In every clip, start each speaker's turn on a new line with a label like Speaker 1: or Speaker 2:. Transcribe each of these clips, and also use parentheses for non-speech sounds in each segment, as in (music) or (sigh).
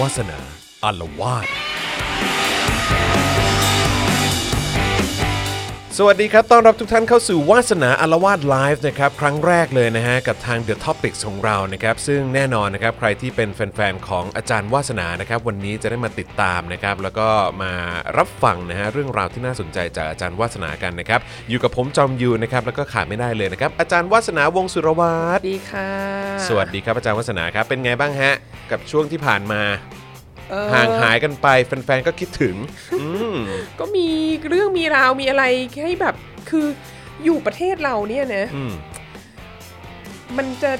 Speaker 1: วาสนาอารวาสสวัสดีครับต้อนรับทุกท่านเข้าสู่วาสนาอารวาสไลฟ์นะครับ ครั้งแรกเลยนะฮะ กับทาง The Topics ของเรานะครับ ซึ่งแน่นอนนะครับ ใครที่เป็นแฟน ๆ ของอาจารย์วาสนานะครับ วันนี้จะได้มาติดตามนะครับ แล้วก็มารับฟังนะฮะ เรื่องราวที่น่าสนใจจากอาจารย์วาสนากันนะครับ อยู่กับผมจอมยูนะครับ แล้วก็ขาดไม่ได้เลยนะครับ อาจารย์วาสนาวงศ์สุรวัตร
Speaker 2: ดีค่ะ
Speaker 1: สวัสดีครับอาจารย์วัฒนาครับ เป็นไงบ้างฮะ กับช่วงที่ผ่านมา
Speaker 2: เอ่อ
Speaker 1: ห่างหายกันไปแฟนๆก็คิดถึง อืม
Speaker 2: ก็มีเรื่องมีราวมีอะไรให้แบบคืออยู่ประเทศเราเนี่ยนะ
Speaker 1: อืม
Speaker 2: มันจะ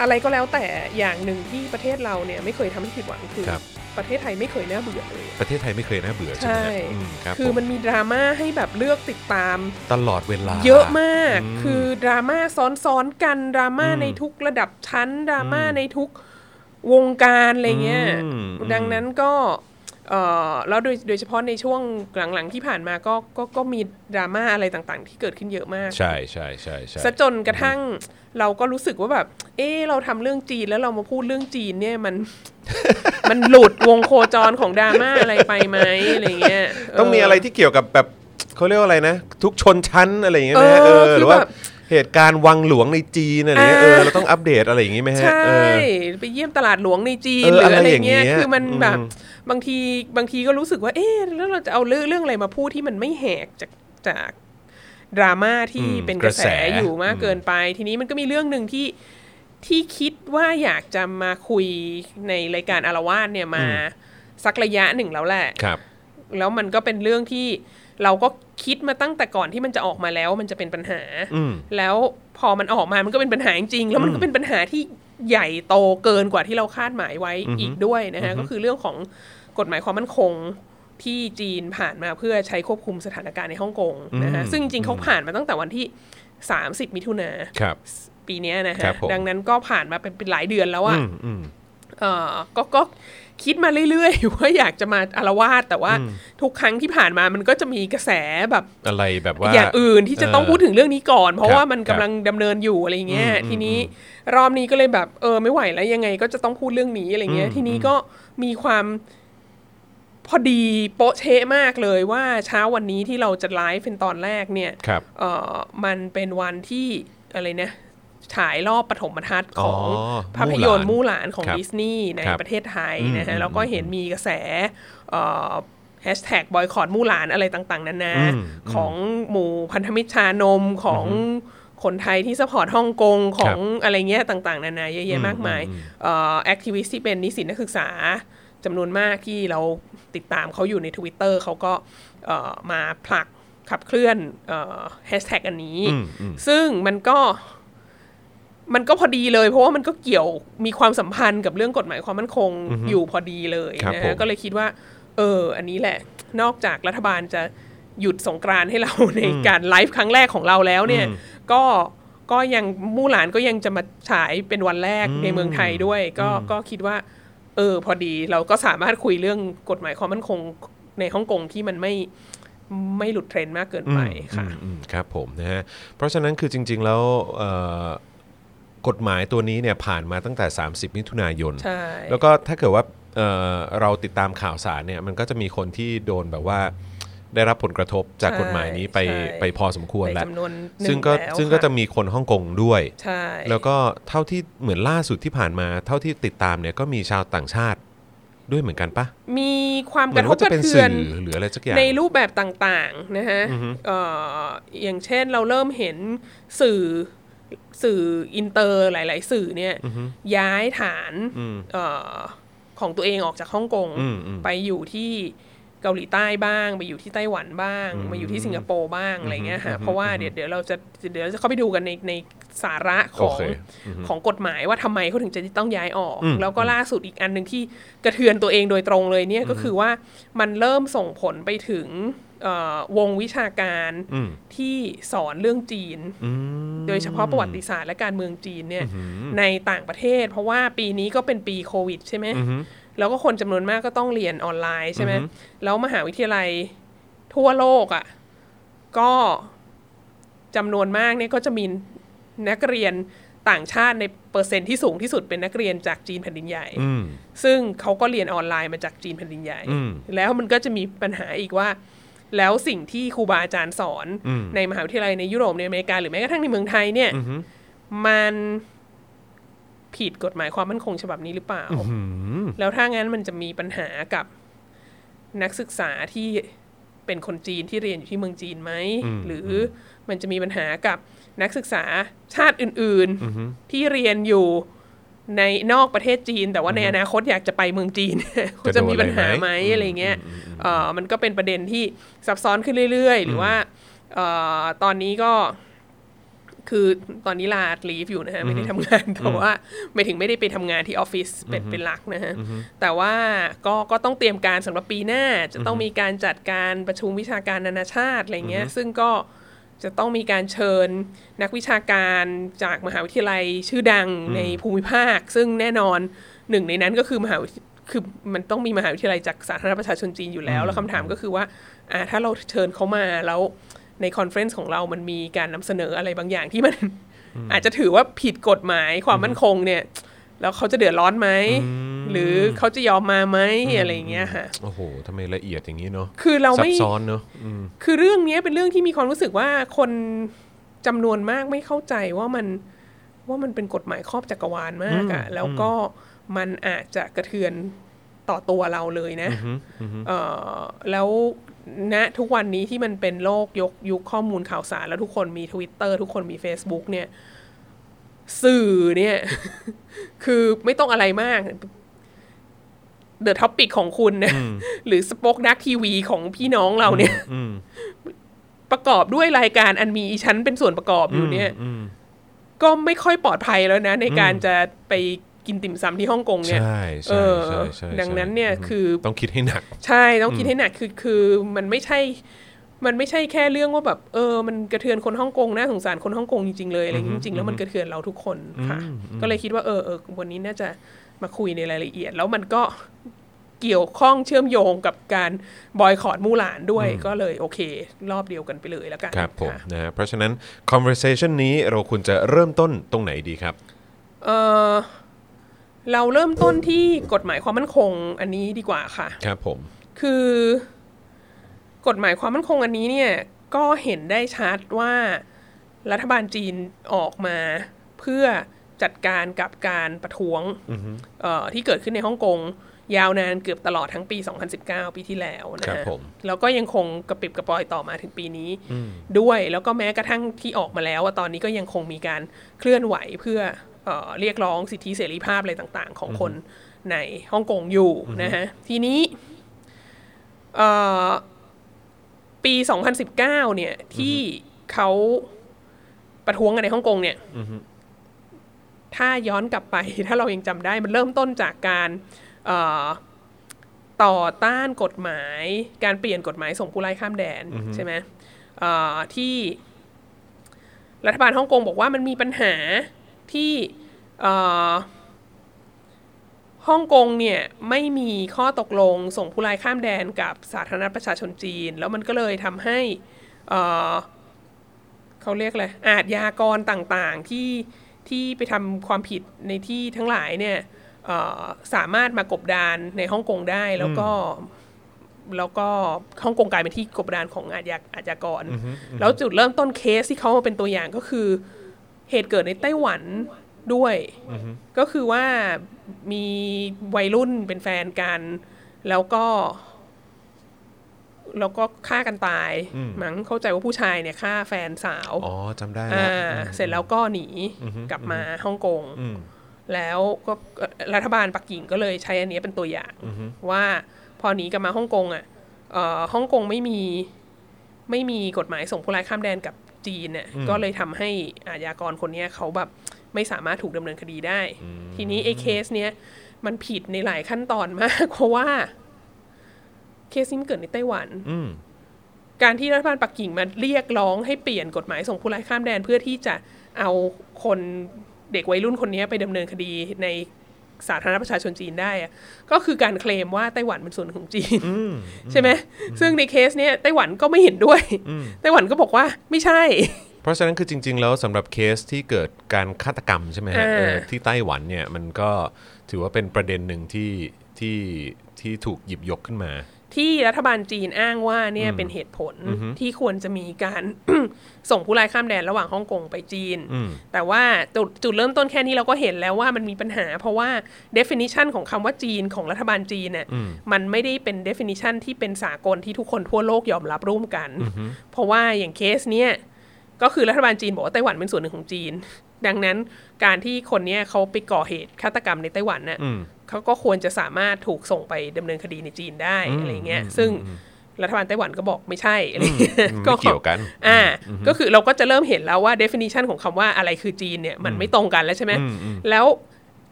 Speaker 2: อะไรก็แล้วแต่อย่างหนึ่งที่ประเทศเราเนี่ยไม่เคยทำให้ผิดหวังคือ
Speaker 1: ครับ
Speaker 2: ประเทศไทยไม่เคยน่าเบื่อเลย
Speaker 1: ประเทศไทยไม่เคยน่าเบื่อใช่ไหมฮะ
Speaker 2: ใช่
Speaker 1: อืมครับ
Speaker 2: คือ
Speaker 1: ผม
Speaker 2: มันมีดราม่าให้แบบเลือกติดตาม
Speaker 1: ตลอดเวลา
Speaker 2: เยอะมาก
Speaker 1: อืม
Speaker 2: คือดราม่าซ้อนๆกัน ดราม่า
Speaker 1: อืม
Speaker 2: ในทุกระดับชั้น ดราม่า
Speaker 1: อืม
Speaker 2: ในทุกวงการอะไรเงี้ย
Speaker 1: อืม
Speaker 2: ดังนั้นก็เอ่อแล้วโดยโดยเฉพาะในช่วงหลังๆที่ผ่านมาก็ก็ก็มีดราม่าอะไรต่างๆ ที่เกิดขึ้นเยอะมาก
Speaker 1: ใช่ใช่ใช่ใช่
Speaker 2: ซะจนกระทั่งเราก็รู้สึกว่าแบบ เออเราทำเรื่องจีนแล้วเรามาพูดเรื่องจีนเนี่ยมัน (laughs) มันหลุดวงโคจรของดราม่าอะไรไปไหมอะไรเงี้ย
Speaker 1: ต้องมี
Speaker 2: เ
Speaker 1: อะไรที่เกี่ยวกับแบบเขาเรียกว่าอะไรนะ ทุกชนชั้นอะไรอย่างเงี้ยไหมฮะ
Speaker 2: เอ
Speaker 1: เอ
Speaker 2: อ
Speaker 1: อหรือ
Speaker 2: คือ
Speaker 1: ว่า
Speaker 2: แบบ
Speaker 1: เหตุการณ์วังหลวงในจีนอะไรเงี้ยเออ
Speaker 2: อ่า
Speaker 1: เราต้องอัปเดตอะไรอย่างงี้ไหมฮะ
Speaker 2: ใช่
Speaker 1: เออ
Speaker 2: ไปเยี่ยมตลาดหลวงในจีน
Speaker 1: เออ
Speaker 2: หรืออะไร
Speaker 1: อะไรอย่างเงี้
Speaker 2: เงี้
Speaker 1: ย
Speaker 2: ยคือมันแบบ
Speaker 1: อืม
Speaker 2: บางทีบางทีก็รู้สึกว่า เอ๊ะแล้วเราจะเอาเรื่องเรื่องอะไรมาพูดที่มันไม่แหกจากจากดราม่าที่
Speaker 1: อืม
Speaker 2: เป็น
Speaker 1: ก
Speaker 2: ก
Speaker 1: ระ
Speaker 2: ระ
Speaker 1: แส
Speaker 2: แสอยู่มาก
Speaker 1: อืม
Speaker 2: เกินไป ทีนี้มันก็มีเรื่องหนึ่งที่ที่คิดว่าอยากจะมาคุยในรายการอารวาสเนี่ยมาสักระยะหนึ่งแล้วแหละ
Speaker 1: ครับ
Speaker 2: แล้วมันก็เป็นเรื่องที่เราก็คิดมาตั้งแต่ก่อนที่มันจะออกมาแล้วว่ามันจะเป็นปัญหา
Speaker 1: อืม
Speaker 2: แล้วพอมันออกมา มันก็เป็นปัญหาจริงๆ แล้วมัน
Speaker 1: อืม
Speaker 2: ก็เป็นปัญหาที่ใหญ่โตเกินกว่าที่เราคาดหมายไว้
Speaker 1: อือฮึ
Speaker 2: อีกด้วยนะ
Speaker 1: อื
Speaker 2: ฮะ
Speaker 1: อฮึ
Speaker 2: ก็คือเรื่องของกฎหมายความมั่นคงที่จีนผ่านมาเพื่อใช้ควบคุมสถานการณ์ในฮ่องกงนะฮะ ซึ่งจริงๆเขาผ่านมาตั้งแต่วันที่ 30 มิถุนา
Speaker 1: ครับ
Speaker 2: ปีเนี้ยนะฮะ
Speaker 1: ครับผม
Speaker 2: ดังนั้นก็ผ่านมาเป็นเป็นหลายเดือนแล้วอะ
Speaker 1: อืมอืม
Speaker 2: เออก็ก็คิดมาเรื่อยๆ (laughs) ว่าอยากจะมาอารวาสแต่ว่า
Speaker 1: อืม
Speaker 2: ทุกครั้งที่ผ่านมามันก็จะมีกระแสแบบ
Speaker 1: อะไรแบบว่า
Speaker 2: อย่างอื่นที่จะต้องพูดถึงเรื่องนี้ก่อน
Speaker 1: ค
Speaker 2: เพราะ
Speaker 1: รับ
Speaker 2: ว่ามันกำลังดำเนินอยู่อะไรเงี้ย
Speaker 1: อืม
Speaker 2: ทีนี้รอบนี้ก็เลยแบบเออไม่ไหวแล้วยังไงก็จะต้องพูดเรื่องนี้อะไรเงี้
Speaker 1: อื
Speaker 2: ย
Speaker 1: ม
Speaker 2: ทีนี้
Speaker 1: อืม
Speaker 2: ก็มีความพอดีโป๊ะเชะมากเลยว่าเช้าวันนี้ที่เราจะไลฟ์เป็นตอนแรกเนี่ย
Speaker 1: ครับ
Speaker 2: เออมันเป็นวันที่อะไรนะฉายรอบปฐมทัศน์ของ
Speaker 1: อ๋อ
Speaker 2: ภาพยนตร์มู่หลานของ
Speaker 1: ครับ
Speaker 2: ดิสนีย์ใน
Speaker 1: ครับ
Speaker 2: ประเทศไทย
Speaker 1: อืมอื
Speaker 2: นะฮะ
Speaker 1: ม
Speaker 2: แล้วก็เห็นมีกระแสแฮชแท็กบอยคอรมู่หลานอะไรต่าง ๆนานา
Speaker 1: อืม
Speaker 2: ของ ของหมู่พันธมิตรชานมของคนไทยที่สปอร์ตฮ่องกงของอะไรเงี้ยต่างๆ นานาเยอะแยะมากมายแอคทิวิสที่เป็นนิสิตนักศึกษาจำนวนมากที่เราติดตามเขาอยู่ใน Twitter เขาก็เอ่อมาผลักขับเคลื่อนแฮชแท็กอันนี้
Speaker 1: อืมอืม
Speaker 2: ซึ่งมันก็มันก็พอดีเลย เพราะว่ามันก็เกี่ยวมีความสัมพันธ์กับเรื่องกฎหมายความมั่นคงอยู่พอดีเลย
Speaker 1: ครับ
Speaker 2: นะ
Speaker 1: ผ
Speaker 2: ฮะ
Speaker 1: ม
Speaker 2: ก็เลยคิดว่า เออ อันนี้แหละ นอกจากรัฐบาลจะหยุดสงกรานต์ให้เรา ในการไลฟ์ครั้งแรกของเราแล้วเนี่ย ก็ก็ยังมู่หลานก็ยังจะมาฉายเป็นวันแรกในเมืองไทยด้วย ก็ก็คิดว่า เออ พอดีเราก็สามารถคุยเรื่องกฎหมายความมั่นคงในฮ่องกงที่มันไม่ไม่หลุดเทรนด์มากเกินไปค่ะ
Speaker 1: อืมอืมครับผมนะฮะเพราะฉะนั้นคือจริง ๆ แล้วเอ่อกฎหมายตัวนี้เนี่ยผ่านมาตั้งแต่ 30 มิถุนายน
Speaker 2: ใช่
Speaker 1: แล้วก็ถ้าเกิดว่าเอ่อเราติดตามข่าวสารเนี่ยมันก็จะมีคนที่โดนแบบว่าได้รับผลกระทบจากกฎหมายนี้ไป
Speaker 2: ใช่
Speaker 1: ไปพอสมควร
Speaker 2: ใน
Speaker 1: แล้ว
Speaker 2: จำนวนหนึ่
Speaker 1: ซึ่ง
Speaker 2: ง
Speaker 1: ก็
Speaker 2: แล้ว
Speaker 1: ซึ่งก็
Speaker 2: ค่
Speaker 1: จะมีคนฮ่องกงด้วย
Speaker 2: ใช่
Speaker 1: แล้วก็เท่าที่เหมือนล่าสุดที่ผ่านมา เท่าที่ติดตามเนี่ยก็มีชาวต่างชาติด้วยเหมือนกันปะ
Speaker 2: มีความ
Speaker 1: เห
Speaker 2: ก
Speaker 1: มือน
Speaker 2: ระทบ
Speaker 1: ว่าจะ
Speaker 2: กระ
Speaker 1: เป็น
Speaker 2: เทื
Speaker 1: สื่
Speaker 2: อ
Speaker 1: อน หรืออะไรสักอย่าง
Speaker 2: ในรูปแบบต่างๆนะฮะเอ่ออย่างเช่นเราเริ่มเห็นสื่อสื่ออินเตอร์หลาย ๆ สื่อเนี่ยย้ายฐานเอ่อของตัวเองออกจากฮ่องกง
Speaker 1: อืมอืม
Speaker 2: ไปอยู่ที่เกาหลีใต้บ้าง ไปอยู่ที่ไต้หวันบ้าง มาอยู่ที่สิงคโปร์บ้างอะไรเงี้ยค่ะเพราะว่าเดี๋ยวเดี๋ยวเราจะเดี๋ยวเราจะเข้าไปดูกันในในสาระขอ
Speaker 1: โองเค
Speaker 2: ของกฎหมายว่าทำไมเขาถึงจะต้องย้ายออก
Speaker 1: อืม
Speaker 2: แล้วก็ล่าสุดอีกอันหนึ่งที่กระเทือนตัวเองโดยตรงเลยเนี่ยก็คือว่ามันเริ่มส่งผลไปถึงเอ่อวงวิชาการ
Speaker 1: อืม
Speaker 2: ที่สอนเรื่องจีน
Speaker 1: อืม
Speaker 2: โดยเฉพาะประวัติศาสตร์และการเมืองจีนเนี่ยในต่างประเทศ เพราะว่าปีนี้ก็เป็นปีโควิดใช่ไหมแล้วก็คนจำนวนมากก็ต้องเรียนออนไลน์ใช่ไหมแล้วมหาวิทยาลัยทั่วโลกอะ่ะก็จำนวนมากเนี่ยก็จะมีนักเรียน ต่างชาติในเปอร์เซ็นต์ที่สูงที่สุดเป็นนักเรียนจากจีนแผ่นดินใหญ่
Speaker 1: อืม
Speaker 2: ซึ่งเขาก็เรียนออนไลน์มาจากจีนแผ่นดินใหญ่
Speaker 1: อืม
Speaker 2: แล้วมันก็จะมีปัญหาอีกว่า แล้วสิ่งที่ครูบาอาจารย์สอน
Speaker 1: อืม
Speaker 2: ในมหาวิทยาลัยในยุโรปในอเมริกาหรือแม้กระทั่งในเมืองไทยเนี่ย
Speaker 1: อือหือ
Speaker 2: มันผิดกฎหมายความมั่นคงฉบับนี้หรือเปล่า
Speaker 1: อื้อหือ
Speaker 2: แล้วถ้างั้นมันจะมีปัญหากับนักศึกษาที่เป็นคนจีนที่เรียนอยู่ที่เมืองจีนไหม หรืออมันจะมีปัญหากับนักศึกษาชาติอื่นๆ ที่เรียนอยู่ในนอกประเทศจีน แต่ว่าในอนาคตอยากจะไปเมืองจีน (laughs) ก็จะมีปัญหาไหมอะไรเงี้ยเอ่อมันก็เป็นประเด็นที่ซับซ้อนขึ้นเรื่อยๆ หรือว่าเอ่อตอนนี้ก็ คือตอนนี้ลาลีฟอยู่นะฮะ ไม่ได้ทำงาน แต่ว่าไม่ถึงไม่ได้ไปทำงานที่ออฟฟิศเป็นเป็นหลักนะฮะ แต่ว่าก็ก็ต้องเตรียมการสำหรับปีหน้า จะต้องมีการจัดการประชุมวิชาการนานาชาติอะไรเงี้ย ซึ่งก็จะต้องมีการเชิญนักวิชาการจากมหาวิทยาลัยชื่อดังในภูมิภาค ซึ่งแน่นอนหนึ่งในนั้นก็คือมหาวิคือมันต้องมีมหาวิทยาลัยจากสาธารณประชาชนจีนอยู่แล้ว แล้วคำถามก็คือว่าอ่าถ้าเราเชิญเขามาแล้ว ในคอนเฟรนซ์ของเรามันมีการนำเสนออะไรบางอย่างที่มัน อาจจะถือว่าผิดกฎหมายความมั่นคงเนี่ย แล้วเขาจะเดือดร้อนไหม หรือเขาจะยอมมาไหมอะไรอย่างเงี้ยค่ะ
Speaker 1: โอ้โหทำไมละเอียดอย่างนี้เนาะ
Speaker 2: คือเรา
Speaker 1: ซั
Speaker 2: ไม่
Speaker 1: บซ้อนเนาะอืม
Speaker 2: คือเรื่องเนี้ยเป็นเรื่องที่มีความรู้สึกว่าคนจำนวนมากไม่เข้าใจว่ามันว่ามันเป็นกฎหมายครอบจักรวาลมากอะแล้วก็มันอาจจะกระเทือนต่อตัวเราเลยนะเอ่อแล้วณทุกวันนี้ที่มันเป็นโลกยกยุคข้อมูลข่าวสาร แล้วทุกคนมี Twitter ทุกคนมี Facebook เนี่ย สื่อเนี่ย (laughs) คือไม่ต้องอะไรมาก เดอะท็อปิกของคุณ (laughs) เนี่ยหรือสป็อกดักทีวีของพี่น้องเราเนี่ย
Speaker 1: อืม
Speaker 2: ประกอบด้วยรายการอันมีอีชั้นเป็นส่วนประกอบอยู่เนี่ย
Speaker 1: อืม
Speaker 2: ก็ไม่ค่อยปลอดภัยแล้วนะ ในการจะไปกินติ่มซำที่ฮ่องกงเนี่ย
Speaker 1: ใช่
Speaker 2: เอ
Speaker 1: ใช่
Speaker 2: อ
Speaker 1: ใช่ใช่
Speaker 2: ดังนั้นเนี่ย
Speaker 1: ม
Speaker 2: คือ
Speaker 1: ต้องคิดให้หนัก
Speaker 2: ใช่ต้องคิดให้หนักคือคือมันไม่ใช่ มันไม่ใช่แค่เรื่องว่าแบบ เออ มันกระเทือนคนฮ่องกงน่าสงสารคนฮ่องกงจริงๆเลยอะไรอย่างงี้จริงๆแล้วมันกระเทือนเราทุกคนค่ะ ก็เลยคิดว่าเออเออวันนี้น่าจะมาคุยในรายละเอียด แล้วมันก็เกี่ยวข้องเชื่อมโยงกับการบอยคอรดมู่หลานด้วย ก็เลยโอเค รอบเดียวกันไปเลยแล้วกัน
Speaker 1: ครับผม
Speaker 2: ค่ะ
Speaker 1: นะฮะเพราะฉะนั้น conversation นี้เราควรจะเริ่มต้นตรงไหนดีครับ
Speaker 2: เออเราเริ่มต้นที่กฎหมายความมั่นคงอันนี้ดีกว่าค่ะ
Speaker 1: ครับผม
Speaker 2: คือกฎหมายความมั่นคงอันนี้เนี่ยก็เห็นได้ชัดว่ารัฐบาลจีนออกมาเพื่อจัดการกับการประท้วงเอ่อที่เกิดขึ้นในฮ่องกงยาวนานเกือบตลอดทั้งปี 2019 ปีที่แล้วนะครับ ฮะ
Speaker 1: ผม
Speaker 2: แล้วก็ยังคงกระปิบกระปอยต่อมาถึงปีนี้ด้วยแล้วก็แม้กระทั่งที่ออกมาแล้วอะตอนนี้ก็ยังคงมีการเคลื่อนไหวเพื่อเออเรียกร้องสิทธิเสรีภาพอะไรต่าง ๆ ของคนในฮ่องกงอยู่นะฮะทีนี้ เอ่อปี 2019 เนี่ย ที่เขาประท้วงกันในฮ่องกงเนี่ย ถ้าย้อนกลับไป (laughs) ถ้าเรายังจำได้ มันเริ่มต้นจากการเอ่อต่อต้านกฎหมาย การเปลี่ยนกฎหมายส่งผู้ร้ายข้ามแดนใช่ไหมเอ่อที่ รัฐบาลฮ่องกงบอกว่ามันมีปัญหาที่เอ่อ ฮ่องกงเนี่ยไม่มีข้อตกลงส่งผู้ร้ายข้ามแดนกับสาธารณรัฐประชาชนจีน แล้วมันก็เลยทำให้เอ่อเขาเรียกอะไรอาทยากรต่างๆที่ที่ไปทำความผิดในที่ทั้งหลายเนี่ยเอ่อสามารถมากบดานในฮ่องกงได้แล้วก็แล้วก็ฮ่องกงกลายเป็นที่กบดานของอาชญาอาชญากร แล้วจุดเริ่มต้นเคสที่เขามาเป็นตัวอย่างก็คือ เหตุเกิดในไต้หวันด้วย ก็คือว่ามีวัยรุ่นเป็นแฟนกัน แล้วก็ แล้วก็ฆ่ากันตายมั้งเข้าใจว่าผู้ชายเนี่ยฆ่าแฟนสาว
Speaker 1: อ๋อจำได้แล้ว
Speaker 2: อ่าเสร็จแล้วก็หนีกลับมาฮ่องกง แล้วก็เอ่อรัฐบาลปักกิ่งก็เลยใช้อันเนี้ยเป็นตัวอย่าง ว่าพอหนีกลับมาฮ่องกงอ่ะเอ่อฮ่องกงไม่มีไม่มีกฎหมายส่งผู้ร้ายข้ามแดนกับจีนเนี่ยก็เลยทำให้อาชญากรคนเนี้ยเขาแบบไม่สามารถถูกดำเนินคดีได้ ทีนี้ไอ้เคสเนี้ยมันผิดในหลายขั้นตอนมาก (laughs) เพราะว่าเคสนี้มันเกิดในไต้หวัน
Speaker 1: อืม
Speaker 2: การที่รัฐบาลปักกิ่งมาเรียกร้องให้เปลี่ยนกฎหมายส่งผู้ร้ายข้ามแดนเพื่อที่จะเอาคนเด็กวัยรุ่นคนนี้ไปดำเนินคดีในสาธารณประชาชนจีนได้อะก็คือการเคลมว่าไต้หวันเป็นส่วนของจีน ใช่ไหมซึ่งในเคสเนี้ยไต้หวันก็ไม่เห็นด้วย ไต้หวันก็บอกว่าไม่ใช่
Speaker 1: เพราะฉะนั้นคือจริง ๆ แล้วสำหรับเคสที่เกิดการฆาตกรรมใช่ไหมฮะ
Speaker 2: อ่า
Speaker 1: เออที่ไต้หวันเนี่ยมันก็ถือว่าเป็นประเด็นหนึ่งที่ที่ที่ถูกหยิบยกขึ้นมา
Speaker 2: ที่รัฐบาลจีนอ้างว่าเนี่ยเป็นเหตุผลที่ควรจะมีการ (coughs) ส่งผู้ร้ายข้ามแดนระหว่างฮ่องกงไปจีน
Speaker 1: อืม
Speaker 2: แต่ว่าจุดจุดเริ่มต้นแค่นี้เราก็เห็นแล้วว่ามันมีปัญหา เพราะว่า definition ของคำว่าจีนของรัฐบาลจีนเนี่ยมันไม่ได้เป็น definition ที่เป็นสากลที่ทุกคนทั่วโลกยอมรับร่วมกัน เพราะว่าอย่างเคสเนี่ยก็คือรัฐบาลจีนบอกว่าไต้หวันเป็นส่วนหนึ่งของจีน ดังนั้นการที่คนเนี่ยเขาไปก่อเหตุฆาตกรรมในไต้หวันน่ะ
Speaker 1: อืม
Speaker 2: เขาก็ควรจะสามารถถูกส่งไปดำเนินคดีในจีนได้อะไรเงี้ย ซึ่งรัฐบาลไต้หวันก็บอกไม่ใช่อะไรเงี้ย
Speaker 1: อืมไม่เกี่ยวกัน
Speaker 2: อ่า ก็คือเราก็จะเริ่มเห็นแล้วว่า definition ของคำว่าอะไรคือจีนเนี่ยมันไม่ตรงกันแล้วใช่ไหม แล้ว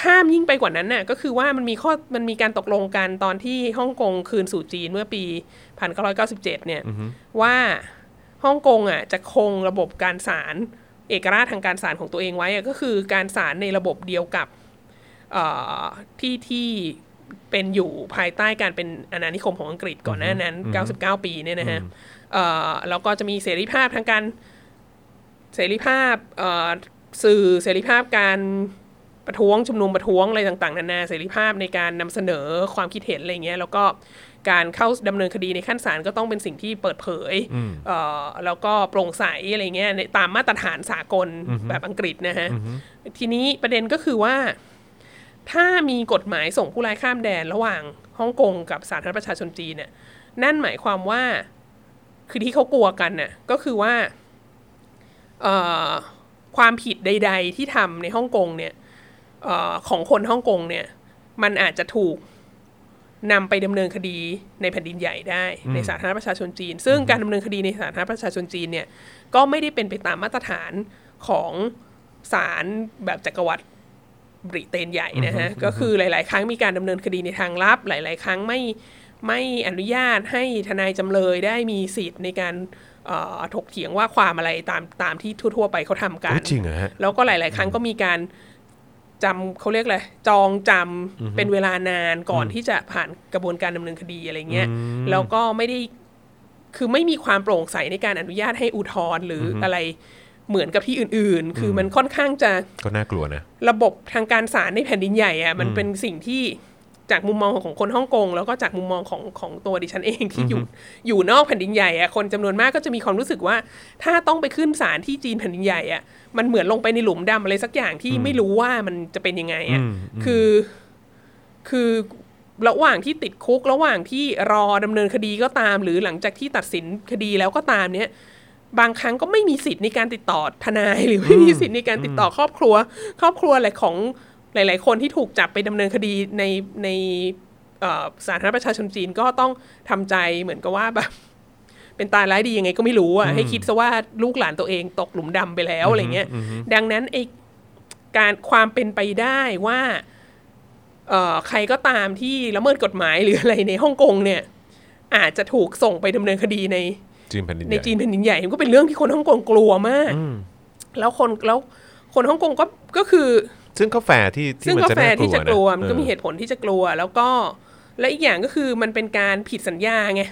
Speaker 2: ข้ามยิ่งไปกว่านั้นน่ะก็คือว่ามันมีข้อมันมีการตกลงกันตอนที่ฮ่องกงคืนสู่จีนเมื่อปี 1997 เนี่ยว่าฮ่องกงอ่ะจะคงระบบการศาลเอกราชทางการศาลของตัวเองไว้อ่ะก็คือการศาลในระบบเดียวกับเอ่อที่ที่เป็นอยู่ภายใต้การเป็นอาณานิคมของอังกฤษก่อนหน้านั้น 99 ปีเนี่ยนะฮะเอ่อแล้วก็จะมีเสรีภาพทางการ เสรีภาพเอ่อสื่อเสรีภาพการประท้วงชุมนุมประท้วงอะไรต่างๆนานาเสรีภาพในการนำเสนอความคิดเห็นอะไรเงี้ยแล้วก็การเข้าดำเนินคดีในขั้นศาลก็ต้องเป็นสิ่งที่เปิดเผยเอ่อแล้วก็โปร่งใสอะไรเงี้ยในตามมาตรฐานสากลแบบอังกฤษนะฮะทีนี้ประเด็นก็คือว่า ถ้ามีกฎหมายส่งผู้ร้ายข้ามแดนระหว่างฮ่องกงกับสาธารณรัฐประชาชนจีนเนี่ยนั่นหมายความว่าคือที่เขากลัวกันน่ะก็คือว่า เอ่อความผิดใด ๆ ที่ทำในฮ่องกงเนี่ยเออของคนฮ่องกงเนี่ย มันอาจจะถูกนำไปดำเนินคดีในแผ่นดินใหญ่ได้ในสาธารณรัฐประชาชนจีน ซึ่งการดำเนินคดีในสาธารณรัฐประชาชนจีนเนี่ย ก็ไม่ได้เป็นไปตามมาตรฐานของศาลแบบจักรวรรดิบริเตนใหญ่นะฮะก็คือหลาย ๆ ครั้งมีการดำเนินคดีในทางลับ หลาย ๆ ครั้งไม่ไม่อนุญาตให้ทนายจำเลยได้มีสิทธิ์ในการเอ่อถกเถียงว่าความอะไรตามตามที่ทั่ว ๆ ไปเขาทำกัน
Speaker 1: โอ้ยจริงเหรอฮะ
Speaker 2: แล้วก็หลาย ๆ ครั้งก็มีการจำเขาเรียกอะไรจองจำเป็นเวลานานก่อนที่จะผ่านกระบวนการดำเนินคดีอะไรเงี้ยแล้วก็ไม่ได้คือไม่มีความโปร่งใสในการอนุญาตให้อุทธรณ์หรือออะไรเหมือนกับที่อื่น ๆ คือมันค่อนข้างจะ
Speaker 1: ก็น่ากลัวนะ
Speaker 2: ระบบทางการศาลในแผ่นดินใหญ่อะมันเป็นสิ่งที่จากมุมมองของคนฮ่องกงแล้วก็จากมุมมองของของตัวดิฉันเองที่อยู่อยู่นอกแผ่นดินใหญ่อะคนจำนวนมากก็จะมีความรู้สึกว่า ถ้าต้องไปขึ้นศาลที่จีนแผ่นดินใหญ่อะมันเหมือนลงไปในหลุมดำอะไรสักอย่างที่ไม่รู้ว่ามันจะเป็นยังไงอะคือ คือระหว่างที่ติดคุกระหว่างที่รอดำเนินคดีก็ตาม หรือหลังจากที่ตัดสินคดีแล้วก็ตามเนี่ย บางครั้งก็ไม่มีสิทธิ์ในการติดต่อทนาย (laughs) หรือไม่มีสิทธิ์ในการติดต่อครอบครัว ครอบครัวอะไรของหลาย ๆ คนที่ถูกจับไปดำเนินคดีในในเอ่อสาธารณรัฐประชาชนจีนก็ต้องทำใจเหมือนกับว่าแบบ เป็นตายร้ายดียังไงก็ไม่รู้อ่ะให้คิดซะว่าลูกหลานตัวเองตกหลุมดำไปแล้วอะไรเงี้ยดังนั้นไอการความเป็นไปได้ว่า เอ่อใครก็ตามที่ละเมิดกฎหมายหรืออะไรในฮ่องกงเนี่ย อาจจะถูกส่งไปดำเนินคดีใน
Speaker 1: จีนแผ่นดินให
Speaker 2: ใน
Speaker 1: ญ่
Speaker 2: จีนแผ่นดินใหญ่มันก็เป็นเรื่องที่คนฮ่องกงกลัวมาก แล้วคนแล้วคนฮ่องกงก็ก็คือ
Speaker 1: ซึ่งกาแฟที่ที่
Speaker 2: ซึ่ง
Speaker 1: มัน
Speaker 2: กา
Speaker 1: จะ
Speaker 2: แฟ
Speaker 1: น่ากลั
Speaker 2: ที่
Speaker 1: ว
Speaker 2: จะ
Speaker 1: นะ
Speaker 2: กลัวมันก็
Speaker 1: อ
Speaker 2: มี
Speaker 1: อ
Speaker 2: เหตุผลที่จะกลัว แล้วก็และอีกอย่างก็คือมันเป็นการผิดสัญญาไง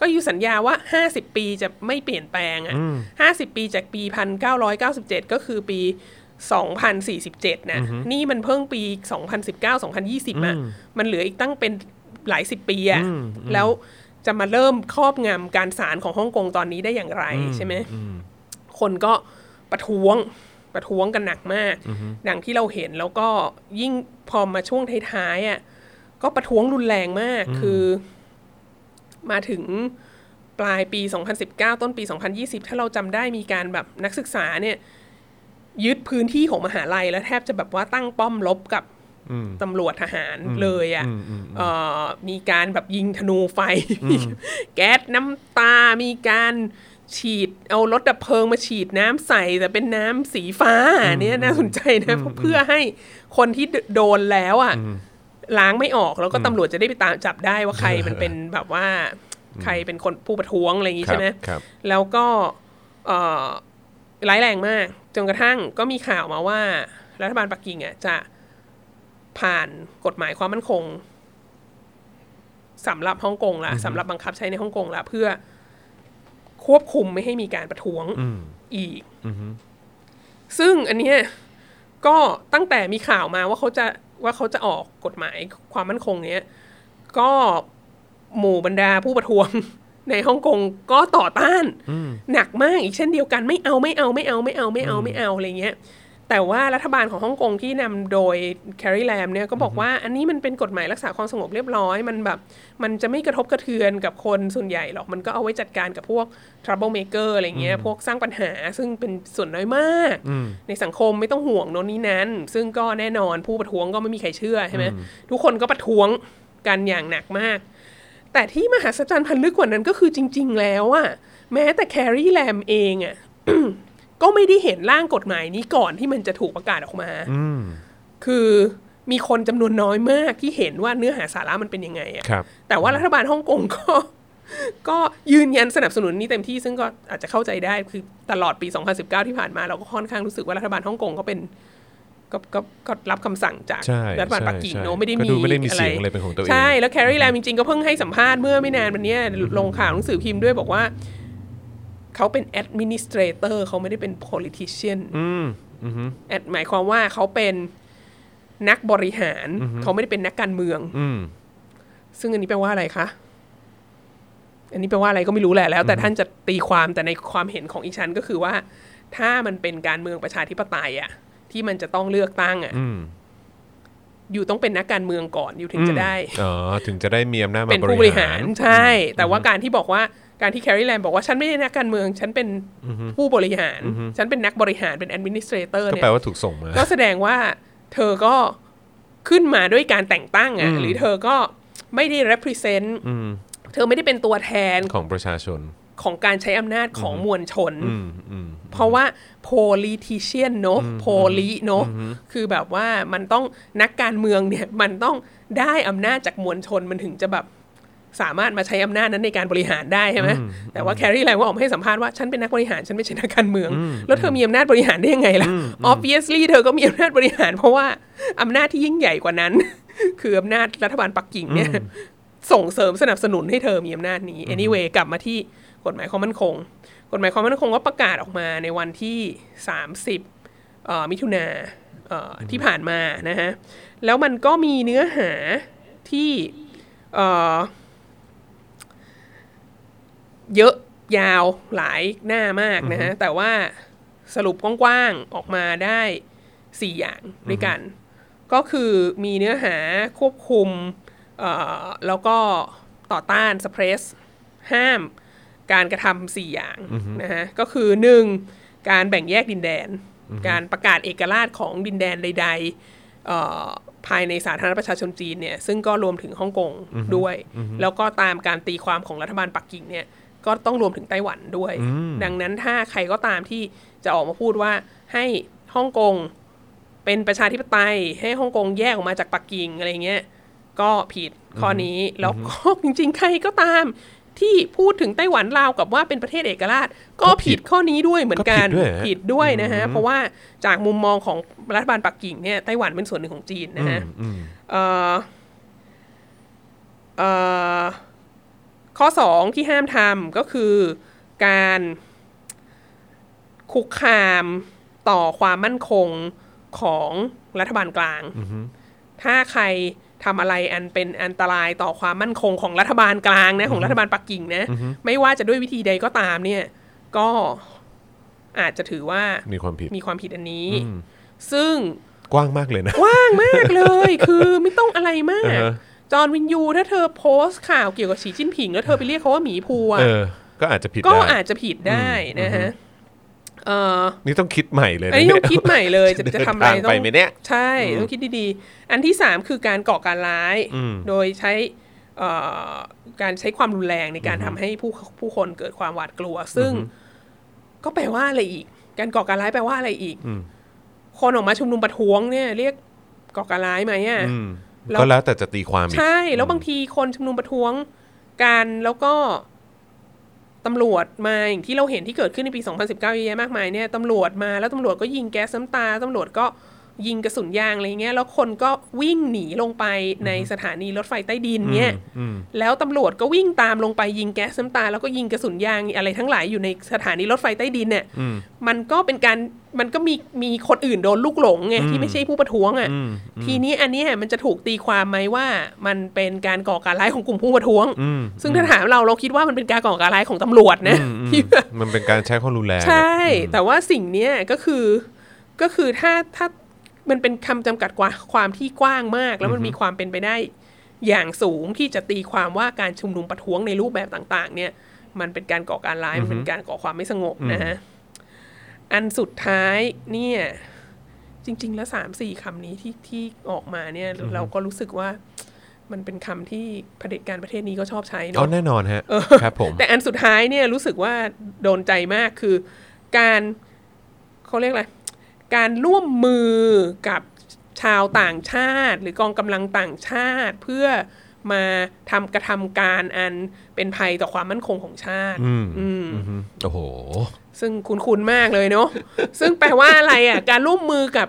Speaker 2: ก็อยู่สัญญาว่า 50 ปีจะไม่เปลี่ยนแปลงอ่ะ50 ปีจากปี 1997 ก็คือปี 2047 นะนี่มันเพิ่งปี 2019 2020อ่ะมันเหลืออีกตั้งเป็นหลายสิบปีอ่ะแล้วจะมาเริ่มครอบงำการศาลของฮ่องกงตอนนี้ได้อย่างไรใช่ไหม คนก็ประท้วงประท้วงกันหนักมากดังที่เราเห็นแล้วก็ยิ่งพอมาช่วงท้ายๆอ่ะก็ประท้วงรุนแรงมากคือ มาถึงปลายปี 2019 ต้นปี 2020 ถ้าเราจำได้มีการแบบนักศึกษาเนี่ย ยึดพื้นที่ของมหาลัยแล้วแทบจะแบบว่าตั้งป้อมลบกับตำรวจทหารเลยอะ่ะเอ่อมีการแบบยิงธนูไฟ (laughs) แก๊สน้ำตา มีการฉีดเอารถดับเพลิงมาฉีดน้ำใส่แต่เป็นน้ำสีฟ้าเนี่ยน่าสนใจนะเพราะเพื่อให้คนที่โดนแล้วอ่ะ ล้างไม่ออกแล้วก็ตำรวจจะได้ไปตามจับได้ว่าใครมันเป็นแบบว่าใครเป็นคนผู้ประท้วงอะไรอย่างนี้
Speaker 1: ครับ
Speaker 2: ใช่ไหม
Speaker 1: ครับ
Speaker 2: แล้วก็เอ่อร้ายแรงมาก จนกระทั่งก็มีข่าวมาว่า รัฐบาลปักกิ่งอ่ะจะผ่านกฎหมายความมั่นคงสำหรับฮ่องกงละสำหรับบังคับใช้ในฮ่องกงละเพื่อ ควบคุมไม่ให้มีการประท้วง
Speaker 1: อืม
Speaker 2: อีก
Speaker 1: อืมฮึ
Speaker 2: ซึ่งอันเนี้ยก็ตั้งแต่มีข่าวมาว่าเขาจะว่าเขาจะออกกฎหมายความมั่นคงเนี้ยก็หมู่บรรดาผู้ประท้วง ในฮ่องกงก็ต่อต้าน
Speaker 1: อืม
Speaker 2: หนักมากอีกเช่นเดียวกันไม่เอาไม่เอาไม่เอาไม่เอาไม่เอาไม่เอาอะไรเงี้ยแต่ว่ารัฐบาลของฮ่องกงที่นำโดยแคร์รีแลมเนี่ยก็บอกว่าอันนี้มันเป็นกฎหมายรักษาความสงบเรียบร้อย มันแบบ มันจะไม่กระทบกระเทือนกับคนส่วนใหญ่หรอก มันก็เอาไว้จัดการกับพวก trouble maker อะไรเงี้ยพวกสร้างปัญหาซึ่งเป็นส่วนน้อยมาก
Speaker 1: อืม
Speaker 2: ในสังคมไม่ต้องห่วงโน่นนี้นั้น ซึ่งก็แน่นอนผู้ประท้วงก็ไม่มีใครเชื่อใช่ไหมทุกคนก็ประท้วงกันอย่างหนักมาก แต่ที่มหาศจรรย์พันลึกกว่านั้นก็คือจริง ๆ แล้วอะแม้แต่แคร์รีแลมเองอะ (coughs) ก็ไม่ได้เห็นร่างกฎหมายนี้ก่อนที่มันจะถูกประกาศออกมา
Speaker 1: อืม
Speaker 2: คือมีคนจำนวนน้อยมากที่เห็นว่าเนื้อหาสาระมันเป็นยังไงอะ
Speaker 1: ครับ
Speaker 2: แต่ว่ารัฐบาลฮ่องก (laughs) งก็ ก็ยืนยันสนับสนุนนี้เต็มที่ซึ่งก็อาจจะเข้าใจได้คือตลอดปี 2019 ที่ผ่านมาเราก็ค่อนข้างรู้สึกว่ารัฐบาลฮ่องกงก็เป็นก็ก็ก็รับคำสั่งจาก
Speaker 1: ใช่
Speaker 2: รัฐบาล
Speaker 1: ใช่
Speaker 2: ปักกิ่ง
Speaker 1: ใช่
Speaker 2: เนอะไม่ได้
Speaker 1: ก็
Speaker 2: มี
Speaker 1: ดูไม่ได้มีเสียงอะไรเป็นของตัวเอง
Speaker 2: ใช่แล้วแคร์รีแลมจริงๆ ก็เพิ่งให้สัมภาษณ์เมื่อไม่นานวันเนี้ยลงข่าวหนังสือพิมพ์ด้วยบอกว่า เขาเป็น administrator เขาไม่ได้เป็น politician
Speaker 1: อืมอืมฮึ
Speaker 2: แอดหมายความว่าเขาเป็นนักบริหาร เขาไม่ได้เป็นนักการเมือง
Speaker 1: อืม
Speaker 2: ซึ่งอันนี้แปลว่าอะไรคะ อันนี้แปลว่าอะไรก็ไม่รู้แหละแล้ว แต่ท่านจะตีความแต่ในความเห็นของอีฉันก็คือว่า ถ้ามันเป็นการเมืองประชาธิปไตยอะที่มันจะต้องเลือกตั้งอะ
Speaker 1: อืม
Speaker 2: อยู่ต้องเป็นนักการเมืองก่อนอยู่ถึงจะได้
Speaker 1: อ๋อ ถึงจะได้มีอำนาจมา
Speaker 2: เป็นผู้
Speaker 1: บบ ริ
Speaker 2: ริ
Speaker 1: หา
Speaker 2: หาร รใช่ แต่ว่าการที่บอกว่าการที่แคร์รีแลนบอกว่าฉันไม่ได้นักการเมือง ฉันเป็นผู้บริหาร ฉันเป็นนักบริหารเป็นแอดมินิสเตรเตอร์
Speaker 1: ก็
Speaker 2: เนี่
Speaker 1: แป
Speaker 2: ย
Speaker 1: ลว่าถูกส่งมา
Speaker 2: ก็แสดงว่าเธอก็ขึ้นมาด้วยการแต่งตั้ง
Speaker 1: อืม
Speaker 2: อะ่ะหรือเธอก็ไม่ได้ represent
Speaker 1: อืม
Speaker 2: เธอไม่ได้เป็นตัวแทน
Speaker 1: ของประชาชน
Speaker 2: ของการใช้อำนาจของมวลชน
Speaker 1: อืมอืม
Speaker 2: เพราะว่า politician เนอะ poli เนอะคือแบบว่ามันต้องนักการเมืองเนี่ย (laughs) มันต้องได้อำนาจจากมวลชนมันถึงจะแบบสามารถมาใช้อำนาจนั้นในการบริหารได้ใช่ไหมแต่ว่าแคร์รีไลน์ก็ออกมาให้สัมภาษณ์ว่าฉันเป็นนักบริหารฉันไม่ใช่นักการเมือง แล้วเธอมีอำนาจบริหารได้ยังไงล่ะ obviously เธอก็มีอำนาจบริหาร เพราะว่าอำนาจที่ยิ่งใหญ่กว่านั้น (laughs) คืออำนาจรัฐบาลปักกิ่งเนี่ยส่งเสริมสนับสนุนให้เธอมีอำนาจนี้ anyway กลับมาที่กฎหมายความมั่นคง กฎหมายความมั่นคงก็ประกาศออกมาในวันที่ 30เอ่อมิถุนาเอ่อที่ผ่านมานะฮะ แล้วมันก็มีเนื้อหาที่เอ่อเยอะยาวหลายหน้ามากนะฮะ แต่ว่าสรุปกว้างๆออกมาได้ 4 อย่างด้วยกัน ก็คือมีเนื้อหาควบคุมเอ่อแล้วก็ต่อต้านสเปรสห้าม การกระทำสี่อย่างนะฮะก็คือหนึ่งการแบ่งแยกดินแดน การประกาศเอกราชของดินแดนใดๆเอ่อภายในสาธารณรัฐประชาชนจีนเนี่ยซึ่งก็รวมถึงฮ่องกงด้วย แล้วก็ตามการตีความของรัฐบาลปักกิ่งเนี่ยก็ต้องรวมถึงไต้หวันด้วย
Speaker 1: อืม
Speaker 2: ดังนั้นถ้าใครก็ตามที่จะออกมาพูดว่าให้ฮ่องกงเป็นประชาธิปไตย ให้ฮ่องกงแยกออกมาจากปักกิ่งอะไรเงี้ย ก็ผิดข้อนี้ แล้วก็ (laughs) จริงๆ ใครก็ตามที่พูดถึงไต้หวันลาวกับว่าเป็นประเทศเอกราช ก็ผิดข้อนี้ด้วยเหมือนกัน
Speaker 1: ก็ผิดด้วยฮะ
Speaker 2: ผิดด้วยนะฮะ เพราะว่าจากมุมมองของรัฐบาลปักกิ่งเนี่ยไต้หวันเป็นส่วนหนึ่งของจีนนะฮะ
Speaker 1: อืม
Speaker 2: เอ่อเอ่อข้อสองที่ห้ามทำก็คือการคุกคามต่อความมั่นคงของรัฐบาลกลาง ถ้าใครทำอะไรอันเป็นอันตรายต่อความมั่นคงของรัฐบาลกลางนะของรัฐบาลปักกิ่งนะ ไม่ว่าจะด้วยวิธีใดก็ตามเนี่ย ก็อาจจะถือว่า
Speaker 1: มีความผิด
Speaker 2: มีความผิดอันนี้ ซึ่ง
Speaker 1: กว้างมากเลยนะ
Speaker 2: กว้างมากเลย คือไม่ต้องอะไรมาก
Speaker 1: อ่าฮะ
Speaker 2: จอห์นวินยูถ้าเธอโพสต์ข่าวเกี่ยวกับฉีจิ้นผิง แล้วเธอไปเรียกเขาว่าหมีพัว
Speaker 1: เออ ก็อาจจะผิด
Speaker 2: ก็
Speaker 1: ได้
Speaker 2: อาจจะผิดได้นะฮะเออ
Speaker 1: นี่ต้องคิดใหม่เลย
Speaker 2: อั
Speaker 1: นะ
Speaker 2: นนี้ต้อง
Speaker 1: เย
Speaker 2: คิดใหม่เลย จะจะทำอะไร
Speaker 1: เดินทาง
Speaker 2: ต้อง
Speaker 1: ไปไหมเนี่ย
Speaker 2: ใช่ต้องคิดดีๆ อันที่สามคือการก่อการร้าย
Speaker 1: อืม
Speaker 2: โดยใช้เอ่อการใช้ความรุนแรงในการทำให้ผู้ผู้คนเกิดความหวาดกลัว ซึ่งก็แปลว่าอะไรอีก การก่อการร้ายแปลว่าอะไรอีก คนออกมาชุมนุมประท้วงเนี่ย เรียกก่อการร้ายไหมอ่ะ
Speaker 1: อืม
Speaker 2: แล้ว
Speaker 1: ก็แล้วแต่จะตีความอีก
Speaker 2: ใช่ แล้วบางทีคนชุมนุมประท้วงกันแล้วก็ตำรวจมาอย่างที่เราเห็นที่เกิดขึ้นในปี 2019เยอะแยะมากมายเนี่ยตำรวจมาแล้วตำรวจก็ยิงแก๊สน้ำตาตำรวจก็ ยิงกระสุนยางอะไรเงี้ยแล้วคนก็วิ่งหนีลงไปในสถานีรถไฟใต้ดินเนี่ย
Speaker 1: อืม
Speaker 2: แล้วตำรวจก็วิ่งตามลงไปยิงแก๊สน้ำตา แล้วก็ยิงกระสุนยางอะไรทั้งหลายอยู่ในสถานีรถไฟใต้ดินเนี่ย
Speaker 1: อืม
Speaker 2: มันก็เป็นการมันก็มีมีคนอื่นโดนลูกหลงไง
Speaker 1: อืม
Speaker 2: ที่ไม่ใช่ผู้ประท้วงอ่ะ
Speaker 1: อืมอืม
Speaker 2: ทีนี้อันเนี้ยมันจะถูกตีความไหมว่ามันเป็นการก่อการร้ายของกลุ่มผู้ประท้วง
Speaker 1: อืม
Speaker 2: ซึ่งถ้าถามเราเราคิดว่ามันเป็นการก่อการร้ายของตำรวจนะ
Speaker 1: อืมอืม
Speaker 2: (laughs) ที่แบบ
Speaker 1: มันเป็นการใช้ความรุนแรง
Speaker 2: ใช่
Speaker 1: อืม
Speaker 2: แต่ว่าสิ่งเนี้ยก็คือก็คือถ้าถ้ามันเป็นคำจำกัดกว่าความที่กว้างมาก แล้วมันมีความเป็นไปได้อย่างสูงที่จะตีความว่าการชุมนุมประท้วงในรูปแบบต่าง ๆ เนี่ย มันเป็นการก่อการร้ายมันเป็นการก่อความไม่สงบนะฮะอันสุดท้ายเนี่ย จริง ๆ แล้วสามสี่คำนี้ที่ที่ออกมาเนี่ย เราก็รู้สึกว่ามันเป็นคำที่เผด็จการประเทศนี้ก็ชอบใช้
Speaker 1: อ๋อ
Speaker 2: เนาะ
Speaker 1: แน่นอนฮะครับผม
Speaker 2: แต่อันสุดท้ายเนี่ยรู้สึกว่าโดนใจมากคือการเขาเรียกอะไรการร่วมมือกับชาวต่างชาติ หรือกองกำลังต่างชาติ เพื่อมาทำกระทำการอันเป็นภัยต่อความมั่นคงของชาติ
Speaker 1: อืมอืมโอ้โห
Speaker 2: ซึ่งคุณคุณมากเลยเนาะ ซึ่งแปลว่าอะไรอ่ะการร่วมมือกับ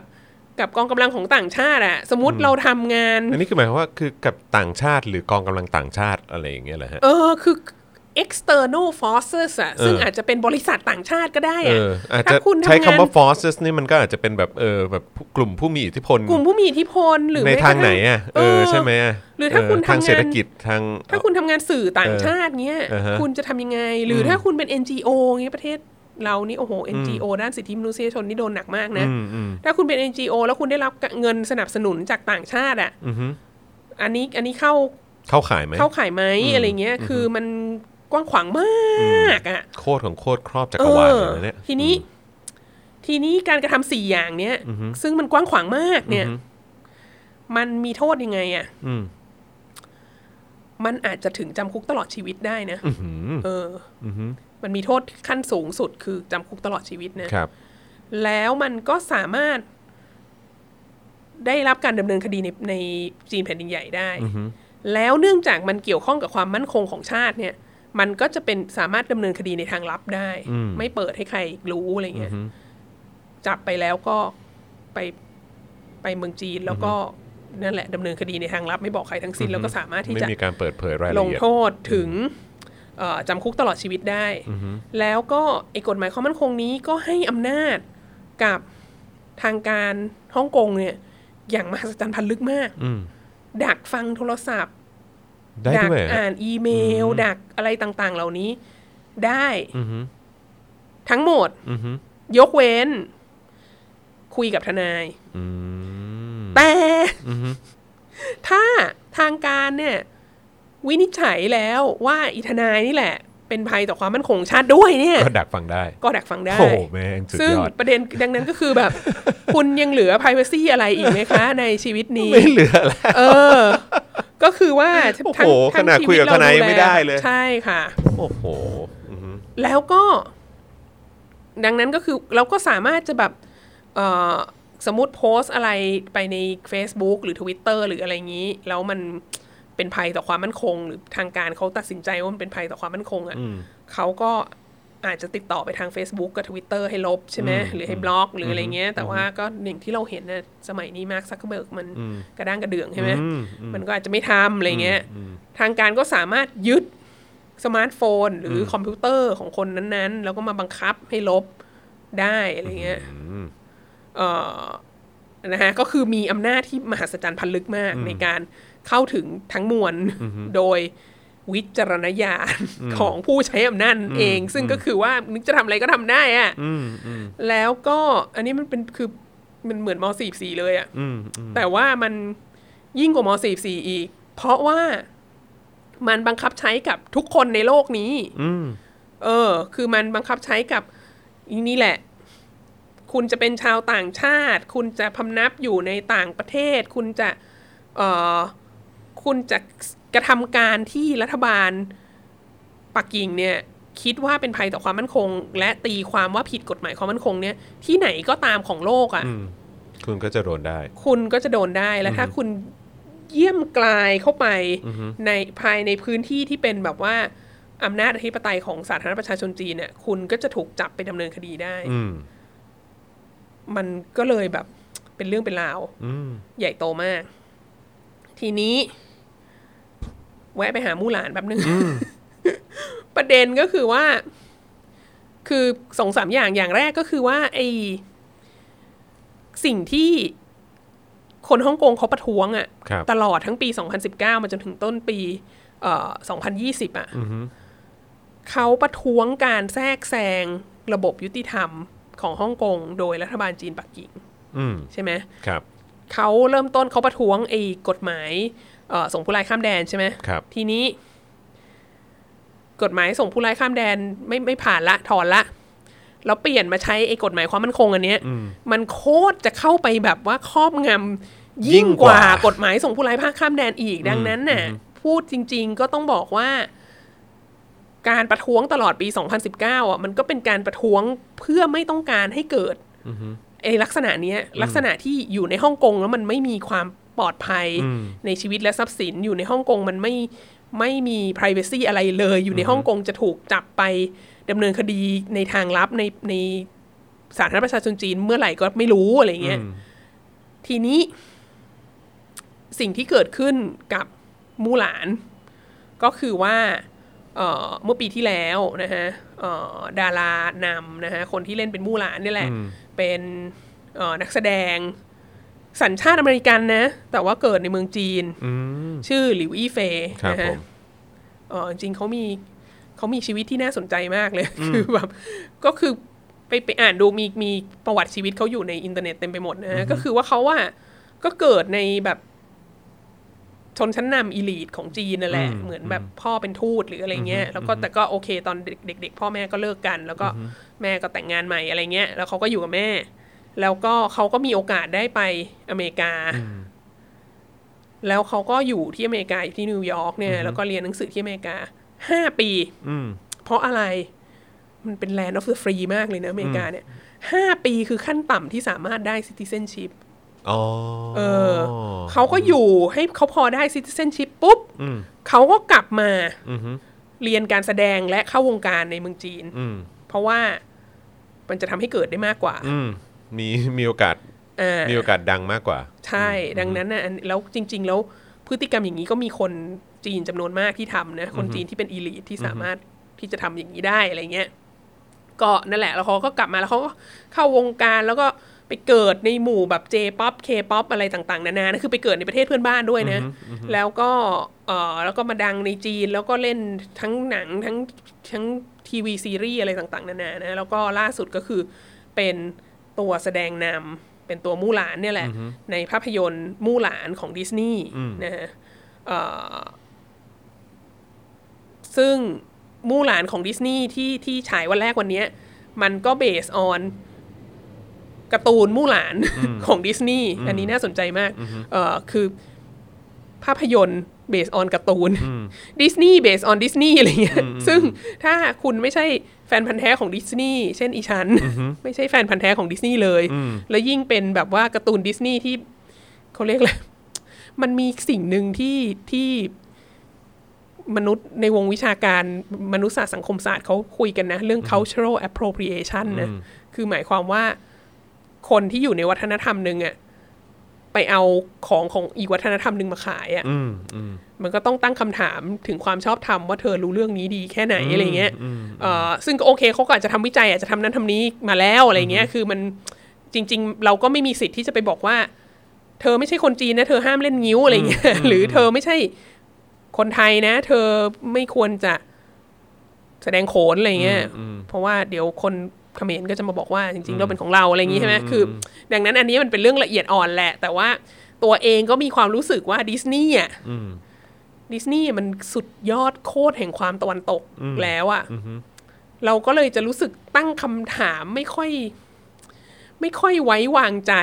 Speaker 2: กับกองกำลังของต่างชาติอ่ะสมมติเราทำงาน
Speaker 1: อันนี้คือหมายความว่าคือกับต่างชาติหรือกองกำลังต่างชาติอะไรอย่างเงี้ยเหรอฮะ
Speaker 2: เออคือ external forces อะซึ่ง
Speaker 1: เอออ
Speaker 2: อาจจะเป็นบริษัทต่างชาติก็ได้
Speaker 1: เอ
Speaker 2: อะ
Speaker 1: ออาจ
Speaker 2: ถ้า
Speaker 1: จะ
Speaker 2: คุณทำ
Speaker 1: ใช้คำ
Speaker 2: งาน
Speaker 1: ว่า forces นี่มันก็อาจจะเป็นแบบเออแบบกลุ่มผู้มีอิทธิพล
Speaker 2: กลุ่มผู้มีอิทธิพลหรือ
Speaker 1: ใน
Speaker 2: แม้กระ
Speaker 1: ทางไหนอ่ะ
Speaker 2: ทั่ง
Speaker 1: เออใช่ไหมะ
Speaker 2: หรือถ้าคุณ
Speaker 1: เทาง
Speaker 2: ทำงาน
Speaker 1: เศรษฐกิจทาง
Speaker 2: ถ้าคุณทำงานสื่อต่างชาติเนี้ย
Speaker 1: เออฮะ
Speaker 2: คุณจะทำยังไง หรืออ
Speaker 1: ม
Speaker 2: ถ้าคุณเป็น NGO เงี้ยประเทศเรานี่โอ้โห NGO ด้านสิทธิมนุษยชนนี่โดนหนักมากนะ
Speaker 1: อืมอืม
Speaker 2: ถ้าคุณเป็น NGO แล้วคุณได้รับเงินสนับสนุนจากต่างชาติอะ
Speaker 1: อือฮึ
Speaker 2: อันนี้อันนี้เข้า
Speaker 1: เข้าขายไหม
Speaker 2: เข้าขายไหม
Speaker 1: อืม
Speaker 2: อะไรเงี้ยคือมันกว้างขวางมากอะ
Speaker 1: โคตรของโคตรครอบจักรวาล
Speaker 2: เอ
Speaker 1: เล
Speaker 2: อย
Speaker 1: นะเนี่ย
Speaker 2: ทีนี้ทีนี้การกระทำสี่อย่างเนี้ยซึ่งมันกว้างขวางมากเนี่ย
Speaker 1: อือฮึ
Speaker 2: มันมีโทษยังไงอะ่ะ
Speaker 1: อืม
Speaker 2: มันอาจจะถึงจำคุกตลอดชีวิตได้นะ
Speaker 1: อือหือ
Speaker 2: เออ
Speaker 1: อือหือ
Speaker 2: มันมีโทษขั้นสูงสุดคือจำคุกตลอดชีวิตนะครับ แล้วมันก็สามารถได้รับการดำเนินคดีในในจีนแผ่นดินใหญ่ได้
Speaker 1: อือหือ
Speaker 2: แล้วเนื่องจากมันเกี่ยวข้องกับความมั่นคงของชาติเนี่ย มันก็จะเป็นสามารถดำเนินคดีในทางลับได้
Speaker 1: อืม
Speaker 2: ไม่เปิดให้ใครรู้อะไร
Speaker 1: อื
Speaker 2: เงี้
Speaker 1: อย หือ
Speaker 2: จับไปแล้วก็ไปไปเมืองจีนแล้วก็นั่นแหละดำเนินคดีในทางลับไม่บอกใครทั้งสิ้น
Speaker 1: อือฮึ
Speaker 2: แล้วก็สามารถที่
Speaker 1: ไม่
Speaker 2: จะ
Speaker 1: มีการเปิดเผยราย
Speaker 2: ล
Speaker 1: ละ
Speaker 2: ง
Speaker 1: เอียด
Speaker 2: โทษถึงเอ่อจำคุกตลอดชีวิตได้
Speaker 1: อือหือ
Speaker 2: แล้วก็ไอ้กฎหมายความมั่นคงนี้ก็ให้อำนาจกับทางการฮ่องกงเนี่ย อย่างมหัศจรรย์พันลึกมาก
Speaker 1: อืม
Speaker 2: ดักฟังโทรศัพท์
Speaker 1: ได้
Speaker 2: ดั
Speaker 1: ด้วยเหรอฮะ
Speaker 2: อ่านอีเมล ดักอะไรต่างๆ เหล่านี้ได้
Speaker 1: อือหือ
Speaker 2: ทั้งหมด
Speaker 1: อือหือย
Speaker 2: กเว้น คุยกับทนาย
Speaker 1: อืม
Speaker 2: แต่
Speaker 1: อือหือ
Speaker 2: ถ้าทางการเนี่ย วินิจฉัยแล้วว่าอีทนายนี่แหละ เป็นภัยต่อความมั่นคงชาติด้วยเนี่ย
Speaker 1: ก็ดักฟังได้
Speaker 2: ก็ดักฟังได้
Speaker 1: โอ้โหแม่งสุด
Speaker 2: ซึ่ง
Speaker 1: ยอด
Speaker 2: ประเด็นดังนั้นก็คือ
Speaker 1: (laughs)
Speaker 2: แบบ คุณยังเหลือ p r i เวซีอะไรอีกไหมคะ ในชีวิตนี้
Speaker 1: ไม่เหลือแล้ว
Speaker 2: เออ ก็คือว่าทั้ง
Speaker 1: โอ้โห
Speaker 2: ทั้
Speaker 1: ข
Speaker 2: ง
Speaker 1: นาดคุยกับทนายยังไม่ได้เลย
Speaker 2: ใช่ค่ะ
Speaker 1: โอ้โหอือหือ
Speaker 2: แล้วก็ ดังนั้นก็คือเราก็สามารถจะแบบเอ่อสมมติโพสต์อะไรไปใน Facebook หรือ Twitter หรืออะไรอย่างนี้ แล้วมันเป็นภัยต่อความมั่นคง หรือทางการเขาตัดสินใจว่ามันเป็นภัยต่อความมั่นคงอะ่ะ
Speaker 1: อืม
Speaker 2: เขาก็อาจจะติดต่อไปทาง Facebook กับ Twitter ให้ลบใช่ไหม
Speaker 1: อืม
Speaker 2: หรือให้บล็อก หรือ
Speaker 1: ม
Speaker 2: อะไรเงี้ย แต่
Speaker 1: อืม
Speaker 2: ว่าก็อย่างที่เราเห็นนะสมัยนี้มาร์คซักเคเบิร์กมัน
Speaker 1: อืม
Speaker 2: กระด้างกระเดื่องใช่ไหม
Speaker 1: อือื
Speaker 2: มันก็อาจจะไม่ทำอะไรเงี้ย
Speaker 1: อืม
Speaker 2: ทางการก็สามารถยึดสมาร์ทโฟน หรืออ
Speaker 1: ม
Speaker 2: คอมพิวเตอร์ของคนนั้นๆ แล้วก็มาบังคับให้ลบได้อะไรเงี้ย
Speaker 1: อืม
Speaker 2: เออนะฮะก็คือมีอำนาจที่มหัศจรรย์พันลึกมากในการเข้าถึงทั้งมวลโดยวิจารณญาณของผู้ใช้อำนาจนั่นเอง ซึ่งก็คือว่านึกจะทำอะไรก็ทำได้อะ
Speaker 1: อืมอืม
Speaker 2: แล้วก็อันนี้มันเป็นคือมันเหมือนม .44 เลยอะ
Speaker 1: อืมอืม
Speaker 2: แต่ว่ามันยิ่งกว่ามสี่สี่อีก เพราะว่ามันบังคับใช้กับทุกคนในโลกนี้
Speaker 1: อืม
Speaker 2: เออ คือมันบังคับใช้กับอีนี่แหละ คุณจะเป็นชาวต่างชาติ คุณจะพำนับอยู่ในต่างประเทศ คุณจะเออคุณจะกระทำการที่รัฐบาลปักกิ่งเนี่ย คิดว่าเป็นภัยต่อความมั่นคง และตีความว่าผิดกฎหมายความมั่นคงเนี่ย ที่ไหนก็ตามของโลกอ่ะ
Speaker 1: อืมคุณก็จะโดนได้
Speaker 2: คุณก็จะโดนได้แล้วถ้าคุณเยี่ยมกลายเข้าไป
Speaker 1: อือฮึ
Speaker 2: ในภายในพื้นที่ที่เป็นแบบว่าอำนาจอธิปไตยของสาธารณประชาชนจีนเนี่ย คุณก็จะถูกจับไปดำเนินคดีได้
Speaker 1: อืม
Speaker 2: มันก็เลยแบบ เป็นเรื่องเป็นราว
Speaker 1: อืม
Speaker 2: ใหญ่โตมาก ทีนี้ แวะไปหามู่หลานแป๊บนึง (laughs) ประเด็นก็คือว่า คือสองสามอย่างอย่างแรกก็คือว่า ไอสิ่งที่คนฮ่องกงเขาประท้วงอะ
Speaker 1: ครับ
Speaker 2: ตลอดทั้งปี 2019 มาจนถึงต้นปีเอ่อ2020อะ
Speaker 1: อือฮึ
Speaker 2: เขาประท้วงการแทรกแซงระบบยุติธรรมของฮ่องกงโดยรัฐบาลจีนปักกิ่ง
Speaker 1: อืม
Speaker 2: ใช่ไหม
Speaker 1: ครับ
Speaker 2: เขาเริ่มต้นเขาประท้วงไอ้กฎหมายเอ่อส่งผู้ร้ายข้ามแดนใช่ไหม
Speaker 1: ครับ
Speaker 2: ทีนี้ กฎหมายส่งผู้ร้ายข้ามแดนไม่ไม่ผ่านละถอนละ แล้วเปลี่ยนมาใช้ไอ้กฎหมายความมั่นคงอันเนี้ย มันโคตรจะเข้าไปแบบว่าครอบงำ
Speaker 1: ยิ่
Speaker 2: ยิ่
Speaker 1: ง
Speaker 2: ง
Speaker 1: ก
Speaker 2: ก
Speaker 1: ว่า
Speaker 2: ว่ากฎหมายส่งผู้ร้ายภาคข้ามแดนอีก ดังนั้นน่ะ พูดจริง ๆ ก็ต้องบอกว่า การประท้วงตลอดปี 2019 อ่ะ มันก็เป็นการประท้วงเพื่อไม่ต้องการให้เกิดไอ้ลักษณะเนี้ย ลักษณะที่อยู่ในฮ่องกงแล้วมันไม่มีความปลอดภัย ในชีวิตและทรัพย์สินอยู่ในฮ่องกงมันไม่ไม่มี p r i เวซีอะไรเลย อยู่ในฮ่องกงจะถูกจับไปดำเนินคดีในทางลับในในสาธารณรัฐประชาชนจีนเมื่อไหร่ก็ไม่รู้อะไรเงี้ย ทีนี้ สิ่งที่เกิดขึ้นกับมู่หลาน ก็คือว่าเอ่อเมื่อปีที่แล้วนะฮะเอ่อดารานำนะฮะคนที่เล่นเป็นมู่หลานนี่แหละ เป็นเอ่อนักแสดงสัญชาติอเมริกันนะ แต่ว่าเกิดในเมืองจีน
Speaker 1: อืม
Speaker 2: ชื่อหลิวอี้เฟย
Speaker 1: ครับ
Speaker 2: นะ
Speaker 1: ผ
Speaker 2: ฮะ
Speaker 1: ม
Speaker 2: เออจริงเขามีเขามีชีวิตที่น่าสนใจมากเลย คือแบบก็คือไปไปอ่านดูมีมีประวัติชีวิตเขาอยู่ในอินเทอร์เน็ตเต็มไปหมดนะฮะก็คือว่าเขาว่าก็เกิดในแบบชนชั้นนำอีลีทของจีนนั่นแหละ
Speaker 1: อืม
Speaker 2: เหมือนแบบพ่อเป็นทูตหรืออะไรเงี้ย แล้วก็แต่ก็โอเคตอนเด็ก ๆ พ่อแม่ก็เลิกกัน แล้วก็แม่ก็แต่งงานใหม่อะไรเงี้ยแล้วเขาก็อยู่กับแม่ แล้วก็เขาก็มีโอกาสได้ไปอเมริกา แล้วเขาก็อยู่ที่อเมริกาอยู่ที่นิวยอร์กเนี่ยแล้วก็เรียนหนังสือที่อเมริกาห้าปี
Speaker 1: อืม
Speaker 2: เพราะอะไรมันเป็น land of the free มากเลยนะอเมริกาเนี่ยห้าปีคือขั้นต่ำที่สามารถได้ citizenship
Speaker 1: อ๋อ
Speaker 2: เออ เขาก็อยู่ให้เขาพอได้ citizenship ปุ๊บ
Speaker 1: อืม
Speaker 2: เขาก็กลับมา
Speaker 1: อืม
Speaker 2: เรียนการแสดงและเข้าวงการในเมืองจีน
Speaker 1: อืม
Speaker 2: เพราะว่ามันจะทำให้เกิดได้มากกว่า
Speaker 1: อืมมีมีโอกาส
Speaker 2: อ่า
Speaker 1: มีโอกาสดังมากกว่า
Speaker 2: ใช่ดังนั้นนะอันแล้วจริง ๆ แล้วพฤติกรรมอย่างนี้ก็มีคนจีนจำนวนมากที่ทำนะ คนจีนที่เป็นอีลิทที่สามารถที่จะทำอย่างนี้ได้อะไรเงี้ยก็นั่นแหละ แล้วเขาก็กลับมาแล้วเขาก็เข้าวงการแล้วก็ไปเกิดในหมู่แบบเจป๊อปเคป๊อปอะไรต่างๆ นานานะคือไปเกิดในประเทศเพื่อนบ้านด้วยนะ แล้วก็เออแล้วก็มาดังในจีนแล้วก็เล่นทั้งหนังทั้งทั้งทีวีซีรีส์อะไรต่างๆ นานานะแล้วก็ล่าสุดก็คือเป็นตัวแสดงนำเป็นตัวมู่หลานเนี่ยแหละ ในภาพยนตร์มู่หลานของดิสนีย์นะฮะเอ่อซึ่งมู่หลานของดิสนีย์ที่ที่ฉายวันแรกวันเนี้ย มันก็เบสออนการ์ตูนมู่หลานของดิสนีย์อันนี้น่าสนใจมากเอ่อคือภาพยนตร์เบสออนการ์ตูนดิสนีย์เบสออนดิสนีย์อะไรเงี้ยซึ่งถ้าคุณไม่ใช่แฟนพันธ์แท้ของดิสนีย์เช่นอีชันไม่ใช่แฟนพันธ์แท้ของดิสนีย์เลย แล้วยิ่งเป็นแบบว่าการ์ตูนดิสนีย์ที่เขาเรียก (laughs) อะไร มันมีสิ่งหนึ่งที่ที่มนุษย์ในวงวิชาการมนุษยศาสตร์สังคมศาสตร์เขาคุยกันนะ เรื่อง cultural appropriation นะ คือหมายความว่าคนที่อยู่ในวัฒนธรรมหนึ่งอะไปเอาของของอีกวัฒนธรรมหนึ่งมาขายอะ
Speaker 1: อืมอืม
Speaker 2: มันก็ต้องตั้งคำถามถึงความชอบธรรมว่าเธอรู้เรื่องนี้ดีแค่ไหนอะไรเงี้ย
Speaker 1: อืม
Speaker 2: เอ่อซึ่งก็โอเคเขาก็อาจจะทำวิจัยอาจจะทำนั้นทำนี้มาแล้วอะไรเงี้ยคือมันจริง ๆ เราก็ไม่มีสิทธิ์ที่จะไปบอกว่า เธอไม่ใช่คนจีนนะเธอห้ามเล่นงิ้วอะไรเงี้ยหรือเธอไม่ใช่คนไทยนะ เธอไม่ควรจะแสดงโขนอะไรเงี้ย
Speaker 1: อืม
Speaker 2: เพราะว่าเดี๋ยวคนเขมรก็จะมาบอกว่าจริงๆเราเป็นของเราอะไรอย่างงี้ใช่ไหมคือ ดังนั้นอันนี้มันเป็นเรื่องละเอียดอ่อนแหละ แต่ว่าตัวเองก็มีความรู้สึกว่าดิสนีย์อ่ะ
Speaker 1: อืม
Speaker 2: ดิสนีย์มันสุดยอดโคตรแห่งความตะวันตกแล้วอ่ะ
Speaker 1: อืม
Speaker 2: เราก็เลยจะรู้สึกตั้งคำถามไม่ค่อย ไม่ค่อยไว้วางใจ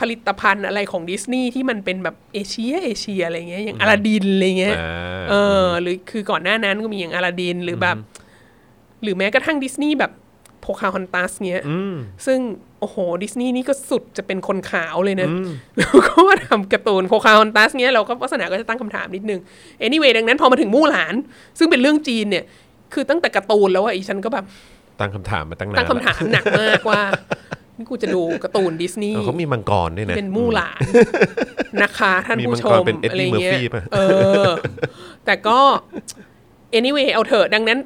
Speaker 2: ผลิตภัณฑ์อะไรของดิสนีย์ที่มันเป็นแบบเอเชียเอเชียอะไรเงี้ยอย่างอลาดินอะไรเงี้ย
Speaker 1: อ่า
Speaker 2: เออ หรือคือก่อนหน้านั้นก็มีอย่างอลาดินหรือแบบ หรือแม้กระทั่งดิสนีย์แบบโพคาฮอนตัสเงี้ย
Speaker 1: อืม
Speaker 2: ซึ่งโอ้โหดิสนีย์นี่ก็สุดจะเป็นคนขาวเลยนะ แล้วก็มาทำการ์ตูนโคคาฮอนตัสเนี้ยเราก็วัสนาก็จะตั้งคำถามนิดนึง anyway ดังนั้นพอมาถึงมู่หลาน ซึ่งเป็นเรื่องจีนเนี่ย คือตั้งแต่การ์ตูนแล้วอะอีฉันก็แบบ
Speaker 1: ตั้งคำถามมาตั้งนาน
Speaker 2: ตั้งคำถามหนักมากว่า นี่กูจะดูการ์ตูนดิสนีย์
Speaker 1: เออเขามีมังกรด้วยนะ
Speaker 2: เป็นมู่หลาน นะคะ ท่าน
Speaker 1: มี
Speaker 2: ผู้
Speaker 1: มัง
Speaker 2: ช
Speaker 1: กร
Speaker 2: ม
Speaker 1: เป็น Eddie
Speaker 2: อะไรเงี้ย
Speaker 1: Murphy ป่ะ
Speaker 2: เออ แต่ก็ anyway เอาเถอะดังนั้น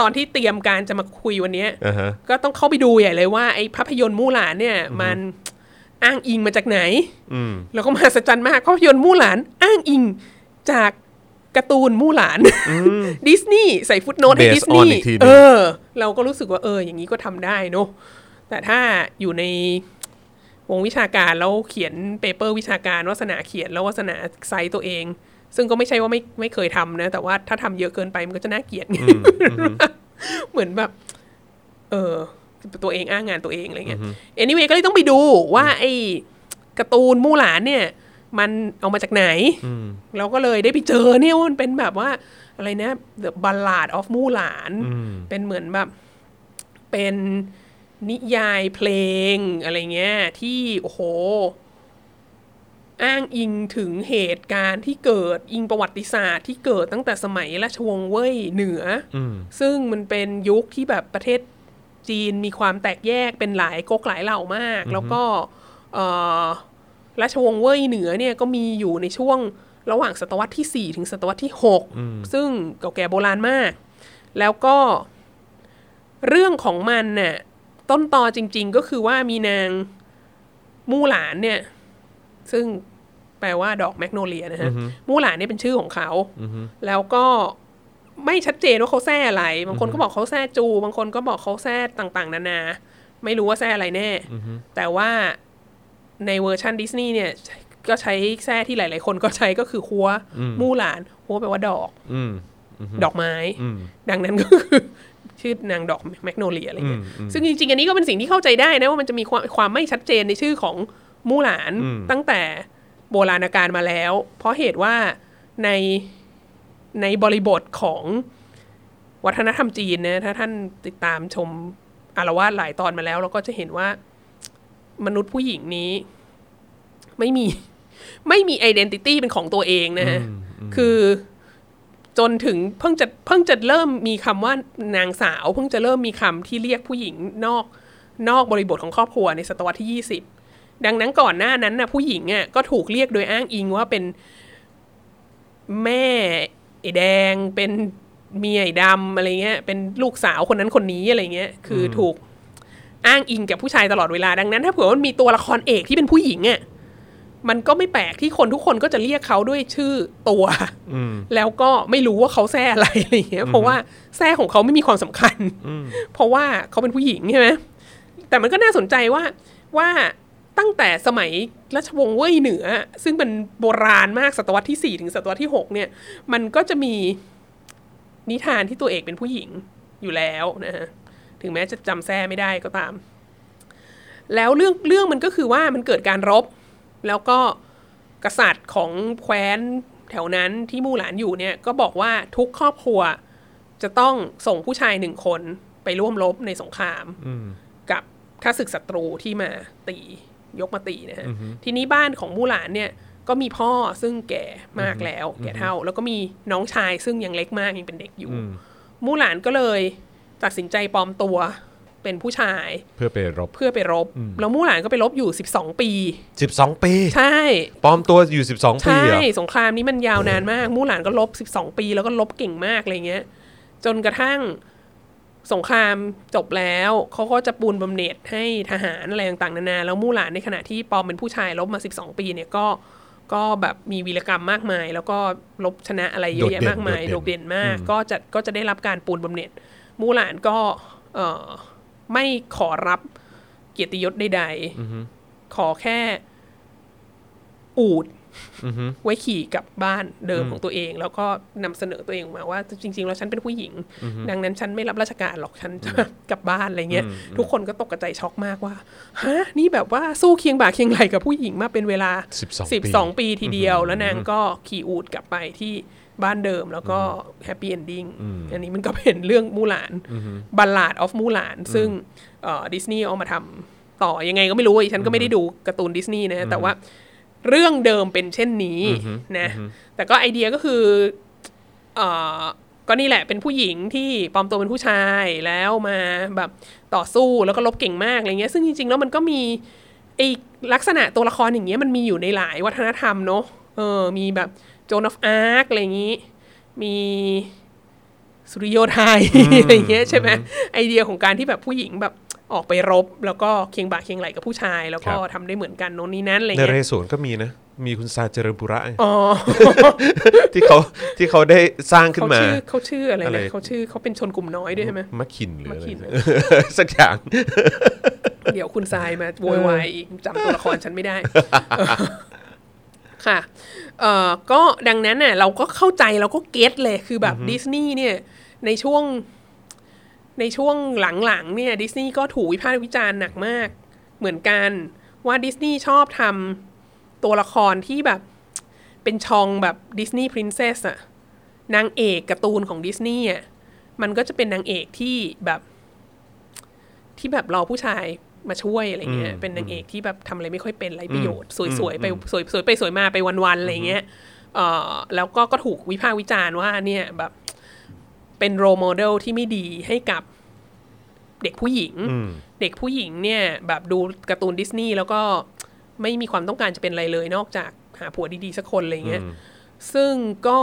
Speaker 2: ตอนที่เตรียมการจะมาคุยวันเนี้ย
Speaker 1: อ่าฮะ
Speaker 2: ก็ต้องเข้าไปดูใหญ่เลยว่า ไอ้ภาพยนตร์มู่หลานเนี่ย มันอ้างอิงมาจากไหน
Speaker 1: อืม
Speaker 2: แล้วก็มหัศจรรย์มากภาพยนตร์มู่หลานอ้างอิงจากการ์ตูนมู่หลานดิสนีย์ใส่ฟุตโนตให้
Speaker 1: Based
Speaker 2: ดิสนีย์
Speaker 1: on อีกทีหนึ่ง
Speaker 2: เออ เราก็รู้สึกว่าเออ อย่างนี้ก็ทำได้เนอะแต่ถ้าอยู่ในวงวิชาการแล้วเขียนเปเปอร์วิชาการวัสนาเขียนแล้ววัสนาไซต์ตัวเอง ซึ่งก็ไม่ใช่ว่าไม่ไม่เคยทำนะ แต่ว่าถ้าทำเยอะเกินไปมันก็จะน่าเกลียดไงเหมือนแบบ เออตัวเองอ้างงานตัวเองอะไรเงี้ย anyway ก็เลยต้องไปดูว่าไอ การ์ตูนมู่หลานเนี่ย มันเอามาจากไหน เราก็เลยได้ไปเจอเนี่ยว่ามันเป็นแบบว่าอะไรนะ The Ballad of มู่หลาน เป็นเหมือนแบบ เป็นนิยายเพลงอะไรเงี้ย ที่โอ้โห อ้างอิงถึงเหตุการณ์ที่เกิดอิงประวัติศาสตร์ที่เกิดตั้งแต่สมัยราชวงศ์เว่ยเหนืออซึ่งมันเป็นยุคที่แบบประเทศจีนมีความแตกแยกเป็นหลายก๊กหลายเหล่ามาก แล้วก็เอ่อราชวงศ์เว่ยเหนือเนี่ยก็มีอยู่ในช่วงระหว่างศตวรรษที่ 4 ถึงศตวรรษที่ 6 ซึ่งเก่าแก่โบราณมาก แล้วก็เรื่องของมันน่ะต้นตอจริง ๆ ก็คือว่ามีนางมู่หลานเนี่ย ซึ่งแปลว่าดอกแมกโนเลียนะฮะมู่หลานเนี่ยเป็นชื่อของเขา แล้วก็ไม่ชัดเจนว่าเขาแซ่อะไร บางคนก็บอกเขาแซ่จู บางคนก็บอกเขาแซ่ต่างๆ นานา ไม่รู้ว่าแซ่อะไรแน่ แต่ว่าในเวอร์ชันดิสนีย์เนี่ย ก็ใช้แซ่ที่หลาย ๆ คนก็ใช้ก็คือหัวมู่หลานหัวแปลว่าดอก
Speaker 1: อืม
Speaker 2: ดอกไม้
Speaker 1: อืม
Speaker 2: ดังนั้นก็คือ (laughs) ชื่อนางดอกแมกโนเลียอะไรเงี้ย ซึ่งจริงๆ อันนี้ก็เป็นสิ่งที่เข้าใจได้นะว่ามันจะมีความความไม่ชัดเจนในชื่อของมู่หลานตั้งแต่โบราณกาลมาแล้ว เพราะเหตุว่าในในบริบทของวัฒนธรรมจีนนะถ้าท่านติดตามชมอารวาสหลายตอนมาแล้ว เราก็จะเห็นว่ามนุษย์ผู้หญิงนี้ ไม่มี ไม่มีไอดีนิตี้เป็นของตัวเองนะฮะคือ จนถึงเพิ่งจะเพิ่งจะเริ่มมีคำว่านางสาว เพิ่งจะเริ่มมีคำที่เรียกผู้หญิงนอกนอกบริบทของครอบครัวในศตวรรษที่ 20 ดังนั้นก่อนหน้านั้นนะผู้หญิงอ่ะก็ถูกเรียกโดยอ้างอิงว่าเป็นแม่ไอแดง เป็นเมียไอดำอะไรเงี้ยเป็นลูกสาวคนนั้นคนนี้อะไรเงี้ยคืออถูกอ้างอิงกับผู้ชายตลอดเวลาดังนั้น ถ้าเผื่อว่ามันมีตัวละครเอกที่เป็นผู้หญิงอ่ะมันก็ไม่แปลกที่คนทุกคนก็จะเรียกเขาด้วยชื่อตัว
Speaker 1: อืม
Speaker 2: แล้วก็ไม่รู้ว่าเขาแซ่อะไร (laughs) อะไรอย่างเงี้ยเพราะว่าแซ่ของเขาไม่มีความสำคัญ เพราะว่าเขาเป็นผู้หญิงใช่ไหมแต่มันก็น่าสนใจว่าว่าตั้งแต่สมัยราชวงศ์เว่ยเหนือ ซึ่งเป็นโบราณมากศตวรรษที่ 4 ถึงศตวรรษที่ 6 เนี่ย มันก็จะมีนิทานที่ตัวเอกเป็นผู้หญิงอยู่แล้วนะฮะถึงแม้จะจำแซ่ไม่ได้ก็ตาม แล้วเรื่องเรื่องมันก็คือว่ามันเกิดการรบ แล้วก็กษัตริย์ของแคว้นแถวนั้นที่มู่หลานอยู่เนี่ยก็บอกว่าทุกครอบครัวจะต้องส่งผู้ชายหนึ่งคนไปร่วมรบในสงคราม
Speaker 1: อืม
Speaker 2: กับข้าศึกศัตรูที่มาตียกมาตีนะฮะทีนี้บ้านของมู่หลานเนี่ยก็มีพ่อซึ่งแก่มากแล้ว แก่เท่า แล้วก็มีน้องชายซึ่งยังเล็กมากยังเป็นเด็กอยู่
Speaker 1: อืม
Speaker 2: มู่หลานก็เลยตัดสินใจปลอมตัวเป็นผู้ชาย
Speaker 1: เพื่อไปรบ
Speaker 2: เพื่อไปรบ แล้วมู่หลานก็ไปรบอยู่ 12 ปี
Speaker 1: 12 ปี
Speaker 2: ใช่
Speaker 1: ปลอมตัวอยู่ 12 ปี
Speaker 2: ใช่
Speaker 1: เหรอ
Speaker 2: สงครามนี้มันยาวนานมาก มู่หลานก็ลบ 12 ปีแล้วก็ลบเก่งมากอะไรเงี้ย จนกระทั่งสงครามจบแล้ว เขาก็จะปูนบำเหน็จให้ทหารอะไรต่างๆนานา แล้วมู่หลานในขณะที่ปอมเป็นผู้ชายลบมา 12 ปีเนี่ยก็ก็แบบมีวีรกรรมมากมาย แล้วก็ลบชนะอะไรเยอะแยะ
Speaker 1: โดดเด่น
Speaker 2: มากมาย
Speaker 1: โด
Speaker 2: โด
Speaker 1: ด
Speaker 2: ด
Speaker 1: เด่
Speaker 2: เด่
Speaker 1: น
Speaker 2: นมาก ก็จะก็จะได้รับการปูนบำเหน็จ มู่หลานก็เอ่อไม่ขอรับเกียรติยศใดๆขอแค่อูด ไว้ขี่กลับบ้านเดิมของตัวเอง แล้วก็นำเสนอตัวเองออกมาว่าจริง ๆ แล้วฉันเป็นผู้หญิง ดังนั้นฉันไม่รับราชการหรอกฉันจะกลับบ้านอะไรเงี้ยทุกคนก็ตกกระใจช็อกมากว่าฮะนี่แบบว่าสู้เคียงบ่าเคียงไหลกับผู้หญิงมาเป็นเวลา
Speaker 1: 12
Speaker 2: 12 ปีทีเดียว แล้วนางก็ขี่อูดกลับไปที่บ้านเดิมแล้วก็แฮปปี้เอนดิ้งอันนี้มันก็เป็นเรื่องมูหลานบัลลาดออฟมูหลาน ซึ่งดิสนีย์เอามาทำต่อยังไงก็ไม่รู้อีฉันก็ไม่ได้ดูการ์ตูนดิสนีย์นะแต่ว่า เรื่องเดิมเป็นเช่นนี้นะ แต่ก็ไอเดียก็คือเออ ก็นี่แหละเป็นผู้หญิงที่ปลอมตัวเป็นผู้ชายแล้วมาแบบต่อสู้แล้วก็ลบเก่งมากอะไรเงี้ย ซึ่งจริงๆแล้วมันก็มีไอลักษณะตัวละครอย่างเงี้ยมันมีอยู่ในหลายวัฒนธรรมเนอะเออ มีแบบโจนอฟอาร์คอะไรอย่างงี้ มีสุริโยไทย อะไรอย่างเงี้ยใช่ไหมไอเดียของการที่แบบผู้หญิงแบบออกไปรบ แล้วก็เคียงบ่าเคียงไหลกับผู้ชาย แล้วก็
Speaker 1: ครับ
Speaker 2: ทำได้เหมือนกันโน่นนี่นั่นอะไร
Speaker 1: ใน
Speaker 2: เงี้ย
Speaker 1: เรสวนก็มีนะ มีคุณซาเจริญปุระไง
Speaker 2: อ๋อ
Speaker 1: ที่เขาที่เขาได้สร้างขึ้
Speaker 2: เขา
Speaker 1: นมา
Speaker 2: ชื่อเขาชื่ออะไร
Speaker 1: อะไร
Speaker 2: นะเขาชื่อเขาเป็นชนกลุ่มน้อยด้วยใช่ไหม
Speaker 1: มะขินหรืออะไร
Speaker 2: มะขิน
Speaker 1: เนี่ยสักอย่าง
Speaker 2: เดี๋ยวคุณทรายมาโวยวายอีกจำตัวละครฉันไม่ได้ (laughs) เออค่ะเอ่อก็ดังนั้นน่ะเราก็เข้าใจเราก็เก็ตเลยคือแบบดิสนีย์เนี่ยในช่วงในช่วงหลังๆเนี่ยดิสนีย์ก็ถูกวิพากษ์วิจารณ์หนักมาก เหมือนกันว่าดิสนีย์ชอบทำตัวละครที่แบบเป็นชองแบบดิสนีย์พรินเซสอะนางเอกการ์ตูนของดิสนีย์อะมันก็จะเป็นนางเอกที่แบบ ที่แบบรอผู้ชายมาช่วยอะไรเงี้ย
Speaker 1: อืม
Speaker 2: เป็นนางเอกที่แบบทำอะไรไม่ค่อยเป็นไรประโยชน์
Speaker 1: อืม
Speaker 2: สวยๆไป
Speaker 1: อืม
Speaker 2: สวยสวยไปสวยมาไปวันๆอะไรเงี้ยเอ่อแล้วก็ก็ถูกวิพากษ์วิจารณ์ว่าเนี่ยแบบเป็นโรโมเดลที่ไม่ดีให้กับเด็กผู้หญิง
Speaker 1: อืม
Speaker 2: เด็กผู้หญิงเนี่ยแบบดูการ์ตูนดิสนีย์แล้วก็ไม่มีความต้องการจะเป็นอะไรเลย นอกจากหาผัวดีๆสักคนอะไรเงี้ย
Speaker 1: อืม
Speaker 2: ซึ่งก็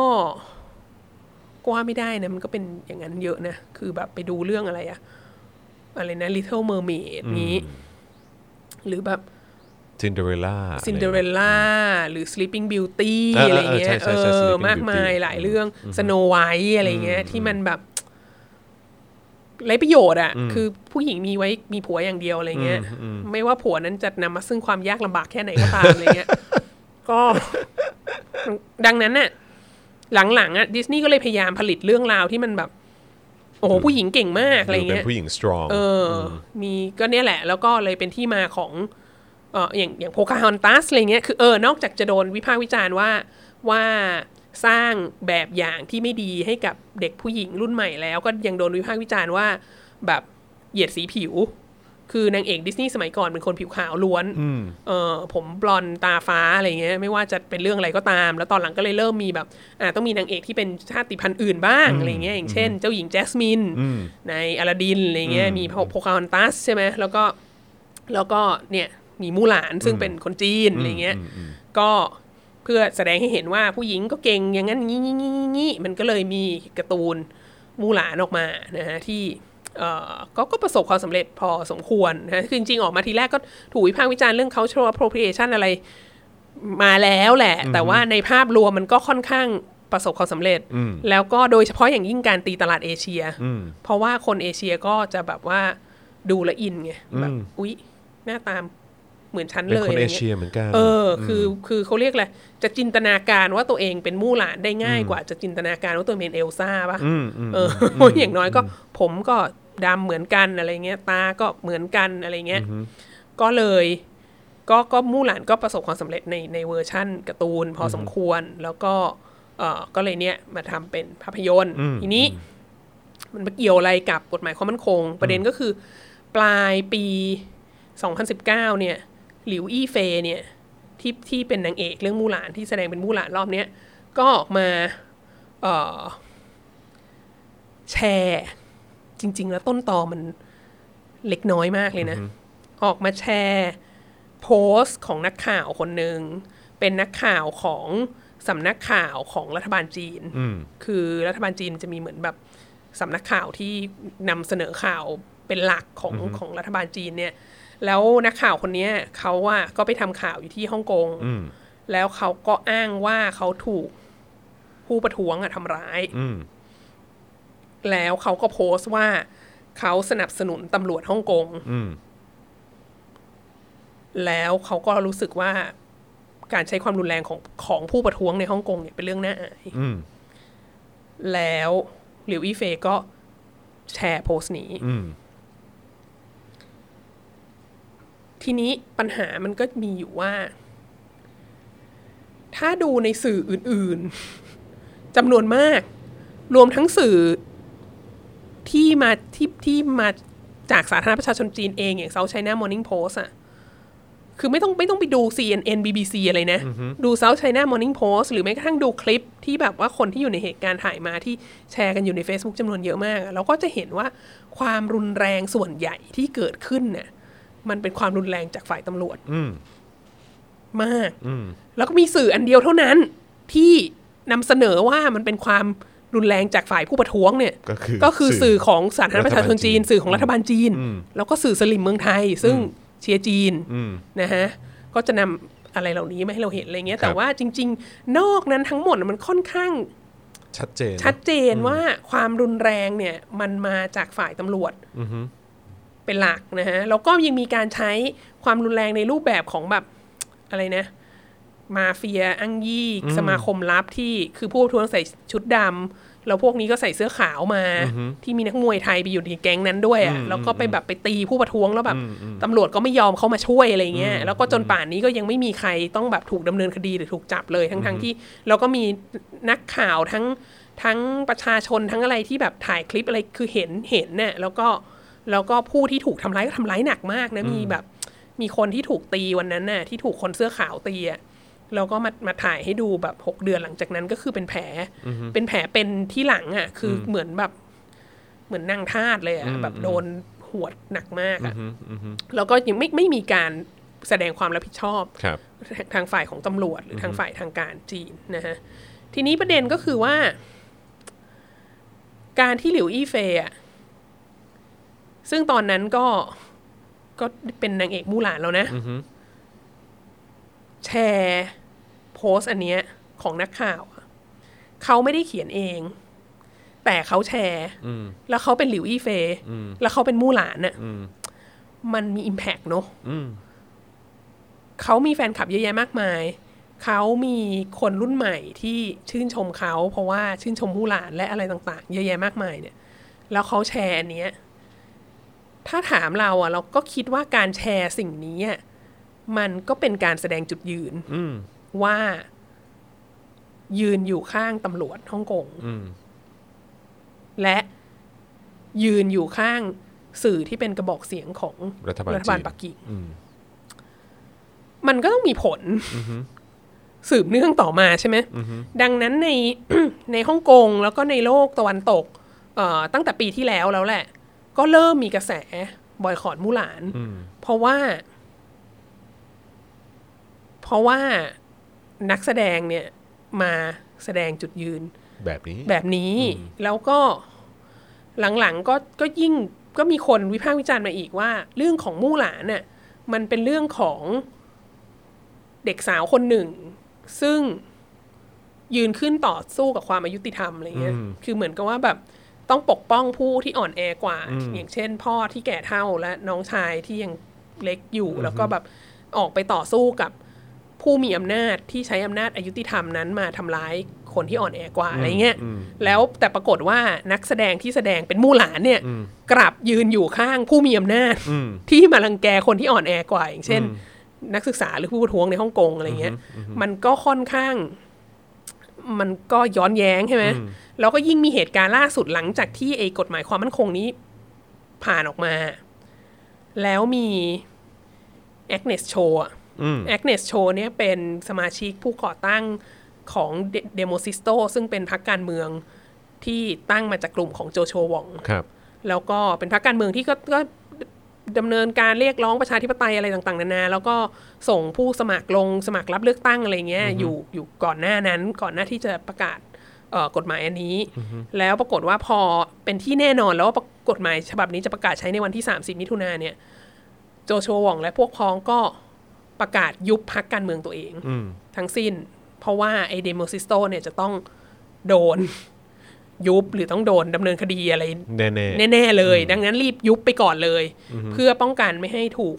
Speaker 2: ก็ว่าไม่ได้นะ มันก็เป็นอย่างนั้นเยอะนะ คือแบบไปดูเรื่องอะไรอะอะไรนะ Little Mermaid นี้ หรือแบบ
Speaker 1: ซินเดอเรลล่า
Speaker 2: ซินเดอเรลล่าหรือ Sleeping Beauty
Speaker 1: เออเออ
Speaker 2: อะไรเงี้ย
Speaker 1: ใช่ใช่ใช่
Speaker 2: เออ
Speaker 1: Sleeping
Speaker 2: มากมาย
Speaker 1: Beauty
Speaker 2: หลายเรื่องสโนไวท์อะไรเงี้ยที่มันแบบไรประโยชน์อ่ะ คือผู้หญิงมีไว้มีผัวอย่างเดียวอะไรเงี้ย ไม่ว่าผัวนั้นจะนำมาซึ่งความยากลำบากแค่ไหนก็ตามอะไรเงี้ย
Speaker 1: (laughs)
Speaker 2: ก็ ดังนั้นน่ะ หลังๆอ่ะดิสนีย์ก็เลยพยายามผลิตเรื่องราวที่มันแบบ โอ้โหผู้หญิงเก่งมากอะไร
Speaker 1: ดูเป็
Speaker 2: เงี้ย
Speaker 1: นผู้หญิง strong
Speaker 2: เอออมีก็เนี่ยแหละ แล้วก็เลยเป็นที่มาของเอออย่างอย่างโพคาฮอนตัสอะไรเงี้ยคือเออนอกจากจะโดนวิพากษ์วิจารณ์ว่าว่าสร้างแบบอย่างที่ไม่ดีให้กับเด็กผู้หญิงรุ่นใหม่แล้ว ก็ยังโดนวิพากษ์วิจารณ์ว่าแบบเหยียดสีผิว คือนางเอกดิสนีย์สมัยก่อนเป็นคนผิวขาวล้วนเออผมบลอนด์ตาฟ้าอะไรเงี้ยไม่ว่าจะเป็นเรื่องอะไรก็ตาม แล้วตอนหลังก็เลยเริ่มมีแบบอ่าต้องมีนางเอกที่เป็นชาติพันธุ์อื่นบ้างอะไรเงี้ยอย่างเช่น เจ้าหญิงแจสมิน ในอลาดินอะไรเงี้ยมีโพคาฮอนตัสใช่ไหมแล้วก็แล้วก็เนี่ยมีมู่หลานซึ่งเป็นคนจีนอะไรเงี้ยก็เพื่อแสดงให้เห็นว่าผู้หญิงก็เก่งอย่างนั้นงี้งี้งี้งี้มันก็เลยมีการ์ตูนมู่หลานออกมานะฮะที่เอ่อก็ก็ประสบความสำเร็จพอสมควรนะฮะคือจริงๆ ออกมาทีแรกก็ถูกวิพากษ์วิจารณ์เรื่อง cultural appropriation อะไร มาแล้วแหละ แต่ว่าในภาพรวมมันก็ค่อนข้างประสบความสำเร็จ แล้วก็โดยเฉพาะอย่างยิ่งการตีตลาดเอเชีย เพราะว่าคนเอเชียก็จะแบบว่าดูและอินไงแบบอุ๊ย หน้าตามเหมือนฉัน
Speaker 1: เป็น
Speaker 2: เลย
Speaker 1: คน
Speaker 2: อะไร
Speaker 1: เอ
Speaker 2: เงี้ย
Speaker 1: เชียเหมือนกัน
Speaker 2: เอออคือคือเขาเรียกอะไรจะจินตนาการว่าตัวเองเป็นมู่หลานได้ง่ายกว่าจะจินตนาการว่าตัวเองเป็นเอลซ่าป่ะเออออย่างน้อยก็ผมก็ดำเหมือนกันอะไรเงี้ย ตาก็เหมือนกันอะไรเงี้ยก็เลย ก็ก็มู่หลานก็ประสบความสำเร็จในในเวอร์ชั่นการ์ตูนพอสมควร แล้วก็เออก็เลยเนี่ยมาทำเป็นภาพยนตร์ ทีนี้ มันมาเกี่ยวอะไรกับกฎหมายความมั่นคง ประเด็นก็คือ ปลายปี 2019 เนี่ย หลิวอี้เฟยเนี่ย ที่ที่เป็นนางเอกเรื่องมู่หลานที่แสดงเป็นมู่หลานรอบเนี้ย ก็ออกมาเอ่อแชร์ จริง ๆ แล้วต้นตอมันเล็กน้อยมากเลยนะ ออกมาแชร์โพสต์ของนักข่าวคนหนึ่ง เป็นนักข่าวของสำนักข่าวของรัฐบาลจีน คือรัฐบาลจีนจะมีเหมือนแบบ สำนักข่าวที่นำเสนอข่าวเป็นหลักของของรัฐบาลจีนเนี่ย แล้วนักข่าวคนเนี้ยเขาอะก็ไปทำข่าวอยู่ที่ฮ่องกง แล้วเขาก็อ้างว่าเขาถูกผู้ประท้วงอะทำร้าย แล้วเขาก็โพสต์ว่าเขาสนับสนุนตำรวจฮ่องกง แล้วเขาก็รู้สึกว่าการใช้ความรุนแรงของของผู้ประท้วงในฮ่องกงเนี่ยเป็นเรื่องน่าอาย แล้วหลิวอี้เฟยก็แชร์โพสต์นี้ ทีนี้ปัญหามันก็มีอยู่ว่า ถ้าดูในสื่ออื่น ๆ จำนวนมาก รวมทั้งสื่อที่มาที่ที่มาจากสาธารณประชาชนจีนเองอย่าง South China Morning Post อะ คือไม่ต้องไม่ต้องไปดู CNN BBC อะไรนะ ดู South China Morning Post หรือแม้กระทั่งดูคลิปที่แบบว่าคนที่อยู่ในเหตุการณ์ถ่ายมาที่แชร์กันอยู่ใน Facebook จำนวนเยอะมากอะเราก็จะเห็นว่าความรุนแรงส่วนใหญ่ที่เกิดขึ้นน่ะมันเป็นความรุนแรงจากฝ่ายตำรวจ
Speaker 1: อืม
Speaker 2: มาก
Speaker 1: อืม
Speaker 2: แล้วก็มีสื่ออันเดียวเท่านั้นที่นำเสนอว่ามันเป็นความรุนแรงจากฝ่ายผู้ประท้วงเนี่ย
Speaker 1: ก็คือ
Speaker 2: ก็คือสื่อของสาธารณประชาชนจีน
Speaker 1: รัฐบาลจีน
Speaker 2: สื่อของรัฐบาลจีน
Speaker 1: อืม
Speaker 2: แล้วก็สื่อสลิมเมืองไทย ซึ่งเชียร์จีน
Speaker 1: อืม
Speaker 2: นะฮะก็จะนำอะไรเหล่านี้มาให้เราเห็นอะไรเงี้
Speaker 1: ค
Speaker 2: ย
Speaker 1: รับ
Speaker 2: แต่ว่าจริง ๆ นอกนั้นทั้งหมดมันค่อนข้าง
Speaker 1: ชัดเจนนะ
Speaker 2: ชัดเจนว่าความรุนแรงเนี่ยมันมาจากฝ่ายตำรวจ
Speaker 1: อือฮึ
Speaker 2: เป็นหลักนะฮะแล้วก็ยังมีการใช้ความรุนแรงในรูปแบบของแบบ อะไรนะ มาเฟียอังยี่สมาคมลับที่คือผู้ประท้วงใส่ชุดดำแล้วพวกนี้ก็ใส่เสื้อขาวมา ที่มีนักมวยไทยไปอยู่ในแก๊งนั้นด้วยอ่ะแล้วก็ไปแบบไปตีผู้ประท้วงแล้วแบบตำรวจก็ไม่ยอมเข้ามาช่วยอะไรเงี้ยแล้วก็จนป่านนี้ก็ยังไม่มีใครต้องแบบถูกดำเนินคดีหรือถูกจับเลยทั้งๆที่แล้วก็มีนักข่าวทั้งทั้งประชาชนทั้งอะไรที่แบบถ่ายคลิปอะไรคือเห็นเห็นเนี่ยแล้วก็ แล้วก็ผู้ที่ถูกทำร้ายก็ทำร้ายหนักมากนะมีแบบ มีคนที่ถูกตีวันนั้นน่ะที่ถูกคนเสื้อขาวตีอะแล้วก็มามาถ่ายให้ดูแบบหกเดือนหลังจากนั้นก็คือเป็นแผล เป็นแผลเป็นที่หลังอ่ะ คืออเหมือนแบบเหมือนนั่งทาสเลยอ่ะแบบโดนหวดหนักมากอ่ะ
Speaker 1: อืมอือฮึ
Speaker 2: แล้วก็ยังไม่ไม่มีการแสดงความรับผิดชอบ
Speaker 1: ครับ
Speaker 2: ทางฝ่ายของตำรวจหรือทางฝ่ายทางการจีนนะฮะทีนี้ประเด็นก็คือว่า การที่หลิวอี้เฟยอะซึ่งตอนนั้นก็ก็เป็นนางเอกมู่หลานแล้วนะ
Speaker 1: อือฮึ
Speaker 2: แชร์โพสต์อันเนี้ยของนักข่าวอะเขาไม่ได้เขียนเอง แต่เขาแชร์
Speaker 1: อืม
Speaker 2: แล้วเขาเป็นหลิวอี้เฟย
Speaker 1: อืม
Speaker 2: แล้วเขาเป็นมู่หลานอะ
Speaker 1: อืม
Speaker 2: มันมีอิมแพกเนอะ
Speaker 1: อืม
Speaker 2: เขามีแฟนคลับเยอะแยะมากมาย เขามีคนรุ่นใหม่ที่ชื่นชมเขา เพราะว่าชื่นชมผู้หลานและอะไรต่างๆ เยอะแยะมากมายเนี่ย แล้วเขาแชร์อันเนี้ย ถ้าถามเราอ่ะ เราก็คิดว่าการแชร์สิ่งนี้อะมันก็เป็นการแสดงจุดยืน
Speaker 1: อืม
Speaker 2: ว่ายืนอยู่ข้างตำรวจฮ่องกง
Speaker 1: อืม
Speaker 2: และยืนอยู่ข้างสื่อที่เป็นกระบอกเสียงของ
Speaker 1: รัฐบาล
Speaker 2: รัฐบาลปัก
Speaker 1: จีน
Speaker 2: กิ่ง
Speaker 1: อืม
Speaker 2: มันก็ต้องมีผล สืบเนื่องต่อมาใช่ไหม ดังนั้นใน (coughs) ในฮ่องกงแล้วก็ในโลกตะวันตกเอ่อตั้งแต่ปีที่แล้วแล้วแหละ ก็เริ่มมีกระแสบอยคอตมู่หลาน
Speaker 1: อืม
Speaker 2: เพราะว่า เพราะว่านักแสดงเนี่ยมาแสดงจุดยืน
Speaker 1: แบบนี้
Speaker 2: แบบนี้แล้วก็หลังๆก็ก็ยิ่งก็มีคนวิพากษ์วิจารณ์มาอีกว่า เรื่องของมู่หลานน่ะมันเป็นเรื่องของเด็กสาวคนหนึ่ง ซึ่งยืนขึ้นต่อสู้กับความอายุติธรรมอะไรเงี้ย
Speaker 1: อืม
Speaker 2: คือเหมือนกับว่าแบบต้องปกป้องผู้ที่อ่อนแอกว่า
Speaker 1: อืม
Speaker 2: อย่างเช่น พ่อที่แก่เท่าและน้องชายที่ยังเล็กอยู่ แล้วก็แบบออกไปต่อสู้กับ ผู้มีอำนาจที่ใช้อำนาจอายุติธรรมนั้นมาทำร้ายคนที่อ่อนแอกว่าอะไรเงี้ย
Speaker 1: อืม
Speaker 2: แล้วแต่ปรากฏว่านักแสดงที่แสดงเป็นมู่หลานเนี่ย
Speaker 1: อืม
Speaker 2: กลับยืนอยู่ข้างผู้มีอำนาจ
Speaker 1: อืม
Speaker 2: ที่มารังแกคนที่อ่อนแอกว่าอย่างเช่น นักศึกษาหรือผู้ประท้วงในฮ่องกงอะไรเงี้ย มันก็ค่อนข้าง มันก็ย้อนแย้งใช่ไหมแล้วก็ยิ่งมีเหตุการณ์ล่าสุดหลังจากที่ไอ้กฎหมายความมั่นคงนี้ ผ่านออกมา แล้วมีแอคเนสโชอะ
Speaker 1: อืม
Speaker 2: แอคเนสโชเนี่ยเป็นสมาชิกผู้ก่อตั้งของเดโมซิสโตซึ่งเป็นพรรคการเมืองที่ตั้งมาจากกลุ่มของโจโชวอง
Speaker 1: ครับ
Speaker 2: แล้วก็เป็นพรรคการเมืองที่ก็ก็ดำเนินการเรียกร้องประชาธิปไตยอะไรต่างๆนานาแล้วก็ส่งผู้สมัครลงสมัครรับเลือกตั้งอะไรเงี้ยอยู่อยู่ก่อนหน้านั้น ก่อนหน้าที่จะประกาศเอ่อกฎหมายอันนี้ แล้วปรากฏว่าพอเป็นที่แน่นอนแล้วว่ากฎหมายฉบับนี้จะประกาศใช้ในวันที่ 30 มิถุนาเนี่ย โจโชวองและพวกพ้องก็ประกาศยุบพรรคการเมืองตัวเอง
Speaker 1: อืม
Speaker 2: ทั้งสิ้น เพราะว่าไอเดโมซิสโตเนี่ยจะต้องโดน ยุบหรือต้องโดนดำเนินคดีอะไร
Speaker 1: แน่แน่
Speaker 2: แน่ ๆ เลย ดังนั้นรีบยุบไปก่อนเลย เพื่อป้องกันไม่ให้ถูก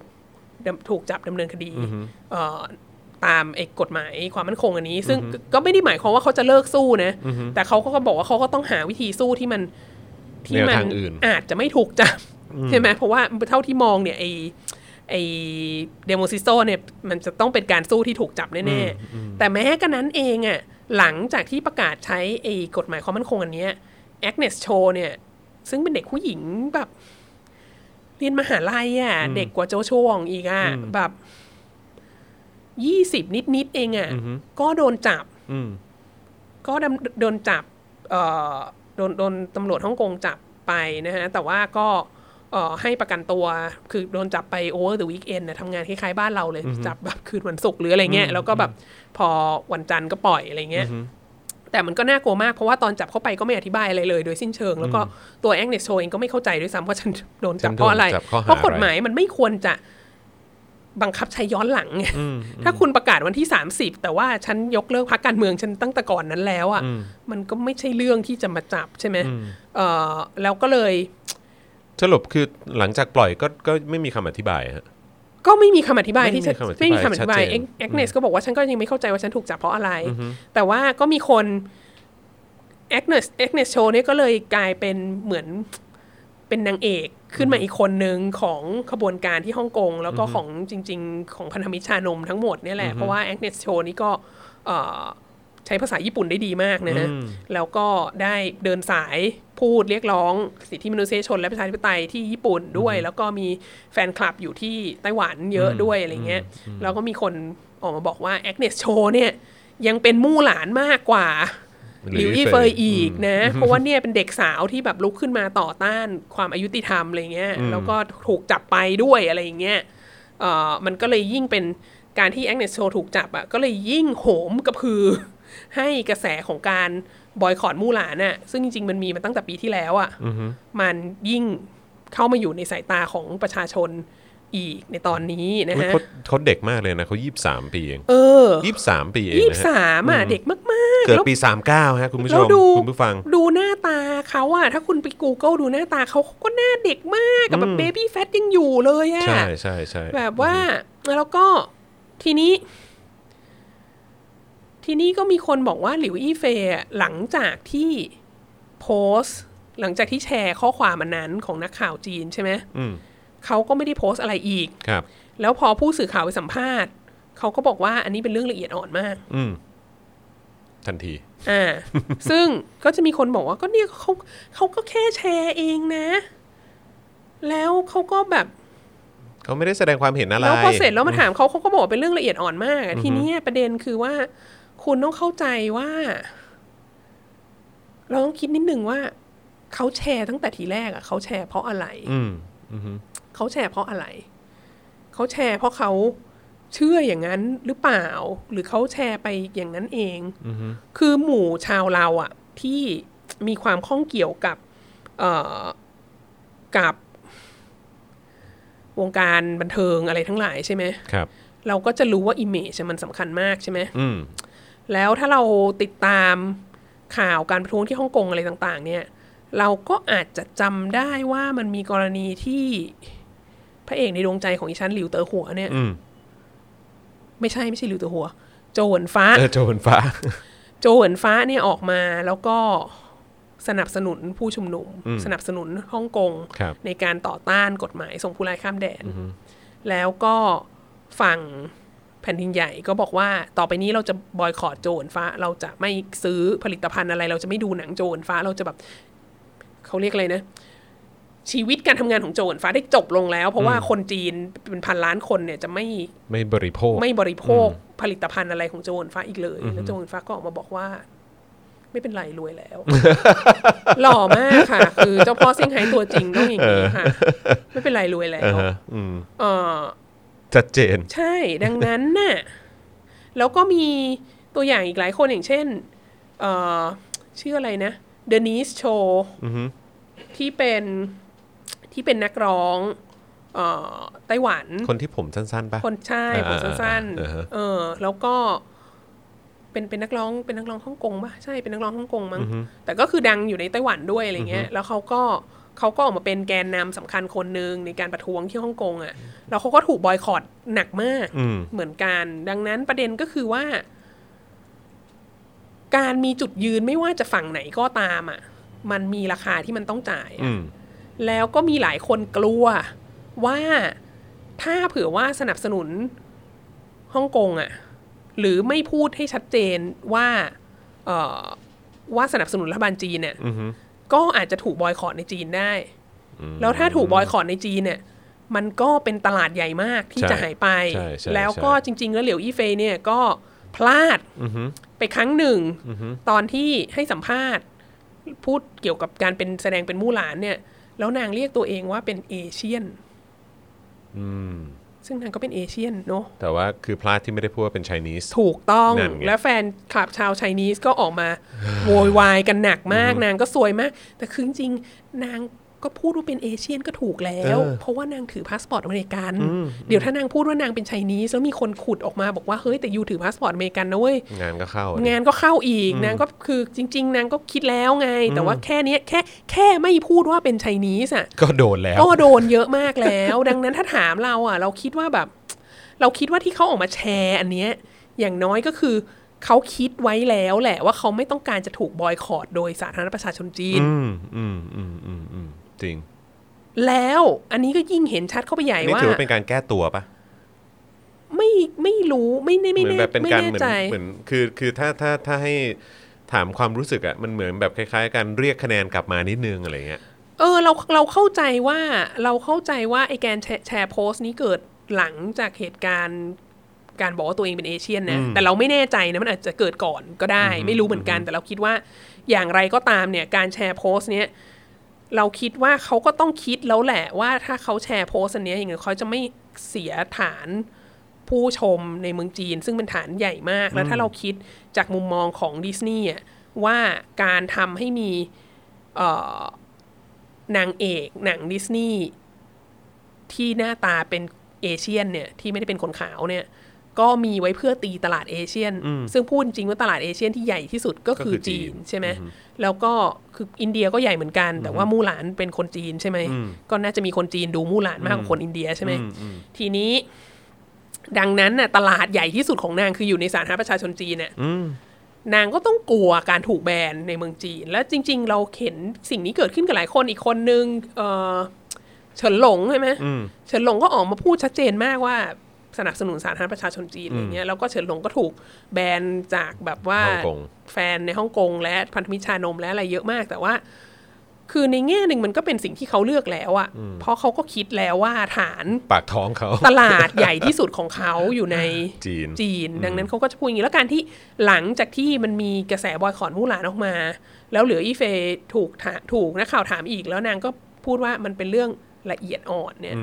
Speaker 2: ดำถูกจับดำเนินคดีเอ่อตามไอ้กฎหมายความมั่นคงอันนี้ ซึ่งก็ไม่ได้หมายความว่าเขาจะเลิกสู้นะ แต่เขาก็บอกว่าเขาก็ต้องหาวิธีสู้ที่มันที่
Speaker 1: แนว
Speaker 2: มั
Speaker 1: ทางอื่น
Speaker 2: อาจจะไม่ถูกจับ (laughs) ใช่ไหมเพราะว่าเท่าที่มองเนี่ยไอไอเดโมซิสโตเนี่ยมันจะต้องเป็นการสู้ที่ถูกจับแน่ๆ แต่แม้กระนั้นเองอะ่ะหลังจากที่ประกาศใช้ไอกฎหมายความมั่นคงอันเนี้ยแอคเนสโชเนี่ย ซึ่งเป็นเด็กผู้หญิงแบบ เรียนมหาลัยอะ่ะ เด็กกว่าโจโชวองอีกอะ่ะแบบ ยี่สิบนิด ๆ เองอะ่ะ ก็โดนจับ
Speaker 1: อืม
Speaker 2: ก็ดำโดนจับเอ่อโดนโดนตำรวจฮ่องกงจับไปนะฮะ แต่ว่าก็เอ่อให้ประกันตัว คือโดนจับไปโอเวอร์เดอะวีคเอนนะทำงานคล้ายๆบ้านเราเลย จับแบบคืนวันศุกร์หรืออะไรเงี้ย แล้วก็แบบพอวันจันทร์ก็ปล่อยอะไรเงี้ย แต่มันก็น่ากลัวมาก เพราะว่าตอนจับเข้าไปก็ไม่อธิบายอะไรเลย โดยสิ้นเชิง แล้วก็ตัวแองเนสโชเองก็ไม่เข้าใจด้วยซ้ำว่าฉันโดนจับ
Speaker 1: ฉันโดน
Speaker 2: เพราะอะไร
Speaker 1: จับข้อหา
Speaker 2: เพราะกฎ
Speaker 1: อะไร
Speaker 2: หมายมันไม่ควรจะบังคับใช้ย้อนหลังไง ถ้าคุณประกาศวันที่ 30 แต่ว่าฉันยกเลิกพักการเมืองฉันตั้งแต่ก่อนนั้นแล้วอะ่ะมันก็ไม่ใช่เรื่องที่จะมาจับใช่ไหมเออแล้วก็เลย
Speaker 1: สรุปคือหลังจากปล่อยก็ก็ไม่มีคำอธิบายฮะ
Speaker 2: ก็ไม่มีคำอธิบายที่จะ
Speaker 1: ไม่
Speaker 2: ไม่
Speaker 1: มี
Speaker 2: มีคำ
Speaker 1: คำ
Speaker 2: อ
Speaker 1: อธิ
Speaker 2: ธิ
Speaker 1: บา
Speaker 2: บาย ย
Speaker 1: ชัดเจน
Speaker 2: เอ็กเอ็กเนสก็บอกว่าฉันก็ยังไม่เข้าใจว่าฉันถูกจับเพราะอะไร แต่ว่าก็มีคนเอ็กเนสเอ็กเนสโชนี่ยก็เลยกลายเป็นเหมือนเป็นนางเอกขึ้นมาอีกคนนึงของขบวนการที่ฮ่องกง แล้วก็ของจริง ๆ ของพันธมิตรชานมทั้งหมดเนี่ยแหละเพราะว่าเอ็กเนสโชนี่ก็เอ่อ ใช้ภาษาญี่ปุ่นได้ดีมากนะฮะ แล้วก็ได้เดินสายพูดเรียกร้องสิทธิมนุษยชนและประชาธิปไตยที่ญี่ปุ่นด้วย แล้วก็มีแฟนคลับอยู่ที่ไต้หวันเยอะด้วยอะไรเงี้ย แล้วก็มีคนออกมาบอกว่าแอคเนสโชเนี่ยยังเป็นมู่หลานมากกว่า
Speaker 1: ห
Speaker 2: ห
Speaker 1: รืออี
Speaker 2: ลิวอี้
Speaker 1: เฟ
Speaker 2: เฟ
Speaker 1: ย
Speaker 2: ยอีก
Speaker 1: (laughs)
Speaker 2: นะ เพราะว่าเนี่ยเป็นเด็กสาวที่แบบลุกขึ้นมาต่อต้านความอายุติธรรมอะไรเงี้ย แล้วก็ถูกจับไปด้วยอะไรอย่างเงี้ย เอ่อมันก็เลยยิ่งเป็นการที่แองเนสโชถูกจับอะ่ะก็เลยยิ่งโหมกระพือ (laughs) ให้กระแสของการบอยคอรมู่หลานน่ะซึ่งจริง ๆ มันมีมาตั้งแต่ปีที่แล้วอะ่ะมันยิ่งเข้ามาอยู่ในสายตาของประชาชนอีกในตอนนี้นะ
Speaker 1: อุ๊ย
Speaker 2: ฮะ
Speaker 1: เขาเขาเด็กมากเลยนะเขายี่สิบสามปีเอง
Speaker 2: เออ
Speaker 1: ยี่สิบสามปีเอง
Speaker 2: ยี่
Speaker 1: นะ
Speaker 2: สา
Speaker 1: ฮะ
Speaker 2: มอ่ะเด็กมากๆ
Speaker 1: เกิด
Speaker 2: แล้ว
Speaker 1: ปีสามเก้าฮะคุณผู้ช
Speaker 2: แล้ว
Speaker 1: ม
Speaker 2: ดู
Speaker 1: คุณผู้ฟัง
Speaker 2: ดูหน้าตาเขาอะถ้าคุณไป Google ดูหน้าตาเขาเขาก็หน้าเด็กมากกับแบบเบบี้แฟตยังอยู่เลยอะ
Speaker 1: ใช่ใช่ใช่
Speaker 2: แบบว่าแล้วก็ทีนี้ ทีนี้ก็มีคนบอกว่าหลิวอี้เฟยอะหลังจากที่โพสต์ หลังจากที่แชร์ข้อความอันนั้นของนักข่าวจีนใช่ไหม
Speaker 1: อืม
Speaker 2: เขาก็ไม่ได้โพสต์อะไรอีก
Speaker 1: ครับ
Speaker 2: แล้วพอผู้สื่อข่าวไปสัมภาษณ์เขาก็บอกว่าอันนี้เป็นเรื่องละเอียดอ่อนมาก
Speaker 1: อืมทันที
Speaker 2: อ่า
Speaker 1: (laughs)
Speaker 2: ซึ่งก็จะมีคนบอกว่าก็เนี่ยเขาเขาก็แค่แชร์เองนะ แล้วเขาก็แบบ
Speaker 1: เขาไม่ได้แสดงความเห็นอะไร
Speaker 2: แล้วพอเสร็จแล้วมาถามเขาเขาก็บอกว่าเป็นเรื่องละเอียดอ่อนมากอะทีเนี้ยประเด็นคือว่า คุณต้องเข้าใจว่า เราต้องคิดนิดนึงว่า เขาแชร์ตั้งแต่ทีแรกอะเขาแชร์เพราะอะไร
Speaker 1: อืมอืม
Speaker 2: เขาแชร์เพราะอะไร เขาแชร์เพราะเขาเชื่ออย่างนั้นหรือเปล่า หรือเขาแชร์ไปอย่างนั้นเอง
Speaker 1: อืม
Speaker 2: คือหมู่ชาวเราอะที่มีความข้องเกี่ยวกับเอ่อกับวงการบันเทิงอะไรทั้งหลายใช่ไหม
Speaker 1: ครับ
Speaker 2: เราก็จะรู้ว่า image อะมันสำคัญมากใช่ไหม
Speaker 1: อืม
Speaker 2: แล้วถ้าเราติดตามข่าวการประท้วงที่ฮ่องกงอะไรต่างๆ เนี่ย เราก็อาจจะจำได้ว่ามันมีกรณีที่พระเอกในดวงใจของอีชั้นหลิวเตอหัวเนี่ย
Speaker 1: อืม
Speaker 2: ไม่ใช่ไม่ใช่หลิวเตอหัว โจเหินฟ้า
Speaker 1: เออโจรฟ้า
Speaker 2: โจเหินฟ้าเนี่ยออกมาแล้วก็สนับสนุนผู้ชุมนุม สนับสนุนฮ่องกง
Speaker 1: ครับ
Speaker 2: ในการต่อต้านกฎหมายส่งผู้ร้ายข้ามแดน แล้วก็ฝั่งแผ่นดินใหญ่ก็บอกว่าต่อไปนี้เราจะบอยคอรดโจรฟ้า เราจะไม่ซื้อผลิตภัณฑ์อะไร เราจะไม่ดูหนังโจรฟ้าเราจะแบบเขาเรียกอะไรนะ ชีวิตการทำงานของโจรฟ้าได้จบลงแล้ว เพราะว่าคนจีนเป็นพันล้านคนเนี่ยจะไม่
Speaker 1: ไม่บริโภค
Speaker 2: ไม่บริโภคผลิตภัณฑ์อะไรของโจนฟ้าอีกเลย แล้วโจนฟ้าก็ออกมาบอกว่า ไม่เป็นไรรวยแล้ว หล่อมากค่ะ คือเจ้าพ่อเซี่ยงไฮ้ตัวจริงต้องอย่างนี้ค่ะ ไม่เป็นไรรวยแล้ว
Speaker 1: อ่าฮะอืม
Speaker 2: เออ
Speaker 1: ชัดเจน
Speaker 2: ใช่ ดังนั้นน่ะ แล้วก็มีตัวอย่างอีกหลายคนอย่างเช่น เอ่อ ชื่ออะไรนะเดนิสโชที่เป็นที่เป็นนักร้อง เอ่อ ไต้หวัน
Speaker 1: คนที่ผมสั้นๆปะ
Speaker 2: คนใช่ผมสั้น
Speaker 1: อ่าอ่าอ่าอ่าฮะ
Speaker 2: ๆเออ แล้วก็เป็นเป็นนักร้องเป็นนักร้องฮ่องกงป่ะใช่เป็นนักร้องฮ่องกงมั้งแต่ก็คือดังอยู่ในไต้หวันด้วยอะไรเงี้ย แล้วเขาก็เขาก็ออกมาเป็นแกนนำสำคัญคนหนึ่งในการประท้วงที่ฮ่องกงอ่ะแล้วเขาก็ถูกบอยคอตหนักมาก
Speaker 1: อืม
Speaker 2: เหมือนกัน ดังนั้นประเด็นก็คือว่า การมีจุดยืนไม่ว่าจะฝั่งไหนก็ตามอ่ะ มันมีราคาที่มันต้องจ่ายอะ
Speaker 1: อืม
Speaker 2: แล้วก็มีหลายคนกลัวว่าถ้าเผื่อว่าสนับสนุนฮ่องกงอะ่ะ หรือไม่พูดให้ชัดเจนว่าเอ่อว่าสนับสนุนรัฐบาลจีนเนี่ย
Speaker 1: อือฮึ
Speaker 2: ก็อาจจะถูกบอยคอรดในจีนได้ แล้วถ้าถูกบอยคอรดในจีนเนี่ย มันก็เป็นตลาดใหญ่มากที่
Speaker 1: ใช่
Speaker 2: จะหายไป
Speaker 1: ใช่ใช่
Speaker 2: แล้วก็
Speaker 1: ใช่
Speaker 2: จริง ๆ แล้วเหลียวอี้เฟยเนี่ยก็พลาดไปครั้งหนึ่ง ตอนที่ให้สัมภาษณ์ พูดเกี่ยวกับการเป็นแสดงเป็นมู่หลานเนี่ย แล้วนางเรียกตัวเองว่าเป็นเอเชียน
Speaker 1: อืม
Speaker 2: ซึ่งนางก็เป็นเอเชียนเนาะ
Speaker 1: แต่ว่าคือพลาดที่ไม่ได้พูดว่าเป็น Chinese
Speaker 2: ถูกต้อง
Speaker 1: นั่นไง
Speaker 2: และแฟนคลับชาวไชนีสก็ออก (sighs) มา โวยวายกันหนักมาก นางก็ซวยมาก แต่คือจริงๆนางก็พูดว่าเป็นเอเชียนก็ถูกแล้ว เพราะว่านางถือพาสปอร์ตอเมริกัน เดี๋ยวถ้านางพูดว่านางเป็นไชนีสแล้วมีคนขุดออกมาบอกว่า เฮ้ย แต่ยูถือพาสปอร์ตอเมริกันนะเว้ย
Speaker 1: งานก็เข้าอะ
Speaker 2: งานก็เข้าอีกนางก็คือจริง ๆ นางก็คิดแล้วไง แต่ว่าแค่เนี้ยแค่แค่ไม่พูดว่าเป็นไชนีสอ่ะ
Speaker 1: ก็โดนแล้ว
Speaker 2: ก็โดนเยอะมากแล้ว (laughs) ดังนั้นถ้าถามเราอ่ะ เราคิดว่าแบบ เราคิดว่าที่เขาออกมาแชร์อันเนี้ยอย่างน้อยก็คือ เขาคิดไว้แล้วแหละว่าเขาไม่ต้องการจะถูกบอยคอรดโดยสาธารณประชาชนจีน
Speaker 1: อืมอืมอืมอืมอืมจริง
Speaker 2: แล้วอันนี้ก็ยิ่งเห็นชัดเข้าไปใหญ่
Speaker 1: อันนี่
Speaker 2: ว่า
Speaker 1: ถือว่าเป็นการแก้ตัวปะ
Speaker 2: ไม่ไม่รู้ไม่แน่
Speaker 1: เห
Speaker 2: ไม่
Speaker 1: มือน
Speaker 2: แน่
Speaker 1: แบบเป็น
Speaker 2: ไม่
Speaker 1: การเห
Speaker 2: แน่
Speaker 1: มือน
Speaker 2: ใจ
Speaker 1: เหมือนคือคือถ้าถ้าถ้าให้ถามความรู้สึกอะมันเหมือนแบบคล้ายๆ การเรียกคะแนนกลับมานิดนึงอะไรเงี้ย
Speaker 2: เออเราเราเข้าใจว่าเราเข้าใจว่าไอ้การแชร์แชร์โพสต์นี้เกิดหลังจากเหตุการณ์การบอกว่าตัวเองเป็นเอเชียนนะแต่เราไม่แน่ใจนะมันอาจจะเกิดก่อนก็ได้ ไม่รู้เหมือนกันแต่เราคิดว่าอย่างไรก็ตามเนี่ยการแชร์โพสต์เนี้ยเราคิดว่าเขาก็ต้องคิดแล้วแหละว่าถ้าเขาแชร์โพสต์อันเนี้ยอย่างเงี้ยเขาจะไม่เสียฐานผู้ชมในเมืองจีน ซึ่งเป็นฐานใหญ่มาก แล้วถ้าเราคิดจากมุมมองของดิสนีย์อะว่าการทำให้มีเอ่อ นางเอกหนังดิสนีย์ที่หน้าตาเป็นเอเชียนเนี่ยที่ไม่ได้เป็นคนขาวเนี่ย ก็มีไว้เพื่อตีตลาดเอเชียน ซึ่งพูดจริงว่าตลาดเอเชียนที่ใหญ่ที่สุดก็คือ
Speaker 1: ก็คือจี
Speaker 2: จี
Speaker 1: น
Speaker 2: นใช่ไหมแล้วก็คืออินเดียก็ใหญ่เหมือนกัน แต่ว่ามู่หลานเป็นคนจีนใช่ไหมก็น่าจะมีคนจีนดูมู่หลานมากกว่าคนอินเดียใช่ไหมทีนี้ ดังนั้นน่ะตลาดใหญ่ที่สุดของนางคืออยู่ในสาธารณประชาชนจีนเนี่ย นางก็ต้องกลัวการถูกแบนในเมืองจีน แล้วจริง ๆ เราเห็นสิ่งนี้เกิดขึ้นกับหลายคนอีกคนนึงเอ่อเฉินหลงใช่ไหมเฉินหลงก็ออกมาพูดชัดเจนมากว่าสนับสนุนสาธารณประชาชนจีนอะไรเงี้ยแล้วก็เฉินหลงก็ถูกแบนจากแบบว่า
Speaker 1: ฮ่องกง
Speaker 2: แฟนในฮ่องกงและพันธมิตรชานมและอะไรเยอะมาก แต่ว่า คือในแง่หนึ่งมันก็เป็นสิ่งที่เขาเลือกแล้วอะเพราะเขาก็คิดแล้วว่าฐาน
Speaker 1: ปากท้องเขา
Speaker 2: ตลาดใหญ่ที่สุดของเขาอยู่ใน
Speaker 1: จีน
Speaker 2: ดังนั้นเขาก็จะพูดอย่างนี้ แล้วการที่หลังจากที่มันมีกระแสบอยคอรมู่หลานออกมา แล้วเหลืออีเฟยถูกถาถูกนักข่าวถามอีก แล้วนางก็พูดว่ามันเป็นเรื่องละเอียดอ่อนเนี่ย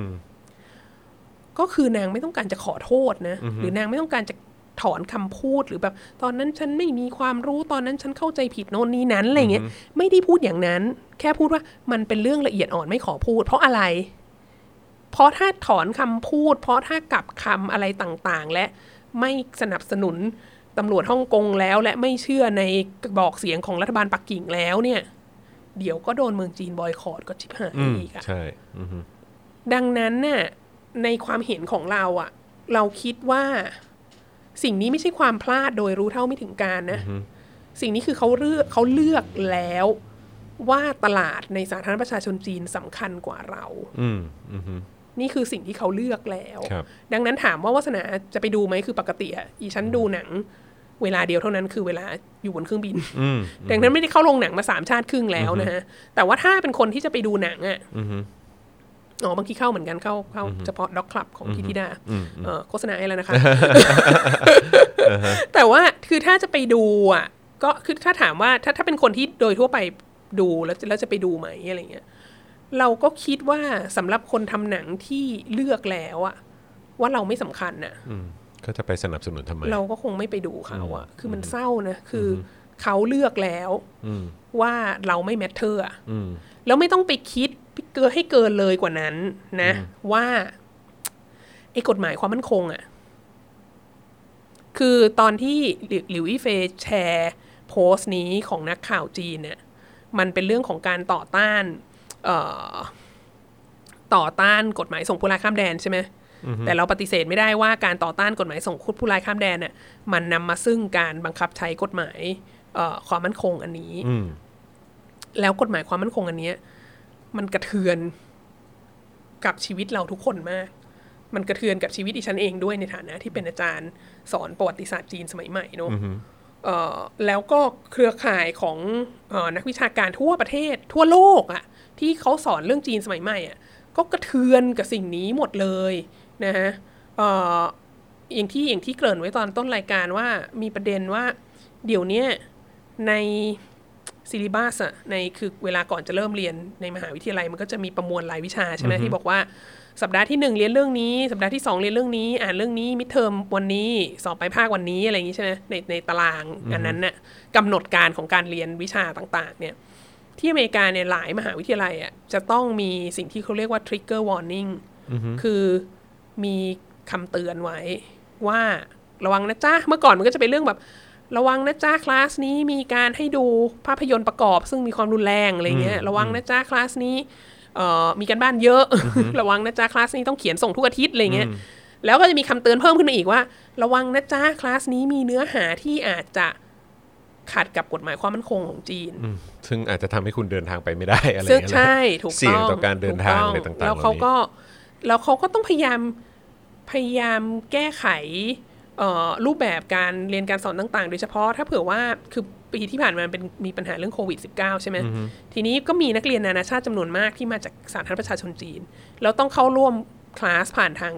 Speaker 2: ก็คือนางไม่ต้องการจะขอโทษนะ หรือนางไม่ต้องการจะถอนคำพูดหรือแบบ ตอนนั้นฉันไม่มีความรู้ตอนนั้นฉันเข้าใจผิดโน่นนี่นั้นอะไรเงี้ยไม่ได้พูดอย่างนั้น แค่พูดว่ามันเป็นเรื่องละเอียดอ่อนไม่ขอพูด เพราะอะไร เพราะถ้าถอนคำพูด เพราะถ้ากลับคำอะไรต่างๆ และไม่สนับสนุนตำรวจฮ่องกงแล้ว และไม่เชื่อในบอกเสียงของรัฐบาลปักกิ่งแล้วเนี่ย เดี๋ยวก็โดนเมืองจีนบอยคอรดก็ชิบหาย
Speaker 1: อืม
Speaker 2: อีกอะ
Speaker 1: ใช่อืม
Speaker 2: ดังนั้นน่ะในความเห็นของเราอะเราคิดว่าสิ่งนี้ไม่ใช่ความพลาดโดยรู้เท่าไม่ถึงการนะ สิ่งนี้คือเขาเลือกเขาเลือกแล้วว่าตลาดในสาธารณประชาชนจีนสำคัญกว่าเรา
Speaker 1: อืมอืม
Speaker 2: นี่คือสิ่งที่เขาเลือกแล้ว
Speaker 1: ครับ
Speaker 2: ดังนั้นถามว่าวาสนาจะไปดูไหมคือปกติอะอีฉันดูหนัง เวลาเดียวเท่านั้นคือเวลาอยู่บนเครื่องบิน
Speaker 1: อืม
Speaker 2: ดังนั้นไม่ได้เข้าโรงหนังมาสามชาติครึ่งแล้วนะฮะ แต่ว่าถ้าเป็นคนที่จะไปดูหนังอ่ะอ๋อบางทีเข้าเหมือนกันเข้าเข้าเฉพาะด็อกคลับของพี่ธิดาเอ่อโฆษณาให้แล้วนะคะ แต่ว่าคือถ้าจะไปดูอ่ะก็คือถ้าถามว่าถ้าถ้าเป็นคนที่โดยทั่วไปดูแล้วแล้วจะไปดูไหมอะไรเงี้ยเราก็คิดว่าสำหรับคนทำหนังที่เลือกแล้วอ่ะว่าเราไม่สำคัญน่ะ
Speaker 1: ก็จะไปสนับสนุนทำไม
Speaker 2: เราก็คงไม่ไปดูเขาอะคือมันเศร้านะ คืออเขาเลือกแล้ว
Speaker 1: อืม
Speaker 2: ว่าเราไม่แมทเทอร์อะ
Speaker 1: อืม
Speaker 2: แล้วไม่ต้องไปคิดเกินให้เกินเลยกว่านั้นนะ ว่าไอ้กฎหมายความมั่นคงอะคือตอนที่หลิวหลิวอีเฟยแชร์โพสต์นี้ของนักข่าวจีนเนี่ย มันเป็นเรื่องของการต่อต้าน เอ่อ ต่อต้านกฎหมายส่งผู้ร้ายข้ามแดนใช่ไหม แต่เราปฏิเสธไม่ได้ว่าการต่อต้านกฎหมายส่งผู้ร้ายข้ามแดนน่ะมันนำมาซึ่งการบังคับใช้กฎหมายเอ่อความมั่นคงอันนี้
Speaker 1: อืม
Speaker 2: แล้วกฎหมายความมั่นคงอันเนี้ยมันกระเทือนกับชีวิตเราทุกคนมาก มันกระเทือนกับชีวิตดิฉันเองด้วยในฐานะที่เป็นอาจารย์สอนประวัติศาสตร์จีนสมัยใหม่เนอะเอ่อแล้วก็เครือข่ายของเออนักวิชาการทั่วประเทศ ทั่วโลกอะที่เขาสอนเรื่องจีนสมัยใหม่อะ ก็กระเทือนกับสิ่งนี้หมดเลยนะฮะเอ่ออย่างที่อย่างที่เกริ่นไว้ตอนต้นรายการว่ามีประเด็นว่า เดี๋ยวเนี้ยในซิลิบัสอะในคือเวลาก่อนจะเริ่มเรียนในมหาวิทยาลัยมันก็จะมีประมวลรายวิชาใช่ไหมที่บอกว่าสัปดาห์ที่หนึ่งเรียนเรื่องนี้ สัปดาห์ที่สองเรียนเรื่องนี้ อ่านเรื่องนี้มิดเทอมวันนี้สอบไปลายภาควันนี้อะไรอย่างนี้ใช่ไหมในในตารางอันนั้นน่ะกำหนดการของการเรียนวิชาต่างๆเนี่ย ที่อเมริกาเนี่ยหลายมหาวิทยาลัยอ่ะจะต้องมีสิ่งที่เขาเรียกว่า trigger warning คือมีคำเตือนไว้ว่าระวังนะจ๊ะ เมื่อก่อนมันก็จะเป็นเรื่องแบบ ระวังนะจ๊ะคลาสนี้มีการให้ดูภาพยนตร์ประกอบ ซึ่งมีความรุนแรงอะไรเงี้ยระวังนะจ๊ะคลาสนี้เอ่อมีการบ้านเยอะ ระวังนะจ๊ะคลาสนี้ต้องเขียนส่งทุกอาทิตย์อะไรเงี้ยแล้วก็จะมีคำเตือนเพิ่มขึ้นมาอีกว่า ระวังนะจ๊ะคลาสนี้มีเนื้อหาที่อาจจะขัดกับกฎหมายความมั่นคงของจีน
Speaker 1: อืมซึ่งอาจจะทำให้คุณเดินทางไปไม่ได้อะไร
Speaker 2: ซึ่ง
Speaker 1: เงี้ยนะ
Speaker 2: ใช่ถูกต้อง
Speaker 1: เสี่ยงต่อการเดินทางอะไรต่างๆ
Speaker 2: แล้วเขา
Speaker 1: เหล่านี้
Speaker 2: ก็แล้วเขาก็ต้องพยายามพยายามแก้ไขเอ่อรูปแบบการเรียนการสอนต่างๆ โดยเฉพาะถ้าเผื่อว่าคือปีที่ผ่านมามันเป็นมีปัญหาเรื่องโควิด -19 ใช่ไหมทีนี้ก็มีนักเรียนนานาชาติจำนวนมากที่มาจากสาธารณประชาชนจีน แล้วต้องเข้าร่วมคลาสผ่านทาง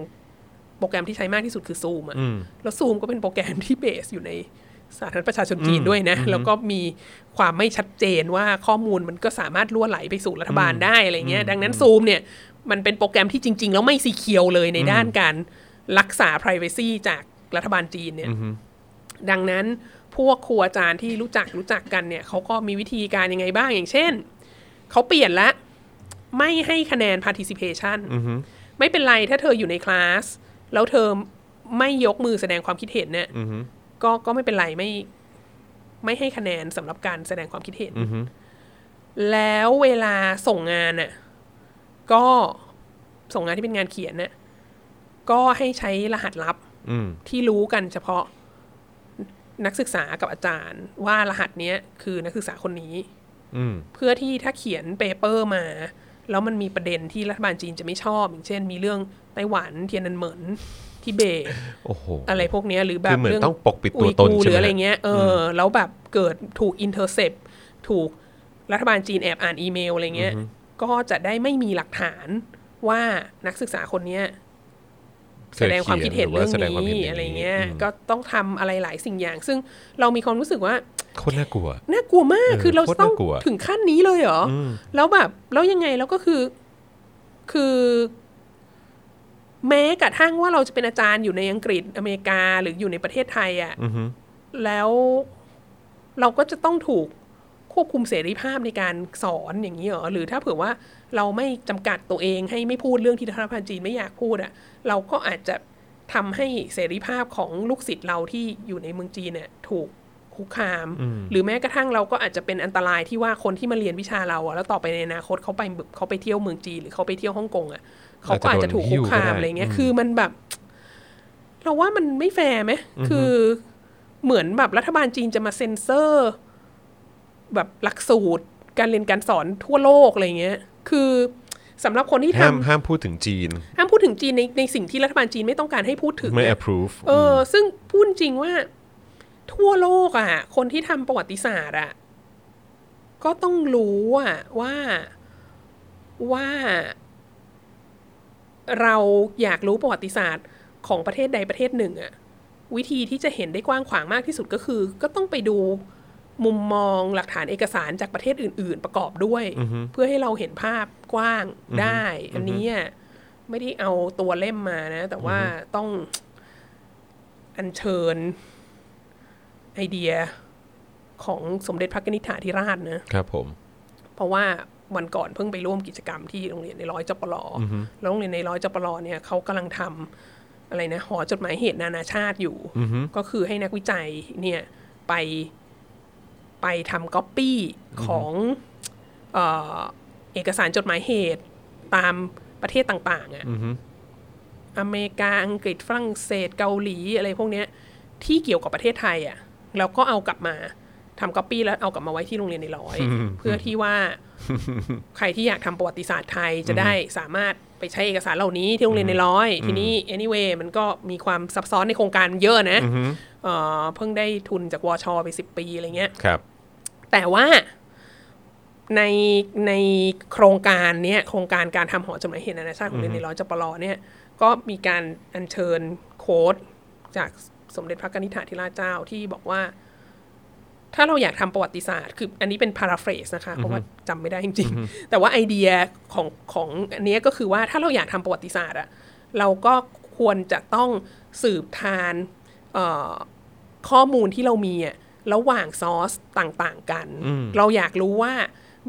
Speaker 2: โปรแกรมที่ใช้มากที่สุดคือซูมอะ
Speaker 1: อืม
Speaker 2: แล้วซูมก็เป็นโปรแกรมที่เบสอยู่ในสาธารณประชาชนจีนด้วยนะ แล้วก็มีความไม่ชัดเจนว่าข้อมูลมันก็สามารถล่วไหลไปสู่รัฐบาลได้อะไรเงี้ยดังนั้นซูมเนี่ยมันเป็นโปรแกรมที่จริง ๆ แล้วไม่สีเขียวเลยในด้านการรักษา p r i เวซีจากรัฐบาลจีนเนี่ยดังนั้นพวกครูอาจารย์ที่รู้จักรู้จักกันเนี่ยเขาก็มีวิธีการยังไงบ้างอย่างเช่น เขาเปลี่ยนละไม่ให้คะแนน participation ไม่เป็นไรถ้าเธออยู่ในคลาส แล้วเธอไม่ยกมือแสดงความคิดเห็นเนี่ยก็ก็ไม่เป็นไรไม่ไม่ให้คะแนนสำหรับการแสดงความคิดเห็น แล้วเวลาส่งงานน่ะก็ส่งงานที่เป็นงานเขียนน่ะก็ให้ใช้รหัสลับ
Speaker 1: อืม
Speaker 2: ที่รู้กันเฉพาะนักศึกษากับอาจารย์ ว่ารหัสเนี้ยคือนักศึกษาคนนี้
Speaker 1: อืม
Speaker 2: เพื่อที่ถ้าเขียนเปเปอร์มา แล้วมันมีประเด็นที่รัฐบาลจีนจะไม่ชอบ อย่างเช่น มีเรื่องไต้หวันเทียนนันเหมินทิเบต
Speaker 1: โอ้โห
Speaker 2: อะไรพวกเนี้ยหรือแบ
Speaker 1: คื
Speaker 2: บ
Speaker 1: อเหมือน
Speaker 2: เรื่อง
Speaker 1: ต้องปกปิดตัวตน
Speaker 2: อุยกูร์
Speaker 1: ใช่ไหม
Speaker 2: หรืออะไรเงี้ยเอออแล้วแบบเกิดถูกอินเทอร์เซปถูกรัฐบาลจีนแอบอ่านอีเมลอะไรเงี้ยก็จะได้ไม่มีหลักฐานว่านักศึกษาคนเนี้ย
Speaker 1: เค
Speaker 2: แส
Speaker 1: ย
Speaker 2: ดงความคิดเห็น
Speaker 1: เขียนหรือ
Speaker 2: เรื่อ
Speaker 1: ว่าแสดง
Speaker 2: ง
Speaker 1: ความเห็น
Speaker 2: นี้
Speaker 1: อย่างนี้
Speaker 2: อะไรเงี้ย
Speaker 1: อืม
Speaker 2: ก็ต้องทำอะไรหลายสิ่งอย่าง ซึ่งเรามีความรู้สึกว่า
Speaker 1: โคตรน่ากลัว
Speaker 2: น่ากลัวมาก
Speaker 1: เออ
Speaker 2: คือเรา
Speaker 1: โคตร
Speaker 2: ต้อง
Speaker 1: น่ากลัว
Speaker 2: ถึงขั้นนี้เลยเหรออแล้วแบบ แล้วยังไง แล้วก็คือ คือ แม้กระทั่งว่าเราจะเป็นอาจารย์อยู่ในอังกฤษ อเมริกา หรืออยู่ในประเทศไทยอะ่ะ
Speaker 1: อือฮึ
Speaker 2: แล้วเราก็จะต้องถูกควบคุมเสรีภาพในการสอนอย่างนี้เหรอ หรือถ้าเผื่อว่าเราไม่จำกัดตัวเองให้ไม่พูดเรื่องที่รัฐบาลจีนไม่อยากพูดอะ่ะ เราก็อาจจะทำให้เสรีภาพของลูกศิษย์เราที่อยู่ในเมืองจีนเนี่ยถูกคุกคาม หรือแม้กระทั่งเราก็อาจจะเป็นอันตรายที่ว่าคนที่มาเรียนวิชาเราอะแล้วต่อไปในอนาคตเขาไปเขาไปเที่ยวเมืองจีนหรือเขาไปเที่ยวฮ่องกงอะเขาก็อาจจะถูกคุกคามอะไรเงี้ย คือมันแบบ เราว่ามันไม่แฟร์ไหมคือ เหมือนแบบรัฐบาลจีนจะมาเซ็นเซอร์ แบบหลักสูตร การเรียนการสอนทั่วโลกอะไรเงี้ย คือสำหรับคนที่ทำ
Speaker 1: ห้ามห้ามพูดถึงจีน
Speaker 2: ห้ามพูดถึงจีนในในสิ่งที่รัฐบาลจีนไม่ต้องการให้พูดถึง
Speaker 1: ไม่
Speaker 2: อะ
Speaker 1: approve
Speaker 2: เออ ซึ่งพูดจริงว่า ทั่วโลกอะ่ะ คนที่ทำประวัติศาสตร์อ่ะ ก็ต้องรู้อ่ะว่าว่า เราอยากรู้ประวัติศาสตร์ของประเทศใดประเทศหนึ่งอะวิธีที่จะเห็นได้กว้างขวางมากที่สุดก็คือ ก็ต้องไปดูมุมมองหลักฐานเอกสารจากประเทศอื่น ๆ ประกอบด้วย เพื่อให้เราเห็นภาพกว้างได้ อันนี้อะไม่ได้เอาตัวเล่มมานะ แต่ว่าต้องอัญเชิญไอเดียของสมเด็จพระนิธิฐาธิราชนะ
Speaker 1: ครับผม
Speaker 2: เพราะว่าวันก่อนเพิ่งไปร่วมกิจกรรมที่โรงเรียนในร้อยจปลอแล้วโรงเรียนในร้อยจปลอเนี่ยเขากำลังทำอะไรนะหอจดหมายเหตุนานาชาติอยู่ ก็คือให้นักวิจัยเนี่ยไปไปทำก๊อปปี้ของเออเอกสารจดหมายเหตุตามประเทศต่างๆอะอเมริกาอังกฤษฝรั่งเศสเกาหลีอะไรพวกเนี้ยที่เกี่ยวกับประเทศไทยอะ่ะแล้วก็เอากลับมาทำก๊อปปี้แล้วเอากลับมาไว้ที่โรงเรียนในร้อย เพื่อที่ (laughs) ว่า ใครที่อยากทำประวัติศาสตร์ไทยจะได้สามารถไปใช้เอกสารเหล่านี้ที่โรงเรียนในร้อย ทีนี้ anyway มันก็มีความซับซ้อนในโครงการเยอะนะเอ่อเพิ่งได้ทุนจากวชไปสิบปีอะไรเงี้ย
Speaker 1: ครับ
Speaker 2: แต่ว่า ในในโครงการเนี้ยโครงการการทำหอจดหมายเหตุนานาชาติของในในร้อยจปลอเนี่ยก็มีการอัญเชิญโค้ดจากสมเด็จพระกนิษฐาธิราชเจ้าที่บอกว่า ถ้าเราอยากทำประวัติศาสตร์ คืออันนี้เป็น paraphrase นะคะ เพราะว่าจำไม่ได้จริงๆ แต่ว่าไอเดียของของอันเนี้ยก็คือว่าถ้าเราอยากทำประวัติศาสตร์อะเราก็ควรจะต้องสืบทานเอ่อ ข้อมูลที่เรามีอะระหว่างซอสต่างๆกัน เราอยากรู้ว่า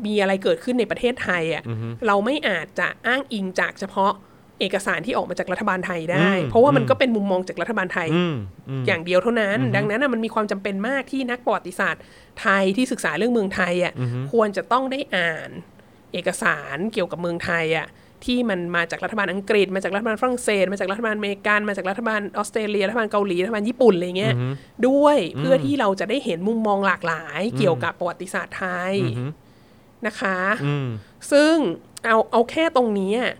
Speaker 2: มีอะไรเกิดขึ้นในประเทศไทยอะเราไม่อาจจะอ้างอิงจากเฉพาะเอกสารที่ออกมาจากรัฐบาลไทยได้
Speaker 1: อืม
Speaker 2: เพราะว่ามันก็เป็นมุมมองจากรัฐบาลไทย
Speaker 1: อืมอืม
Speaker 2: อย่างเดียวเท่านั้น ดังนั้นน่ะมันมีความจำเป็นมากที่นักประวัติศาสตร์ไทยที่ศึกษาเรื่องเมืองไทยอ่ะควรจะต้องได้อ่านเอกสารเกี่ยวกับเมืองไทยอ่ะที่มันมาจากรัฐบาลอังกฤษ มาจากรัฐบาลฝรั่งเศส มาจากรัฐบาลอเมริกันมาจากรัฐบาลออสเตรเลียรัฐบาลเกาหลีรัฐบาลญี่ปุ่นอะไรเงี้ยด้วยเพื่อที่เราจะได้เห็นมุมมองหลากหลาย เกี่ยวกับประวัติศาสตร์ไทยนะคะ
Speaker 1: อืม
Speaker 2: ซึ่งเอาเอาแค่ตรงนี้อะ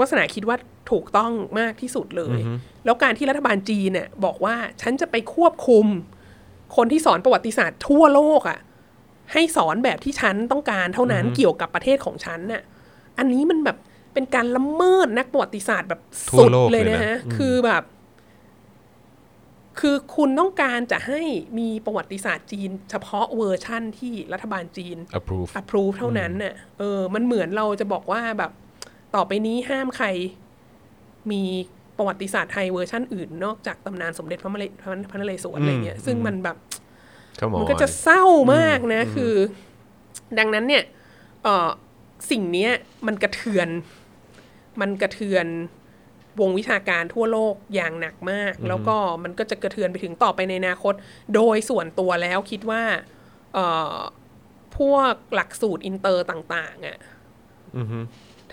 Speaker 2: วัสนาคิดว่าถูกต้องมากที่สุดเลย แล้วการที่รัฐบาลจีนเนี่ยบอกว่าฉันจะไปควบคุม คนที่สอนประวัติศาสตร์ทั่วโลกอะ่ะ ให้สอนแบบที่ฉันต้องการเท่านั้นเกี่ยวกับประเทศของฉันน่ะ อันนี้มันแบบเป็นการละเมิดนักประวัติศาสตร์แบบ
Speaker 1: ทั่
Speaker 2: สุ
Speaker 1: ว
Speaker 2: ด
Speaker 1: โลก
Speaker 2: เลย
Speaker 1: เลยนะ
Speaker 2: นะฮะคือแบบ คือคุณต้องการจะให้มีประวัติศาสตร์จีน เฉพาะเวอร์ชั่นที่รัฐบาลจีน
Speaker 1: approve
Speaker 2: approve เท่านั้นน่ะ เออ มันเหมือนเราจะบอกว่าแบบ ต่อไปนี้ห้ามใครมีประวัติศาสตร์ไทยเวอร์ชั่นอื่น นอกจากตำนานสมเด็จพระมเลพระพระนเรศวรอะไรเงี้ย ซึ่งมันแบบ
Speaker 1: Come on
Speaker 2: มันก็จะเศร้ามากนะ คือ ดังนั้นเนี่ยเออสิ่งเนี้ยมันกระเทือน มันกระเทือนวงวิชาการทั่วโลกอย่างหนักมาก แล้วก็มันก็จะกระเทือนไปถึงต่อไปในอนาคต โดยส่วนตัวแล้วคิดว่าเออพวกหลักสูตรอินเตอร์ต่างๆอะ่ะ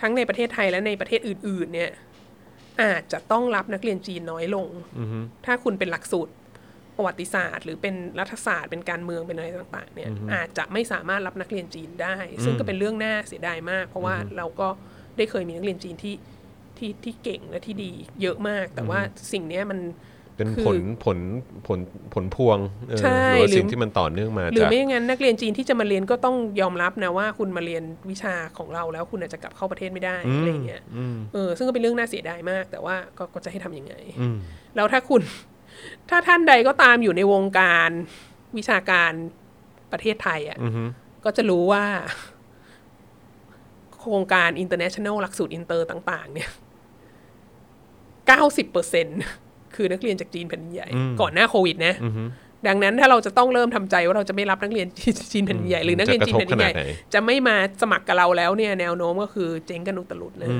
Speaker 2: ทั้งในประเทศไทยและในประเทศอื่น ๆ เนี่ย อาจจะต้องรับนักเรียนจีนน้อยลง ถ้าคุณเป็นหลักสูตร ประวัติศาสตร์หรือเป็นรัฐศาสตร์เป็นการเมืองเป็นอะไรต่างๆ เนี่ย อาจจะไม่สามารถรับนักเรียนจีนได้ ซึ่งก็เป็นเรื่องน่าเสียดายมาก เพราะว่าเราก็ได้เคยมีนักเรียนจีนที่ที่ที่เก่งและที่ดีเยอะมาก แต่ว่าสิ่งเนี้ยมัน
Speaker 1: เป็น
Speaker 2: คือ
Speaker 1: ผลผลผลผลพวงเออ
Speaker 2: ใช่
Speaker 1: หรือว่า
Speaker 2: หรือ
Speaker 1: สิ่งที่มันต่อเนื่องมา
Speaker 2: หรือ
Speaker 1: จาก
Speaker 2: ไม่งั้นนักเรียนจีนที่จะมาเรียนก็ต้องยอมรับนะว่าคุณมาเรียนวิชาของเราแล้วคุณอาจจะกลับเข้าประเทศไม่ได้อะไรอย่างเงี้ยเออซึ่งก็เป็นเรื่องน่าเสียดายมาก แต่ว่าก็ก็จะให้ทำยังไง แล้วถ้าคุณ (laughs) ถ้าท่านใดก็ตามอยู่ในวงการวิชาการประเทศไทยอะ่ะก็จะรู้ว่า (laughs) โครงการ international หลักสูตรอินเตอร์ต่าง ๆ เนี่ย 90เปอร์เซ็น (laughs) คือนักเรียนจากจีนแผ่นดินใหญ่ ก่อนหน้าโควิด นะ ดังนั้นถ้าเราจะต้องเริ่มทำใจว่าเราจะไม่รับนักเรียน (laughs) จีนจีนแผ่นดินใหญ่หรือนักเรียนจีนแผ่นดินใหญ่
Speaker 1: จะกระทบขนาดไหน
Speaker 2: จะไม่มาสมัครกับเราแล้วเนี่ย แนวโน้มก็คือเจ๊งกันอุตลุดนะ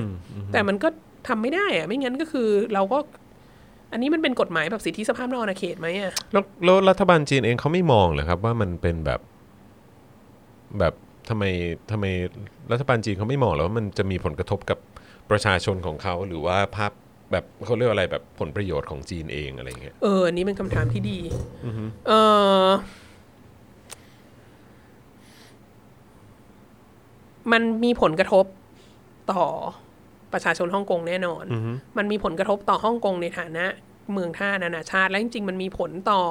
Speaker 2: แต่มันก็ทำไม่ได้อะไม่งั้นก็คือเราก็ อันนี้มันเป็นกฎหมายแบบสิทธิสภาพนอกอาณาเขตไหมอะ
Speaker 1: แล้วแล้วรัฐบาลจีนเองเขาไม่มองเหรอครับ ว่ามันเป็นแบบ แบบทำไมทำไมรัฐบาลจีนเขาไม่มองเหรอว่ามันจะมีผลกระทบกับประชาชนของเขาหรือว่าภาพแบบเขาเรียกว่าอะไรแบบผลประโยชน์ของจีนเองอะไรเงี้ย
Speaker 2: เอออันนี้เป็นคำถามที่ดีเออมันมีผลกระทบต่อประชาชนฮ่องกงแน่นอน มันมีผลกระทบต่อฮ่องกงในฐานะ เมืองท่านานาชาติ และจริงๆ มันมีผลต่อ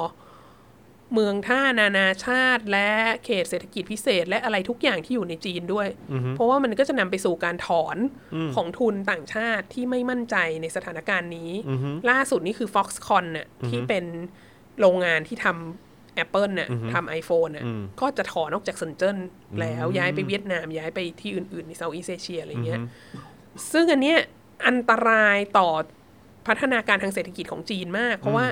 Speaker 2: เมืองท่านานาชาติ และเขตเศรษฐกิจพิเศษ และอะไรทุกอย่างที่อยู่ในจีนด้วย เพราะว่ามันก็จะนำไปสู่การถอนของทุนต่างชาติที่ไม่มั่นใจในสถานการณ์นี้ ล่าสุดนี่คือ Foxconn น่ะที่เป็นโรงงานที่ทำ Apple น่ะทำ iPhone น่ะก็จะถอนออกจากเซนเจิ้นแล้วย้ายไปเวียดนาม ย้ายไปที่อื่นๆ ในเซาท์อีสเอเชียอะไรเงี้ย ซึ่งอันเนี้ยอันตรายต่อพัฒนาการทางเศรษฐกิจของจีนมาก เพราะว่า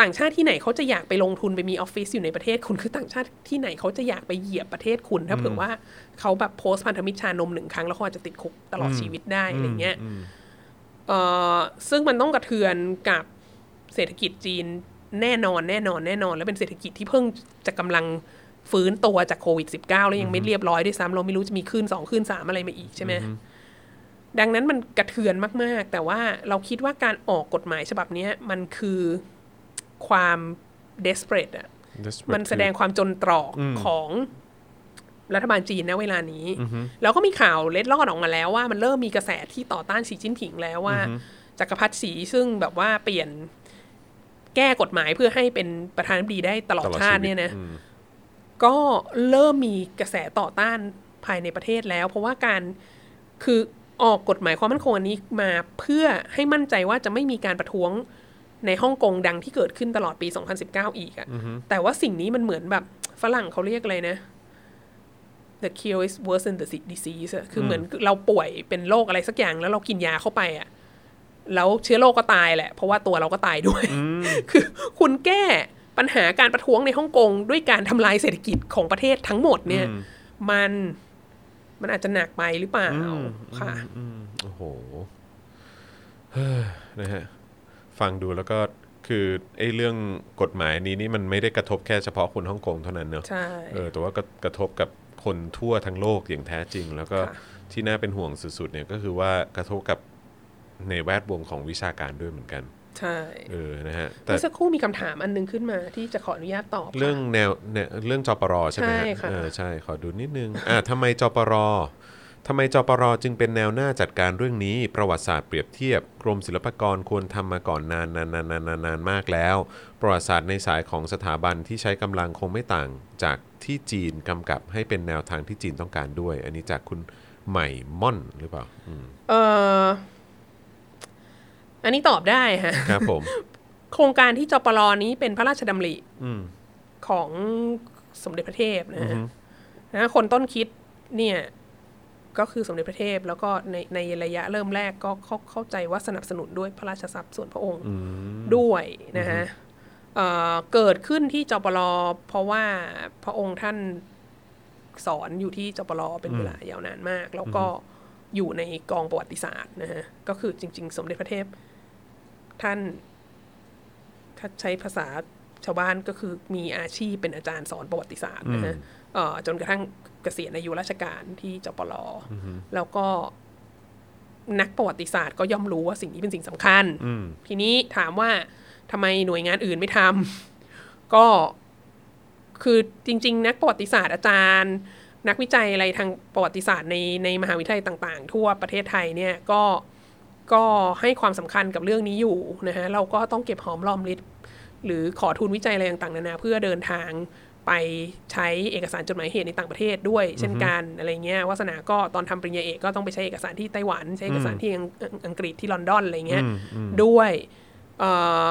Speaker 2: ต่างชาติที่ไหนเขาจะอยากไปลงทุนไปมีออฟฟิศอยู่ในประเทศคุณคือต่างชาติที่ไหนเขาจะอยากไปเหยียบประเทศคุณ ถ้าเผื่อว่าเขาแบบโพสต์พันธมิตรชานมหนึ่งครั้งแล้วเขาอาจจะติดคุกตลอดชีวิตได้อะไรเงี้ยเอ่อซึ่งมันต้องกระเทือนกับเศรษฐกิจจีนแน่นอนแน่นอนแน่นอน แล้วเป็นเศรษฐกิจที่เพิ่งจะกำลังฟื้นตัวจากโควิด -19 แล้วยังไม่เรียบร้อยด้วยซ้ำเราไม่รู้จะมีคลื่นสองคลื่นสามอะไรมาอีกใช่ไหม ดังนั้นมันกระเทือนมาก ๆ แต่ว่าเราคิดว่าการออกกฎหมายฉบับเนี้ยมันคือความ desperate อะมันแสดงความจนตรอกของรัฐบาลจีนนะเวลานี้ แล้วก็มีข่าวเล็ดลอดออกมาแล้วว่ามันเริ่มมีกระแสที่ต่อต้านสีจิ้นผิงแล้วว่าจักรพรรดิสีซึ่งแบบว่าเปลี่ยนแก้กฎหมายเพื่อให้เป็นประธานาธิบดีได้ตลอด
Speaker 1: ตลอด
Speaker 2: ชา
Speaker 1: ชี
Speaker 2: ติ
Speaker 1: วิต
Speaker 2: เนี่ยนะ ก็เริ่มมีกระแสต่อต้านภายในประเทศแล้ว เพราะว่าการคือออกกฎหมายความมั่นคงอันนี้มาเพื่อให้มั่นใจว่าจะไม่มีการประท้วงในฮ่องกงดังที่เกิดขึ้นตลอดปี 2019 อีกอะแต่ว่าสิ่งนี้มันเหมือนแบบฝรั่งเขาเรียกอะไรนะ the cure is worse than the disease อะคือเหมือนเราป่วยเป็นโรคอะไรสักอย่างแล้วเรากินยาเข้าไปอะแล้วเชื้อโรคก็ตายแหละ เพราะว่าตัวเราก็ตายด้วย (laughs) คือคุณแก้ปัญหาการประท้วงในฮ่องกงด้วยการทำลายเศรษฐกิจของประเทศทั้งหมดเนี่ย มันมันอาจจะหนักไปหรือเปล่าค่ะ
Speaker 1: โอ้โหเฮ้ยนะฮะฟังดูแล้วก็คือไอ้เรื่องกฎหมายนี้นี่มันไม่ได้กระทบแค่เฉพาะคนฮ่องกงเท่านั้นเนอะ
Speaker 2: ใช่
Speaker 1: เออแต่ว่าก็กระทบกับคนทั่วทั้งโลกอย่างแท้จริง แล้วก็
Speaker 2: ค่ะ
Speaker 1: ที่น่าเป็นห่วงสุดๆเนี่ยก็คือว่ากระทบกับในแวดวงของวิชาการด้วยเหมือนกัน
Speaker 2: ใช่
Speaker 1: เออนะฮะแต่
Speaker 2: เมื่อสักครู่มีคำถามอันหนึงขึ้นมาที่จะขออนุญาตตอบค่ะ
Speaker 1: เรื่องแนวแนวเรื่องจปรใช่ไหมฮะ
Speaker 2: ใช่ค่ะ
Speaker 1: เออใช่ขอดูนิดนึงอ่ะทำไมจปรทำไมจปรจึงเป็นแนวหน้าจัดการเรื่องนี้ ประวัติศาสตร์เปรียบเทียบ กรมศิลปากรควรทำมาก่อนนานนานนานนานนานนานมากแล้ว ประวัติศาสตร์ในสายของสถาบันที่ใช้กำลังคงไม่ต่างจากที่จีนกำกับให้เป็นแนวทางที่จีนต้องการด้วย อันนี้จากคุณใหม่ม่อนหรือเปล่าอืม
Speaker 2: เอออันนี้ตอบได้ฮะ
Speaker 1: ครับผม
Speaker 2: โครงการที่จปรนี้เป็นพระราชดำริ
Speaker 1: อืม
Speaker 2: ของสมเด็จพระเทพนะฮะนะคนต้นคิดเนี่ย ก็คือสมเด็จพระเทพ แล้วก็ในในระยะเริ่มแรกก็เข้าเข้าใจว่าสนับสนุนด้วยพระราชทรัพย์ส่วนพระองค์ด้วยนะฮะเอ่อเกิดขึ้นที่จปรเพราะว่าพระองค์ท่านสอนอยู่ที่จปรเป็นเวลายาวนานมาก แล้วก็อยู่ในกองประวัติศาสตร์นะฮะก็คือจริง ๆ สมเด็จพระเทพท่าน ถ้าใช้ภาษาชาวบ้านก็คือมีอาชีพเป็นอาจารย์สอนประวัติศาสตร์นะฮะเอ่อจนกระทั่งเกษียณอายุราชการที่จปลแล้วก็นักประวัติศาสตร์ก็ย่อมรู้ว่าสิ่งนี้เป็นสิ่งสำคัญ ทีนี้ถามว่าทำไมหน่วยงานอื่นไม่ทำ (laughs) ก็คือจริง ๆ นักประวัติศาสตร์อาจารย์ นักวิจัยอะไรทางประวัติศาสตร์ในในมหาวิทยาลัยต่าง ๆ ทั่วประเทศไทยเนี่ยก็ ก็ให้ความสำคัญกับเรื่องนี้อยู่นะฮะเราก็ต้องเก็บหอมรอมริบหรือขอทุนวิจัยอะไรต่างๆนานาเพื่อเดินทางไปใช้เอกสารจดหมายเหตุในต่างประเทศด้วย เช่นกันอะไรเงี้ยวาสนาก็ตอนทำปริญญาเอกก็ต้องไปใช้เอกสารที่ไต้หวัน ใช้เอกสารที่อังอังกฤษที่ลอนดอนอะไรเงี้ยด้วยเอ่อ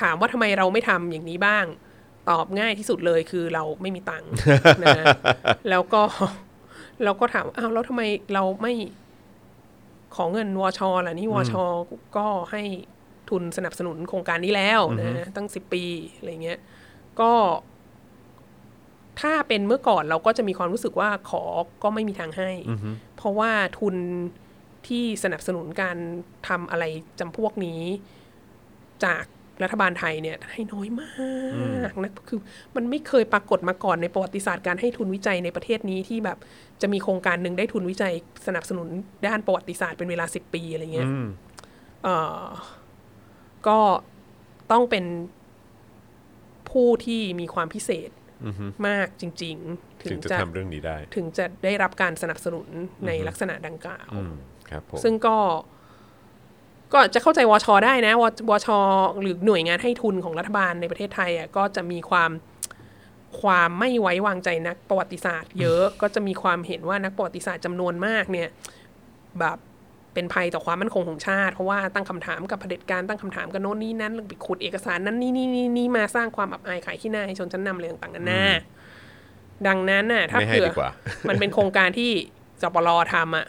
Speaker 2: ถามว่าทำไมเราไม่ทำอย่างนี้บ้าง ตอบง่ายที่สุดเลยคือเราไม่มีตังค์นะฮะ แล้วก็ เราก็ถามว่าอ้าวแล้วทำไมเราไม่ขอเงินวชล่ะนี่วชก็ให้ทุนสนับสนุนโครงการนี้แล้วนะตั้งสิบปีอะไรเงี้ย ก็ ถ้าเป็นเมื่อก่อนเราก็จะมีความรู้สึกว่าขอก็ไม่มีทางให้ เพราะว่าทุนที่สนับสนุนการทำอะไรจำพวกนี้ จากรัฐบาลไทยเนี่ยให้น้อยมากนะคือ มันไม่เคยปรากฏมาก่อนในประวัติศาสตร์การให้ทุนวิจัยในประเทศนี้ที่แบบจะมีโครงการหนึ่งได้ทุนวิจัยสนับสนุนด้านประวัติศาสตร์เป็นเวลาสิบปีอะไรเงี้ยเอ่อก็ต้องเป็นผู้ที่มีความพิเศษมากจริง ๆ ถึ
Speaker 1: ถึ
Speaker 2: ง
Speaker 1: งจะ
Speaker 2: จะ
Speaker 1: ทำเรื่องนี้ได้
Speaker 2: ถึงจะได้รับการสนับสนุนในลักษณะดังกล่าว
Speaker 1: อืมครับผม
Speaker 2: ซึ่งก็ ก็จะเข้าใจวช ได้นะววช หรือหน่วยงานให้ทุนของรัฐบาลในประเทศไทยอ่ะก็จะมีความความไม่ไว้วางใจนักประวัติศาสตร์ เยอะ
Speaker 1: (laughs)
Speaker 2: ก็จะมีความเห็นว่านักประวัติศาสตร์จำนวนมากเนี่ย แบบเป็นภัยต่อความมั่นคงของชาติ เพราะว่าตั้งคำถามกับเผด็จการตั้งคำถามกับโน่นนี่นั่นเรื่องไปขุดเอกสารนั้นนี่นี่นี่นี่มาสร้างความอับอายขายขี้หน้าให้ชนชั้นนำอะไรต่างๆนานาดังนั้นน่ะ ถ้า
Speaker 1: ไม่ให้
Speaker 2: เผื่อ
Speaker 1: ดีกว่า
Speaker 2: มันเป็นโครงการที่จปรทำอะ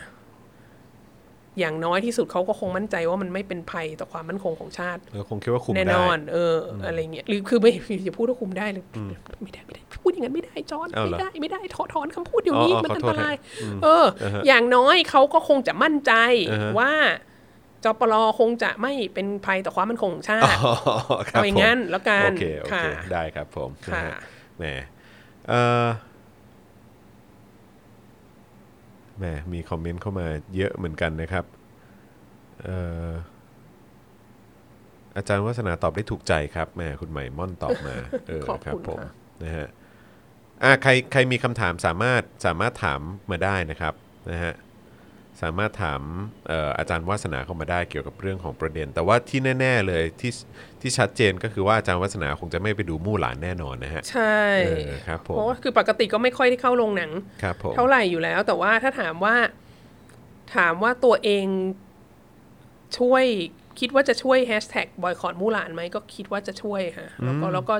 Speaker 2: อย่างน้อยที่สุดเขาก็คงมั่นใจว่ามันไม่เป็นภัยต่อความมั่นคงของชาติ
Speaker 1: เราคงคิดว่าคุม
Speaker 2: แน่น
Speaker 1: ได้
Speaker 2: อน เออออะไรเงี้ยหรือคือไม่อย่าพูดว่าคุมได้เลยไม่ได้ไม่ได้พูดอย่างนั้นไม่ได้จอน
Speaker 1: าวเหร
Speaker 2: ไม่
Speaker 1: อ
Speaker 2: ได้ไม่ได้ถอถอนคำพูดเดี๋ยวนี้
Speaker 1: อ๋ออ๋อ
Speaker 2: มันอัน
Speaker 1: ขอโท
Speaker 2: ต
Speaker 1: ษ
Speaker 2: ราย
Speaker 1: ฮะ
Speaker 2: เอออ อย่างน้อยเขาก็คงจะมั่นใจ
Speaker 1: อ่าฮะ
Speaker 2: ว่าจปรคงจะไม่เป็นภัยต่อความมั่นคงของชาติ
Speaker 1: อ๋อครับ
Speaker 2: เอาอย่าง
Speaker 1: ผม
Speaker 2: นั้นแล้วกัน
Speaker 1: โอเค โอเค
Speaker 2: ค่ะ
Speaker 1: ได้ครับผม
Speaker 2: ค่ะ
Speaker 1: นฮแหมเออแหมมีคอมเมนต์เข้ามาเยอะเหมือนกันนะครับเอ่ออาจารย์วัฒนาตอบได้ถูกใจครับแหมคุณใหม่ม่อนตอบมา
Speaker 2: (laughs)
Speaker 1: เออ
Speaker 2: ขอบ
Speaker 1: ครับ
Speaker 2: คุณ
Speaker 1: ผม
Speaker 2: ค่ะ
Speaker 1: นะฮะอ่ะใครใครมีคำถามสามารถสามารถถามมาได้นะครับนะฮะ สามารถถามเอ่ออาจารย์วาสนาเข้ามาได้เกี่ยวกับเรื่องของประเด็น แต่ว่าที่แน่ ๆเลยที่ที่ชัดเจนก็คือว่าอาจารย์วาสนาคงจะไม่ไปดูมู่หลานแน่นอนนะฮะ
Speaker 2: ใช่
Speaker 1: เออครับผม
Speaker 2: เพราะว่าคือปกติก็ไม่ค่อยได้เข้าโรงหนัง
Speaker 1: ครับผม
Speaker 2: เท่าไหร่อยู่แล้ว แต่ว่าถ้าถามว่าถามว่าตัวเองช่วยคิดว่าจะช่วยแฮชแท็กบอยคอตมู่หลานไหมก็คิดว่าจะช่วยค่ะแล้วก็แล้วก็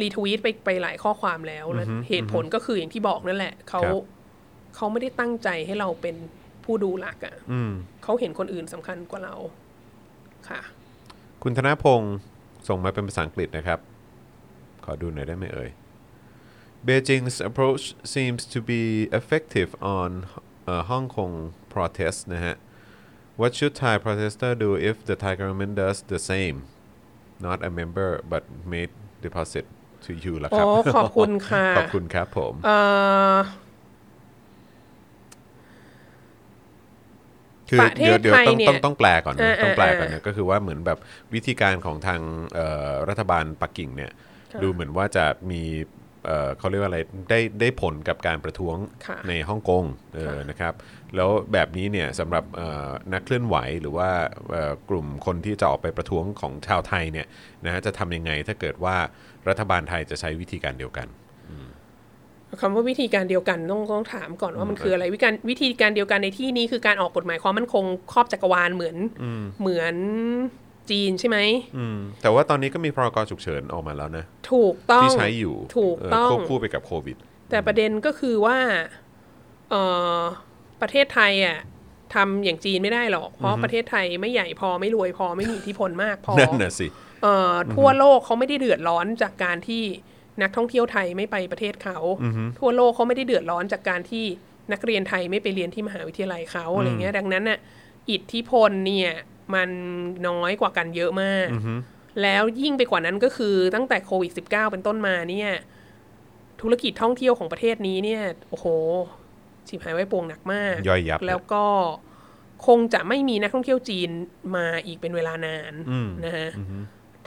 Speaker 2: รีทวีตไปไปหลายข้อความแล้วแล้วเหตุผลก็คืออย่างที่บอกนั่นแหละเขาเขาไม่ได้ตั้งใจให้เราเป็นผู้ดูหลักอะ่ะ
Speaker 1: อืม
Speaker 2: เขาเห็นคนอื่นสำคัญกว่าเราค่ะ
Speaker 1: คุณธนพงศ์ส่งมาเป็นภาษาอังกฤษนะครับ ขอดูหน่อยได้ไหมเอ่ย Beijing's approach seems to be effective on uh, Hong Kong protests นะฮะ What should Thai protester do if the Thai government does the same not a member but made deposit to you ละครับ
Speaker 2: โอ้ขอบคุณค่ะ
Speaker 1: ขอบคุณครับผม
Speaker 2: เอ่อ
Speaker 1: คือ
Speaker 2: ประเท
Speaker 1: เดี๋ยว
Speaker 2: ศ
Speaker 1: เดี๋ยว
Speaker 2: ไทย
Speaker 1: ต้อง
Speaker 2: เนี่
Speaker 1: ต้
Speaker 2: ย
Speaker 1: องต้องแปลก่อนนะ
Speaker 2: อ่า
Speaker 1: ต้องแปลก่อน
Speaker 2: อ่า
Speaker 1: นะก็คือว่าเหมือนแบบวิธีการของทางเอ่อรัฐบาลปักกิ่งเนี่ย
Speaker 2: ค่ะ
Speaker 1: ดูเหมือนว่าจะมีเอ่อเขาเรียกว่าอะไรได้ได้ผลกับการประท้วง
Speaker 2: ค่ะ
Speaker 1: ในฮ่องกงเออ
Speaker 2: ค่ะ
Speaker 1: นะครับแล้วแบบนี้เนี่ยสำหรับเอ่อนักเคลื่อนไหวหรือว่าเอ่อกลุ่มคนที่จะออกไปประท้วงของชาวไทยเนี่ยนะจะทำยังไงถ้าเกิดว่ารัฐบาลไทยจะใช้วิธีการเดียวกัน
Speaker 2: คำว่าวิธีการเดียวกันต้องต้องถามก่อนว่ามันคืออะไรวิธีการวิธีการเดียวกันในที่นี้คือการออกกฎหมายความมั่นคงครอบจักรวาลเหมือนเหมือนจีนใช่ไหม
Speaker 1: แต่ว่าตอนนี้ก็มีพรกฉุกเฉินออกมาแล้วนะ
Speaker 2: ถูกต้อง
Speaker 1: ที่ใช้อยู่
Speaker 2: ถูกต้อง
Speaker 1: เควบคู่ไปกับโควิด
Speaker 2: แต่ประเด็นก็คือว่าเออประเทศไทยอ่ะทำอย่างจีนไม่ได้หรอก เพราะประเทศไทยไม่ใหญ่พอไม่รวยพอไม่มีอิทธิพลมากพอ
Speaker 1: นั่นน่ะสิ
Speaker 2: เอ่อทั่วโลกเขาไม่ได้เดือดร้อนจากการที่นักท่องเที่ยวไทยไม่ไปประเทศเขา ทั่วโลกเขาไม่ได้เดือดร้อนจากการที่นักเรียนไทยไม่ไปเรียนที่มหาวิทยาลัยเขาอะไรเงี้ยดังนั้นน่ะอิทธิพลเนี่ยมันน้อยกว่ากันเยอะมาก แล้วยิ่งไปกว่านั้นก็คือตั้งแต่โควิด -19 เป็นต้นมาเนี่ยธุรกิจท่องเที่ยวของประเทศนี้เนี่ยโอ้โหฉิบหายไว้โป่งหนักมาก
Speaker 1: ย่อยยับเลย
Speaker 2: แล้วก็คงจะไม่มีนักท่องเที่ยวจีนมาอีกเป็นเวลานานนะฮะ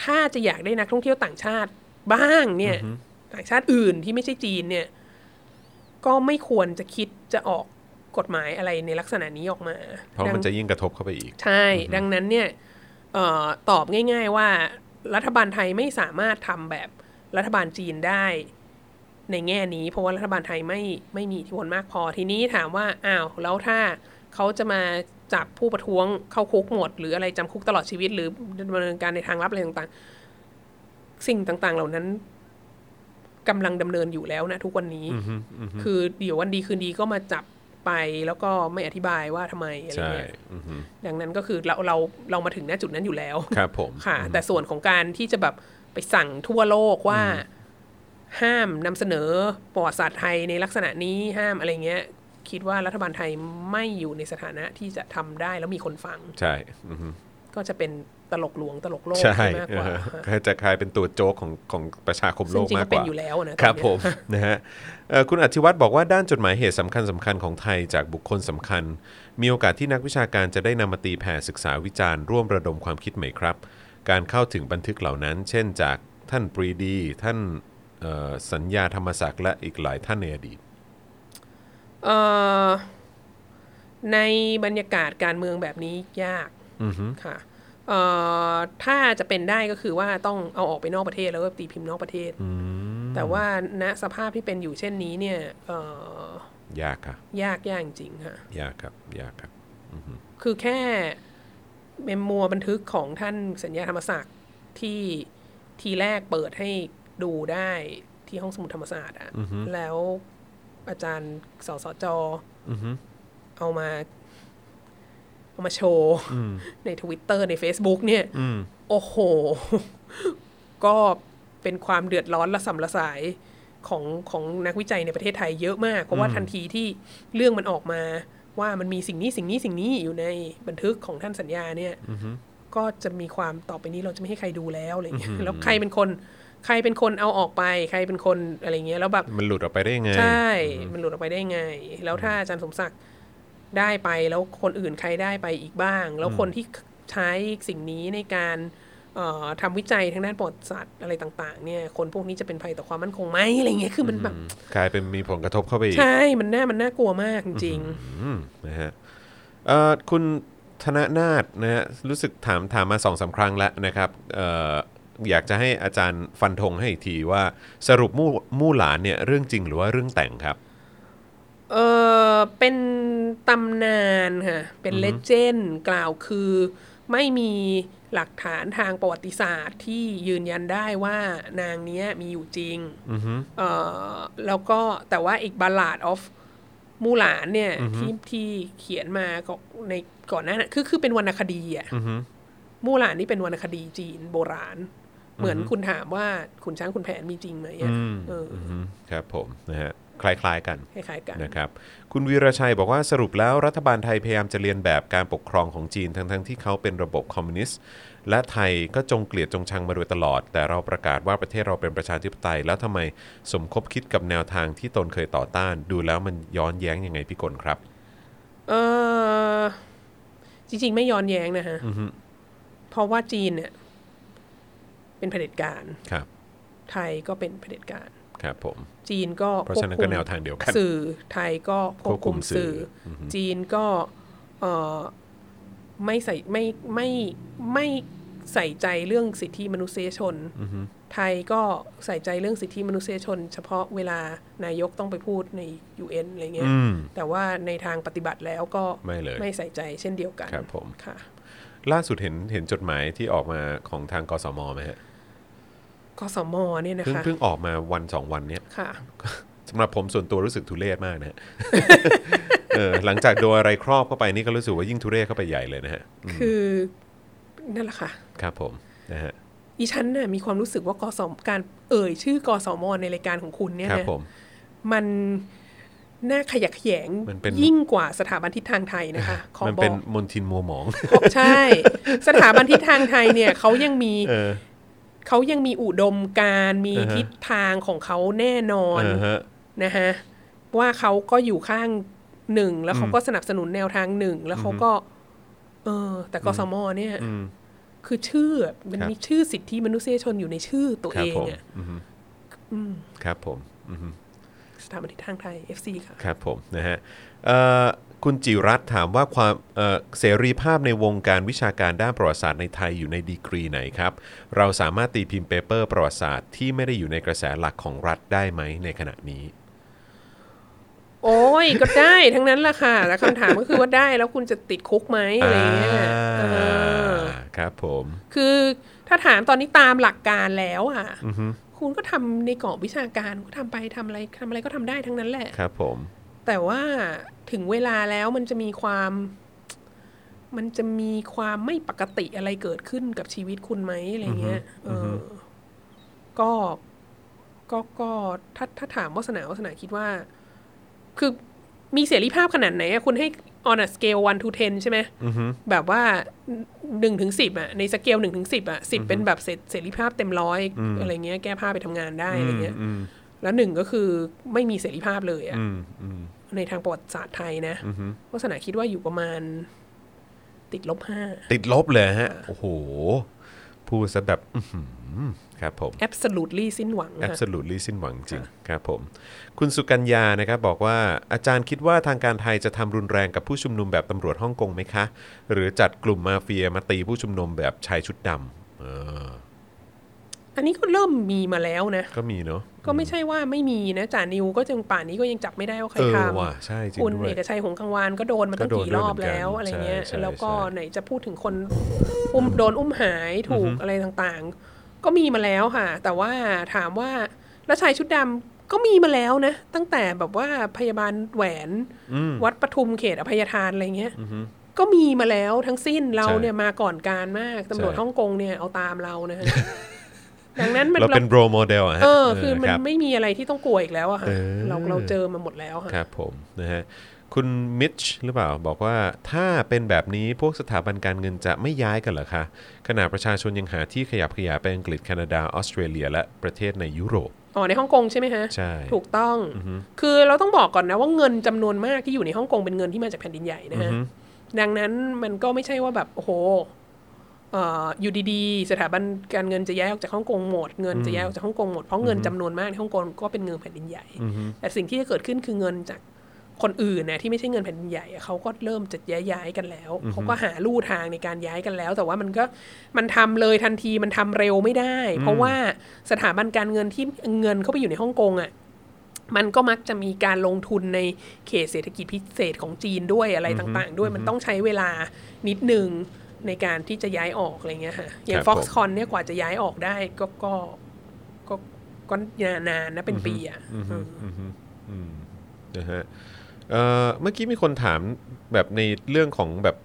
Speaker 2: ถ้าจะอยากได้นักท่องเที่ยวต่างชาติบ้างเนี่ยต่างชาติอื่นที่ไม่ใช่จีนเนี่ย ก็ไม่ควรจะคิดจะออกกฎหมายอะไรในลักษณะนี้ออกมา
Speaker 1: เพราะ
Speaker 2: ดัง
Speaker 1: มันจะยิ่งกระทบเข้าไปอีก
Speaker 2: ใช่ ดังนั้นเนี่ยเออตอบง่าย ๆ ว่ารัฐบาลไทยไม่สามารถทำแบบรัฐบาลจีนได้ ในแง่นี้ เพราะว่ารัฐบาลไทยไม่ไม่มีอิทธิพลมากพอทีนี้ถามว่าอ้าวแล้วถ้าเขาจะมาจับผู้ประท้วงเข้าคุกหมด หรืออะไรจำคุกตลอดชีวิต หรือดำเนินการในทางลับอะไรต่างๆ สิ่งต่างๆ เหล่านั้นกำลังดำเนินอยู่แล้วนะทุกวันนี้ คือเดี๋ยววันดีคืนดีก็มาจับไปแล้วก็ไม่อธิบายว่าทำไมอะไร
Speaker 1: ใช่
Speaker 2: เงี้ย
Speaker 1: อือฮึ
Speaker 2: ดังนั้นก็คือเราเราเรามาถึงณจุดนั้นอยู่แล้ว
Speaker 1: ครับผม
Speaker 2: ค่ะแต่ส่วนของการที่จะแบบไปสั่งทั่วโลกว่า ห้ามนำเสนอประวัติศาสตร์ไทยในลักษณะนี้ห้ามอะไรเงี้ย คิดว่ารัฐบาลไทยไม่อยู่ในสถานะที่จะทำได้แล้วมีคนฟัง
Speaker 1: ใช่อือฮึ
Speaker 2: ก็จะเป็นตลกหลวงตลกโลก
Speaker 1: ใช่
Speaker 2: ไปมาก
Speaker 1: เอก
Speaker 2: ว่า
Speaker 1: อจะกลายเป็นตัวโจ๊กของของประชาคมโล
Speaker 2: ซึ่ง
Speaker 1: ก
Speaker 2: จริง
Speaker 1: มา
Speaker 2: ก็
Speaker 1: กก
Speaker 2: เป็น
Speaker 1: ว่า
Speaker 2: อยู่แล้วนะตอนเนี้ย
Speaker 1: ครับผม นะฮะเอ่อคุณอธิวัตรบอกว่าด้านจดหมายเหตุสำคัญสำคัญของไทยจากบุคคลสำคัญ มีโอกาสที่นักวิชาการจะได้นำมาตีแผ่ศึกษาวิจารณ์ร่วมระดมความคิดใหม่ครับ การเข้าถึงบันทึกเหล่านั้น เช่นจากท่านปรีดี ท่านเอ่อสัญญาธรรมศักดิ์และอีกหลายท่านในอดีต
Speaker 2: เอ่อในบรรยากาศการเมืองแบบนี้ยากค่ะเอ่อถ้าจะเป็นได้ก็คือว่าต้องเอาออกไปนอกประเทศแล้วก็ตีพิมพ์นอกประเทศแต่ว่าณสภาพที่เป็นอยู่เช่นนี้เนี่ยเอ่อย
Speaker 1: ากค่ะ
Speaker 2: ยากยากจริงๆค่ะ
Speaker 1: ยากครับยากครับ
Speaker 2: คือแค่เมมโมัวบันทึกของท่านสัญญาธรรมศักดิ์ที่ทีแรกเปิดให้ดูได้ที่ห้องสมุดธรรมศาสตร์อะแล้วอาจารย์สสจเอามา เอามาโชว์ในทวิตเตอร์ใน Facebook เนี่ย โอ้โห (laughs) ก็เป็นความเดือดร้อนและสัมละสายของของนักวิจัยในประเทศไทยเยอะมาก เพราะว่าทันทีที่เรื่องมันออกมาว่ามันมีสิ่งนี้สิ่งนี้สิ่งนี้อยู่ในบันทึกของท่านสัญญาเนี่ยก็จะมีความต่อไปนี้เราจะไม่ให้ใครดูแล้วอะไรเงี้ยแล้วใครเป็นคนใครเป็นคนเอาออกไป ใครเป็นคนอะไรเงี้ยแล้วแบบ
Speaker 1: มันหลุดออกไปได้ยังไง
Speaker 2: ใช่ มันหลุดออกไปได้ไง แล้วถ้าอาจารย์สมศักดิ์ได้ไปแล้วคนอื่นใครได้ไปอีกบ้าง แล้วคนที่ใช้สิ่งนี้ในการเอ่อทำวิจัยทางด้านประวัติศาสตร์อะไรต่าง ๆ เนี่ย คนพวกนี้จะเป็นภัยต่อความมั่นคงไหมอะไรเงี้ย คือมันแบบ
Speaker 1: กลายเป็นมีผลกระทบเข้าไปอีก
Speaker 2: ใช่ มันน่ามันน่ากลัวมากจริง
Speaker 1: อืมนะฮะ เอ่อคุณธนนาถนะฮะรู้สึกถามถามมาสองสามครั้งแล้วนะครับเอ่ออยากจะให้อาจารย์ฟันธงให้อีกทีว่าสรุปมู่มู่หลานเนี่ยเรื่องจริงหรือว่าเรื่องแต่งครับ
Speaker 2: เออเป็นตำนานค่ะ เป็นเลเจนด์กล่าวคือไม่มีหลักฐานทางประวัติศาสตร์ที่ยืนยันได้ว่านางเนี้ยมีอยู่จริง
Speaker 1: อือฮึ
Speaker 2: เอ่อแล้วก็แต่ว่าอีกบ l ลาดออฟมูหลานเนี่ยที่ที่เขียนมาก็ในก่อนหน้านั้นคือคือเป็นวรรณคดีอ่ะ
Speaker 1: อือฮึ
Speaker 2: มูหลานนี่เป็นวรรณคดีจีนโบราณ เหมือนคุณถามว่าขุนช้างขุนแผนมีจริงไหมอะ
Speaker 1: อืม
Speaker 2: เออ
Speaker 1: อือฮึครับผมนะฮะคล้ายๆกัน
Speaker 2: คล้ายๆกัน
Speaker 1: นะครับคุณวีรชัยบอกว่าสรุปแล้วรัฐบาลไทยพยายามจะเรียนแบบการปกครองของจีนทั้งๆทที่เขาเป็นระบบคอมมิวนิสต์ และไทยก็จงเกลียดจงชังมาโดยตลอด แต่เราประกาศว่าประเทศเราเป็นประชาธิปไตย แล้วทำไมสมคบคิดกับแนวทางที่ตนเคยต่อต้าน ดูแล้วมันย้อนแย้งยังไงพี่กลครับ
Speaker 2: เออจริงๆ ไม่ย้อนแย้งนะฮะเพราะว่าจีนเนี่ยเป็นเผด็จการ
Speaker 1: ครับ
Speaker 2: ไทยก็เป็นเผด็จการ
Speaker 1: ครับผม
Speaker 2: จีนก็
Speaker 1: เพราะฉะนั้นก็แนวทางเดียวกัน
Speaker 2: สื่อไทยก็ควบคุมสื่อ จีนก็เอ่อไม่ใส่ไม่ไม่ไม่ใส่ใจเรื่องสิทธิมนุษยชน ไทยก็ใส่ใจเรื่องสิทธิมนุษยชน เฉพาะเวลานายกต้องไปพูดใน UN อะไรเงี้ย
Speaker 1: อืม
Speaker 2: แต่ว่าในทางปฏิบัติแล้วก็
Speaker 1: ไม่เลย
Speaker 2: ใส่ใจเช่นเดียวกัน
Speaker 1: ครับผม
Speaker 2: ค่ะ
Speaker 1: ล่าสุดเห็นเห็นจดหมายที่ออกมาของทางกสมไหมฮะ
Speaker 2: กสมเนี่ยนะ
Speaker 1: เพิ่ง
Speaker 2: คะ
Speaker 1: เพิ่งออกมาวันสองวันเนี้ย
Speaker 2: ค่ะ
Speaker 1: สำหรับผมส่วนตัวรู้สึกทุเรศมากนะฮะ (laughs) เออหลังจากโดนอะไรครอบเข้าไปนี่ก็รู้สึกว่ายิ่งทุเรศเข้าไปใหญ่เลยนะฮะ
Speaker 2: คือนั่นแหละค่ะ
Speaker 1: ครับผมนะฮะ
Speaker 2: ดิฉันน่ะมีความรู้สึกว่ากสมการเอ่ยชื่อกสมในรายการของคุณเนี่ย
Speaker 1: ครับ
Speaker 2: นะ
Speaker 1: ผม
Speaker 2: มันน่าขยะแขยง
Speaker 1: มันเป็น
Speaker 2: ยิ่งกว่าสถาบันทิศทางไทยนะคะ ขอ
Speaker 1: มัน
Speaker 2: บอ
Speaker 1: เป็น
Speaker 2: ก
Speaker 1: มนทินมัวหมอง
Speaker 2: เพราะใช่ (laughs) สถาบันทิศทางไทยเนี่ยเขายังมี
Speaker 1: เออ
Speaker 2: เขายังมีอุดมการณ์มี
Speaker 1: อือฮะ
Speaker 2: ทิศทางของเขาแน่นอน
Speaker 1: อ่าฮะ
Speaker 2: นะฮะว่าเขาก็อยู่ข้างหนึ่งแล้วเขาก็สนับสนุนแนวทางหนึ่งแล้วเขาก็ เออ แต่กสมเนี่ย
Speaker 1: อืม
Speaker 2: คือชื่อมัน
Speaker 1: ครับ
Speaker 2: มีชื่อสิทธิมนุษยชนอยู่ในชื่อตัว
Speaker 1: ครั
Speaker 2: เอบ ง
Speaker 1: ผม
Speaker 2: อะ
Speaker 1: อือฮึครับผมอือฮึ
Speaker 2: สถาบันทิศทางไทย FC ค่ะ
Speaker 1: ครับผมนะฮะเอ่อคุณจิรัตน์ถามว่าความเอ่อเสรีภาพในวงการวิชาการด้านประวัติศาสตร์ในไทยอยู่ในดีกรีไหนครับ เราสามารถตีพิมพ์เปเปอร์ประวัติศาสตร์ที่ไม่ได้อยู่ในกระแสหลักของรัฐได้ไหมในขณะนี้
Speaker 2: โอ้ย ก็ได้ทั้งนั้นแหละค่ะ แล้วคำถามก็คือว่าได้แล้วคุณจะติดคุกไหมอะไรเงี้ยเออ
Speaker 1: ครับผม
Speaker 2: คือถ้าถามตอนนี้ตามหลักการแล้วอ่ะคุณก็ทำในกรอบวิชาการก็ทำไปทำอะไรทำอะไรก็ทำได้ทั้งนั้นแหละ
Speaker 1: ครับผม
Speaker 2: แต่ว่าถึงเวลาแล้วมันจะมีความ มันจะมีความไม่ปกติอะไรเกิดขึ้นกับชีวิตคุณไหมอะไรเงี้ยเอออก็ ก็ก็ถ้าถ้าถามวาสนาวาสนาคิดว่า คือมีเสรีภาพขนาดไหนอะคุณให้ on a scale 1 to 10 ใช่ไหมแบบว่า1ถึง10อะในสเกล1ถึง10อะ10 เป็นแบบเสรเสรีภาพเต็มร้อยอะไรเงี้ยแก้ผ้าไปทำงานได้อะไรเงี้ยแล้วหนึ่งก็คือไม่มีเสรีภาพเลยอะ
Speaker 1: อืมอืม
Speaker 2: ในทางประวัติศาสตร์ไทยนะวาสนาคิดว่าอยู่ประมาณ ติดลบห้า
Speaker 1: ติดลบเลยฮะ โอ้โห พูดซะแบบอื้อหือครับผม
Speaker 2: absolutely สิ้นหวังค่ะ
Speaker 1: absolutely สิ้นหวังจริงครับผม คุณสุกัญญานะครับบอกว่าอาจารย์คิดว่าทางการไทยจะทำรุนแรงกับผู้ชุมนุมแบบตำรวจฮ่องกงไหมคะ หรือจัดกลุ่มมาเฟียมาตีผู้ชุมนุมแบบชายชุดดำเออ
Speaker 2: อันนี้ก็เริ่มมีมาแล้วนะ
Speaker 1: ก็มีเนาะ
Speaker 2: ก็ไม่ใช่ว่าไม่มีนะจ่านิวก็จังป่านนี้ก็ยังจับไม่ได้ว่าใคร
Speaker 1: เออ
Speaker 2: ท
Speaker 1: ว่ะใช่จริ
Speaker 2: ำ
Speaker 1: ง
Speaker 2: คุณ
Speaker 1: ด้ว
Speaker 2: เอย กชัยหงส์กังวานก็โดนมาตั้ง
Speaker 1: ก็โดน
Speaker 2: กี่รอบแล้ว
Speaker 1: ด้วยเหมือนกัน
Speaker 2: อะไรเงี้ย
Speaker 1: ใช่ใช่
Speaker 2: แล้วก็
Speaker 1: ใช่
Speaker 2: ไหนจะพูดถึงคนอุ้มโดนอุ้มหายถูกอะไรต่างๆ ก็มีมาแล้วค่ะ แต่ว่าถามว่าแล้วชายชุดดำก็มีมาแล้วนะ ตั้งแต่แบบว่าพยาบาลแหวนวัดปทุมเขตอภัยทานอะไรเงี้ย ก็มีมาแล้วทั้งสิ้นเรา
Speaker 1: ใช่
Speaker 2: เนี่ยมาก่อนการมากตำรวจ
Speaker 1: ใช่
Speaker 2: ฮ่องกงเนี่ยเอาตามเรานะ
Speaker 1: (laughs)
Speaker 2: ฮะ ดังนั้นมัน
Speaker 1: เรา
Speaker 2: เรา
Speaker 1: เป็นโบรโมเดลอะฮะ
Speaker 2: เออคือมัน
Speaker 1: รับ
Speaker 2: ไม่มีอะไรที่ต้องกลัวอีกแล้วอะค่ะ
Speaker 1: เออ
Speaker 2: เราเราเจอมาหมดแล้วค่ะ
Speaker 1: ครับผมนะฮะคุณมิชหรือเปล่าบอกว่าถ้าเป็นแบบนี้พวกสถาบันการเงินจะไม่ย้ายกันเหรอคะขณะประชาชนยังหาที่ขยับขยายไปอังกฤษแคนาดาออสเตรเลีย และประเทศในยุโรป
Speaker 2: อ๋อในฮ่องกงใช่ไหมฮะ
Speaker 1: ใช่
Speaker 2: ถูกต้อง คือเราต้องบอกก่อนนะว่าเงินจำนวนมากที่อยู่ในฮ่องกงเป็นเงินที่มาจากแผ่นดินใหญ่นะฮะดังนั้นมันก็ไม่ใช่ว่าแบบโอ้โหเอ่ออยู่ดีๆ สถาบันการเงินจะย้ายออกจากฮ่องกงหมดเงินจะย้ายออกจากฮ่องกงหมดเพราะเงินจำนวนมากในฮ่องกงก็เป็นเงินแผ่นดินใหญ่ แต่สิ่งที่จะเกิดขึ้นคือเงินจาก คนอื่นเนี่ยที่ไม่ใช่เงินแผ่นดินใหญ่อะเขาก็เริ่มจะย้ายๆกันแล้ว เขาก็หาลู่ทางในการย้ายกันแล้ว แต่ว่ามันก็มันทำเลยทันทีมันทำเร็วไม่ได้ เพราะว่าสถาบันการเงินที่เงินเข้าไปอยู่ในฮ่องกงอ่ะ มันก็มักจะมีการลงทุนในเขตเศรษฐกิจพิเศษของจีนด้วยอะไรต่าง ๆ ด้วยมันต้องใช้เวลานิดหนึ่งในการที่จะย้ายออกอะไรเงี้ยค่ะอย่า
Speaker 1: ครั
Speaker 2: ง
Speaker 1: บผม
Speaker 2: Foxconn เนี่ยกว่าจะย้ายออกได้ก็ก็ก็ก็นานนะเป็นปีอ่ะอืม
Speaker 1: อืมฮึอืมนะฮะเอ่อเมื่อกี้มีคนถามแบบในเรื่องของแบบ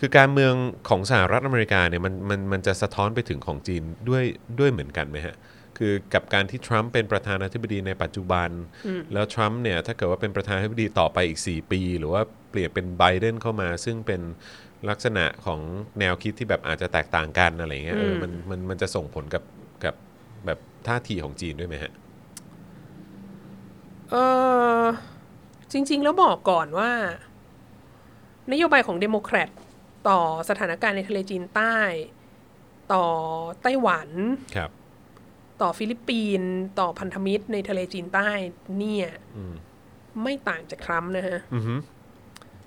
Speaker 1: คือการเมืองของสหรัฐอเมริกาเนี่ยมันมันมันจะสะท้อนไปถึงของจีนด้วยด้วยเหมือนกันไหมฮะ คือกับการที่ทรัมป์เป็นประธานาธิบดีในปัจจุบัน แล้วทรัมป์เนี่ยถ้าเกิดว่าเป็นประธานาธิบดีต่อไปอีก 4 ปี หรือว่าเปลี่ยนเป็นไบเดนเข้ามา ซึ่งเป็นลักษณะของแนวคิดที่แบบอาจจะแตกต่างกันอะไรเงี้ยเออ
Speaker 2: อืม
Speaker 1: มันมันมันจะส่งผลกับกับแบบท่าทีของจีนด้วยไหมฮะ
Speaker 2: เออจริง ๆ แล้วบอกก่อนว่า นโยบายของเดโมแครตต่อสถานการณ์ในทะเลจีนใต้ ต่อไต้หวัน
Speaker 1: ครับ
Speaker 2: ต่อฟิลิปปินส์ต่อพันธมิตรในทะเลจีนใต้เนี่ย
Speaker 1: อืม
Speaker 2: ไม่ต่างจากทรัมป์นะฮะ
Speaker 1: อือฮึ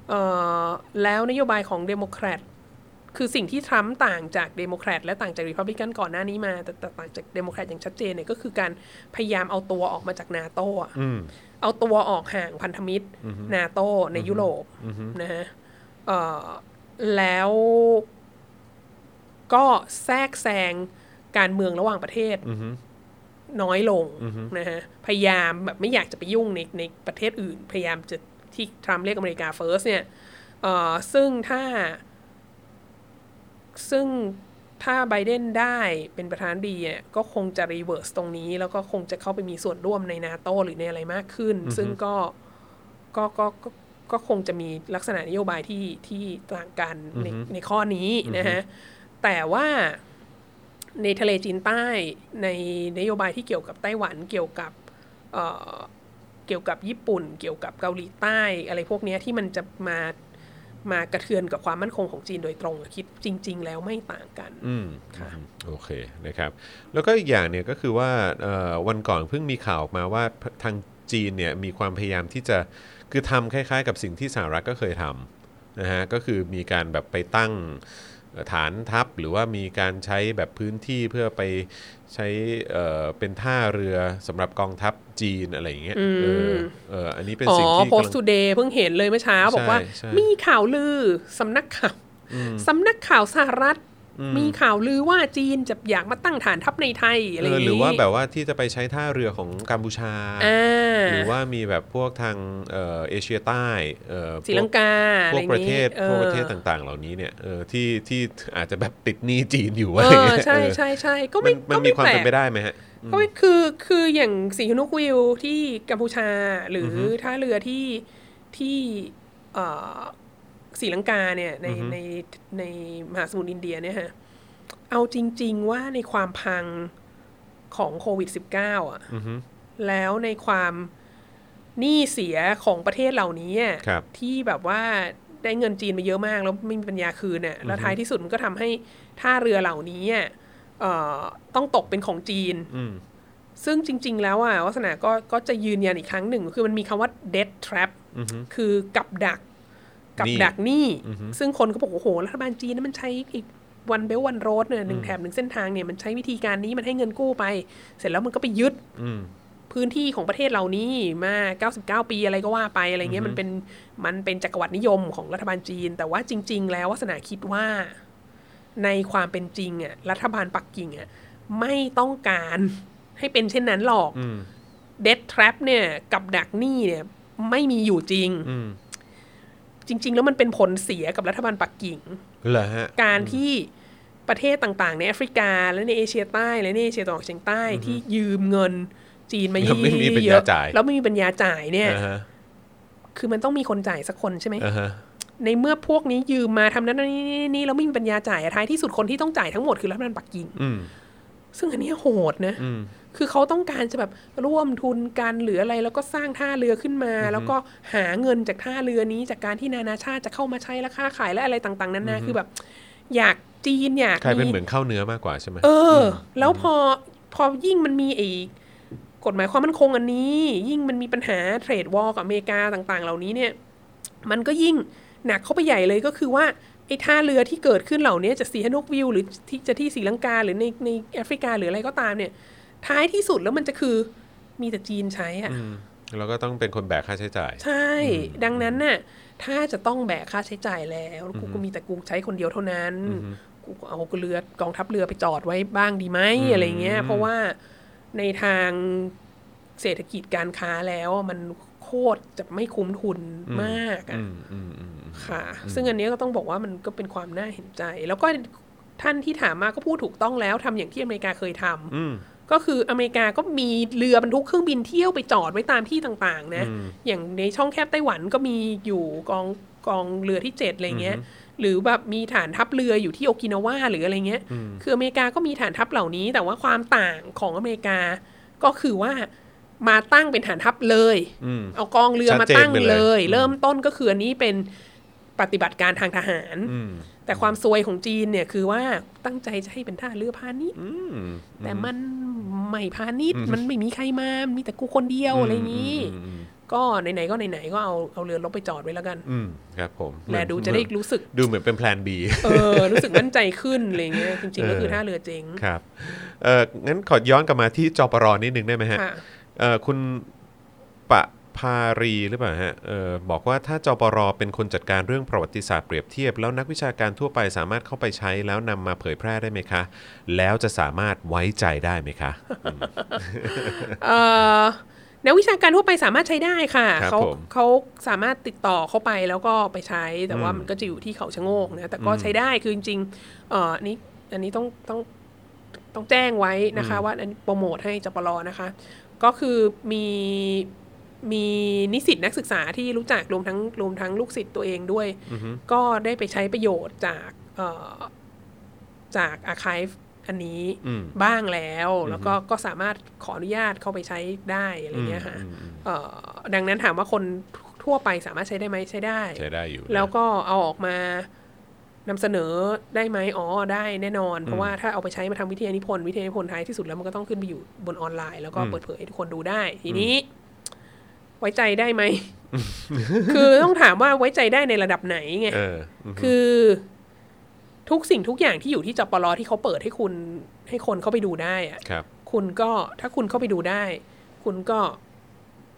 Speaker 2: เอ่อแล้วนโยบายของเดโมแครตคือสิ่งที่ทรัมป์ต่างจากเดโมแครตและต่างจากริพับลิกันก่อนหน้านี้มาแต่แต่ต่างจากเดโมแครตอย่างชัดเจนเนี่ยก็คือการพยายามเอาตัวออกมาจากนาโตอะ
Speaker 1: อืม
Speaker 2: เอาตัวออกห่างพันธมิตรนาโตในยุโรปนะฮะเอ่อแล้วก็แทรกแซงการเมืองระหว่างประเทศน้อยลงนะฮะพยายามแบบไม่อยากจะไปยุ่งในในประเทศอื่น พยายามจะที่ทรัมป์เรียกอเมริกาเฟิร์สเนี่ยเอ่อซึ่งถ้า ซึ่งถ้าไบเดนได้เป็นประธานดีอ่ะก็คงจะรีเวิร์สตรงนี้ แล้วก็คงจะเข้าไปมีส่วนร่วมในนาโตหรือในอะไรมากขึ้น ซึ่งก็ก็ก็ก็ก็คงจะมีลักษณะนโยบายที่ที่ต่างกันในในข้อนี้นะฮะแต่ว่าในทะเลจีนใต้ในนโยบายที่เกี่ยวกับไต้หวันเกี่ยวกับเอ่อเกี่ยวกับญี่ปุ่น เกี่ยวกับเกาหลีใต้ อะไรพวกเนี้ยที่มันจะมา มากระเทือนกับความมั่นคงของจีนโดยตรงอะคิดจริง ๆ แล้วไม่ต่างกัน
Speaker 1: อืม
Speaker 2: ค่ะ
Speaker 1: อืมโอเคนะครับ แล้วก็อีกอย่างเนี่ยก็คือว่าเอ่อวันก่อนเพิ่งมีข่าวออกมาว่าทางจีนเนี่ยมีความพยายามที่จะคือทำคล้ายๆ กับสิ่งที่สหรัฐก็เคยทำนะฮะก็คือมีการแบบไปตั้งเอ่อฐานทัพ หรือว่ามีการใช้แบบพื้นที่เพื่อไปใช้เอ่อเป็นท่าเรือสำหรับกองทัพจีนอะไรอย่างเงี้ย
Speaker 2: อืม
Speaker 1: เออเอออันนี้เป็น
Speaker 2: อ๋อ
Speaker 1: สิ่งที่กำลั
Speaker 2: post
Speaker 1: ง
Speaker 2: today เพิ่งเห็นเลยเมื่อเช้า
Speaker 1: ใช่
Speaker 2: บอกว่า
Speaker 1: ใช่
Speaker 2: มีข่าวลือสำนักข่าวสำนักข่าวสหรัฐ มีข่าวลือว่าจีนจะอยากมาตั้งฐานทัพในไทยอะไร
Speaker 1: เอ
Speaker 2: อย่า
Speaker 1: อง
Speaker 2: นี้
Speaker 1: หรือว่าแบบว่าที่จะไปใช้ท่าเรือของกัมพูชา
Speaker 2: อ่า
Speaker 1: หรือว่ามีแบบพวกทางเอ่อเอเชียใต้เอ่อ
Speaker 2: ศรีลังกา
Speaker 1: พวกพวกป
Speaker 2: อไอ
Speaker 1: ระ
Speaker 2: ย่าง
Speaker 1: เท
Speaker 2: งี้
Speaker 1: ศพวกประเทศ
Speaker 2: ออ
Speaker 1: ต่างๆ เหล่านี้เนี่ยเออที่ที่อาจจะแบบติดหนี้จีนอยู่
Speaker 2: เอ
Speaker 1: อะไรอย่าง
Speaker 2: อ
Speaker 1: เงี้ย
Speaker 2: ใช่
Speaker 1: เออ
Speaker 2: ใช่ใช่ก็
Speaker 1: มั
Speaker 2: ไม่
Speaker 1: นมัน
Speaker 2: ก็
Speaker 1: มี
Speaker 2: ไม่
Speaker 1: ความ
Speaker 2: แปล
Speaker 1: เป็น
Speaker 2: ก
Speaker 1: ไปได้ไหมฮะ
Speaker 2: ก็ไม่คือคืออย่างสีหนุกวิวที่กัมพูชา หรืออท่าเรือที่ที่เอ่อศรีลังกาเนี่ยในในในมหาสมุทรอินเดียเนี่ยฮะเอาจริง ๆ ว่าในความพังของโควิด -19 อ่ะ
Speaker 1: อือฮึ
Speaker 2: แล้วในความหนี้เสียของประเทศเหล่านี้อะ
Speaker 1: ครับ
Speaker 2: ที่แบบว่าได้เงินจีนมาเยอะมาก แล้วไม่มีปัญญาคืนเนี่ยแล้วท้ายที่สุดมันก็ทำให้ท่าเรือเหล่านี้อะเอ่อต้องตกเป็นของจีน
Speaker 1: อืม
Speaker 2: ซึ่งจริง ๆ แล้วอ่ะวัฒนาก็ก็จะยืนยันอีกครั้งหนึ่ง คือมันมีคำว่า death trap
Speaker 1: อือฮึ
Speaker 2: คือกับดัก กับ
Speaker 1: หนี้
Speaker 2: ดักหนี้ ซึ่งคนก็บอกโอ้โห รัฐบาลจีนนั้นมันใช้อีกวันเบลวันโรดเนี่ยหนึ่งแถมหนึ่งเส้นทางเนี่ยมันใช้วิธีการนี้มันให้เงินกู้ไป เสร็จแล้วมันก็ไปยึด
Speaker 1: อืม
Speaker 2: พื้นที่ของประเทศเหล่านี้มา 99 ปีอะไรก็ว่าไปอะไรเงี้ยมันเป็นมันเป็นจักรวรรดินิยมของรัฐบาลจีน แต่ว่าจริง ๆ แล้ววัฒนาคิดว่า ในความเป็นจริงอ่ะรัฐบาลปักกิ่งอ่ะไม่ต้องการให้เป็นเช่นนั้นหรอก
Speaker 1: อืม
Speaker 2: death trap เนี่ยกับดักหนี้เนี่ยไม่มีอยู่จริง
Speaker 1: อืม
Speaker 2: จริง ๆ แล้วมันเป็นผลเสียกับรัฐบาลปักกิ่ง
Speaker 1: เหรอฮะ
Speaker 2: การที่ประเทศต่างๆ ในแอฟริกา และในเอเชียใต้ และในเอเชียตะวันออกเฉียงใต้ที่ยืมเงินจีนมา
Speaker 1: แล้วไม่มีปัญญา
Speaker 2: เยอะ
Speaker 1: จ่าย
Speaker 2: แล้วไม่มีปัญญาจ่ายเนี่ย
Speaker 1: อ่าฮะ
Speaker 2: คือมันต้องมีคนจ่ายสักคนใช่ไหม
Speaker 1: อ่าฮะ
Speaker 2: ในเมื่อพวกนี้ยืมมาทำนั้นนี่นี่นี่แล้วไม่มีปัญญาจ่ายอะท้ายที่สุดคนที่ต้องจ่ายทั้งหมดคือรัฐบาลปักกิ่ง
Speaker 1: อืม
Speaker 2: ซึ่งอันเนี้ยโหดนะ
Speaker 1: อืม
Speaker 2: คือเขาต้องการจะแบบร่วมทุนกันหรืออะไร แล้วก็สร้างท่าเรือขึ้นมา แล้วก็หาเงินจากท่าเรือนี้จากการที่นานาชาติจะเข้ามาใช้และค้าขายและอะไรต่างๆนานาคือแบบ อยากจีนอยาก
Speaker 1: ใครเป็น
Speaker 2: มี
Speaker 1: เหมือนข้าวเนื้อมากกว่าใช่ไหม
Speaker 2: เอออ แล้วพอพอยิ่งมันมีไอ้ กฎหมายความมั่นคงอันนี้ ยิ่งมันมีปัญหาเทรดวอกับอเมริกาต่างๆ เหล่านี้เนี่ยมันก็ยิ่งหนักเข้าไปใหญ่เลยก็คือว่าไอ้ท่าเรือที่เกิดขึ้นเหล่านี้จะสีฮนกวิวหรือที่จะที่ศรีลังกาหรือในในแอฟริกาหรืออะไรก็ตามเนี่ย ท้ายที่สุดแล้วมันจะคือมีแต่จีนใช้อะ
Speaker 1: อืมแล้วก็ต้องเป็นคนแบกค่าใช้จ่าย
Speaker 2: ใช่ ดังนั้นน่ะ ถ้าจะต้องแบกค่าใช้จ่ายแล้ว กูก็มีแต่กูใช้คนเดียวเท่านั้น กูก็เอาเรือกองทัพเรือไปจอดไว้บ้างดีไหม
Speaker 1: อืม
Speaker 2: อะไรเงี้ย เพราะว่าในทางเศรษฐกิจการค้าแล้วมันโคตรจะไม่คุ้มทุนมากอะ
Speaker 1: อืมอืมอืมอืม
Speaker 2: ค่ะ ซึ่งอันเนี้ยก็ต้องบอกว่ามันก็เป็นความน่าเห็นใจ แล้วก็ท่านที่ถามมาก็พูดถูกต้องแล้วทำอย่างที่อเมริกาเคยทำ
Speaker 1: อืม
Speaker 2: ก็คืออเมริกาก็มีเรือบรรทุกเครื่องบินเที่ยวไปจอดไว้ตามที่ต่างๆ นะ
Speaker 1: อืม
Speaker 2: อย่างในช่องแคบไต้หวันก็มีอยู่กองกองเรือที่เจ็ดอะไรเงี้ย หรือแบบมีฐานทัพเรืออยู่ที่โอกินาวาหรืออะไรเงี้ย
Speaker 1: อืม
Speaker 2: คืออเมริกาก็มีฐานทัพเหล่านี้ แต่ว่าความต่างของอเมริกาก็คือว่ามาตั้งเป็นฐานทัพเลย
Speaker 1: อืม
Speaker 2: เอากองเรือมา
Speaker 1: ชัดเจน
Speaker 2: ตั้ง
Speaker 1: ไปเลย
Speaker 2: เลย
Speaker 1: อืม
Speaker 2: เริ่มต้นก็คืออันนี้เป็นปฏิบัติการทางทหาร
Speaker 1: อืม
Speaker 2: แต่ความซวยของจีนเนี่ยคือว่าตั้งใจจะให้เป็นท่าเรือพาณิชย์
Speaker 1: อืม
Speaker 2: แต่มันไม่พาณิชย์
Speaker 1: อืม
Speaker 2: มันไม่มีใครมา มีแต่กูคนเดียวอะไรอย่างนี้
Speaker 1: อืมอืม
Speaker 2: ก็ไหนๆก็ไหนๆก็เอาเอาเรือลบไปจอดไว้แล้วกัน
Speaker 1: อืมครับผม
Speaker 2: แลดูจะได้รู้สึก
Speaker 1: ดูเหมือนเป็นแพลน B
Speaker 2: เออ รู้สึกมั่นใจขึ้นอะไรอย่างเงี้ยจริงๆก็คือท่าเรือเจ๊ง
Speaker 1: ครับเอองั้นขอย้อนกลับมาที่จปรนิดนึงได้ไหมฮะ
Speaker 2: ค่ะ
Speaker 1: เอ่อคุณปะพารีหรือเปล่าฮะเอ่อบอกว่าถ้าจปรเป็นคนจัดการเรื่องประวัติศาสตร์เปรียบเทียบ แล้วนักวิชาการทั่วไปสามารถเข้าไปใช้แล้วนำมาเผยแพร่ได้ไหมคะ แล้วจะสามารถไว้ใจได้ไหมคะ
Speaker 2: เอ่อนักวิชาการทั่วไปสามารถใช้ได้ค่ะ
Speaker 1: ครับ
Speaker 2: เขา
Speaker 1: ผม
Speaker 2: เขาสามารถติดต่อเข้าไปแล้วก็ไปใช้แต่ว่า
Speaker 1: อืม
Speaker 2: มันก็จะอยู่ที่เขาชะโงกนะแต่ก็ใช้ได้คือจริงๆเอ่ออันนี้อันนี้ต้องต้องต้องแจ้งไว้นะคะ ว่าอันนี้โปรโมทให้จปรนะคะ ก็คือมีมีนิสิตนักศึกษาที่รู้จักรวมทั้งรวมทั้งลูกศิษย์ตัวเองด้วย
Speaker 1: อือฮึ
Speaker 2: ก็ได้ไปใช้ประโยชน์จากเอ่อจากอาคายอันนี้
Speaker 1: อืม
Speaker 2: บ้างแล้วแล้วก็ก็สามารถขออนุญาตเข้าไปใช้ได้อะไรเงี้ยค่ะ
Speaker 1: อืมอืมอืม
Speaker 2: เอ่อดังนั้นถามว่าคนทั่วไปสามารถใช้ได้ไหมใช้ได้
Speaker 1: ใช้ได้อยู่นะ
Speaker 2: แล้วก็เอาออกมานำเสนอได้ไหมอ๋อได้แน่นอน เพราะว่าถ้าเอาไปใช้มาทำวิทยานิพนธ์วิทยานิพนธ์ท้ายที่สุดแล้วมันก็ต้องขึ้นไปอยู่บนออนไลน์ แล้วก็
Speaker 1: อืม
Speaker 2: เปิดเผยให้ทุกคนดูได้ ทีนี้ ไว้ใจได้ไหม (laughs) คือต้องถามว่าไว้ใจได้ในระดับไหนไง
Speaker 1: เอออือฮึ
Speaker 2: คือทุกสิ่งทุกอย่างที่อยู่ที่จปลที่เขาเปิดให้คุณให้คนเข้าไปดูได้อะ
Speaker 1: ครับ
Speaker 2: คุณก็ถ้าคุณเข้าไปดูได้ คุณก็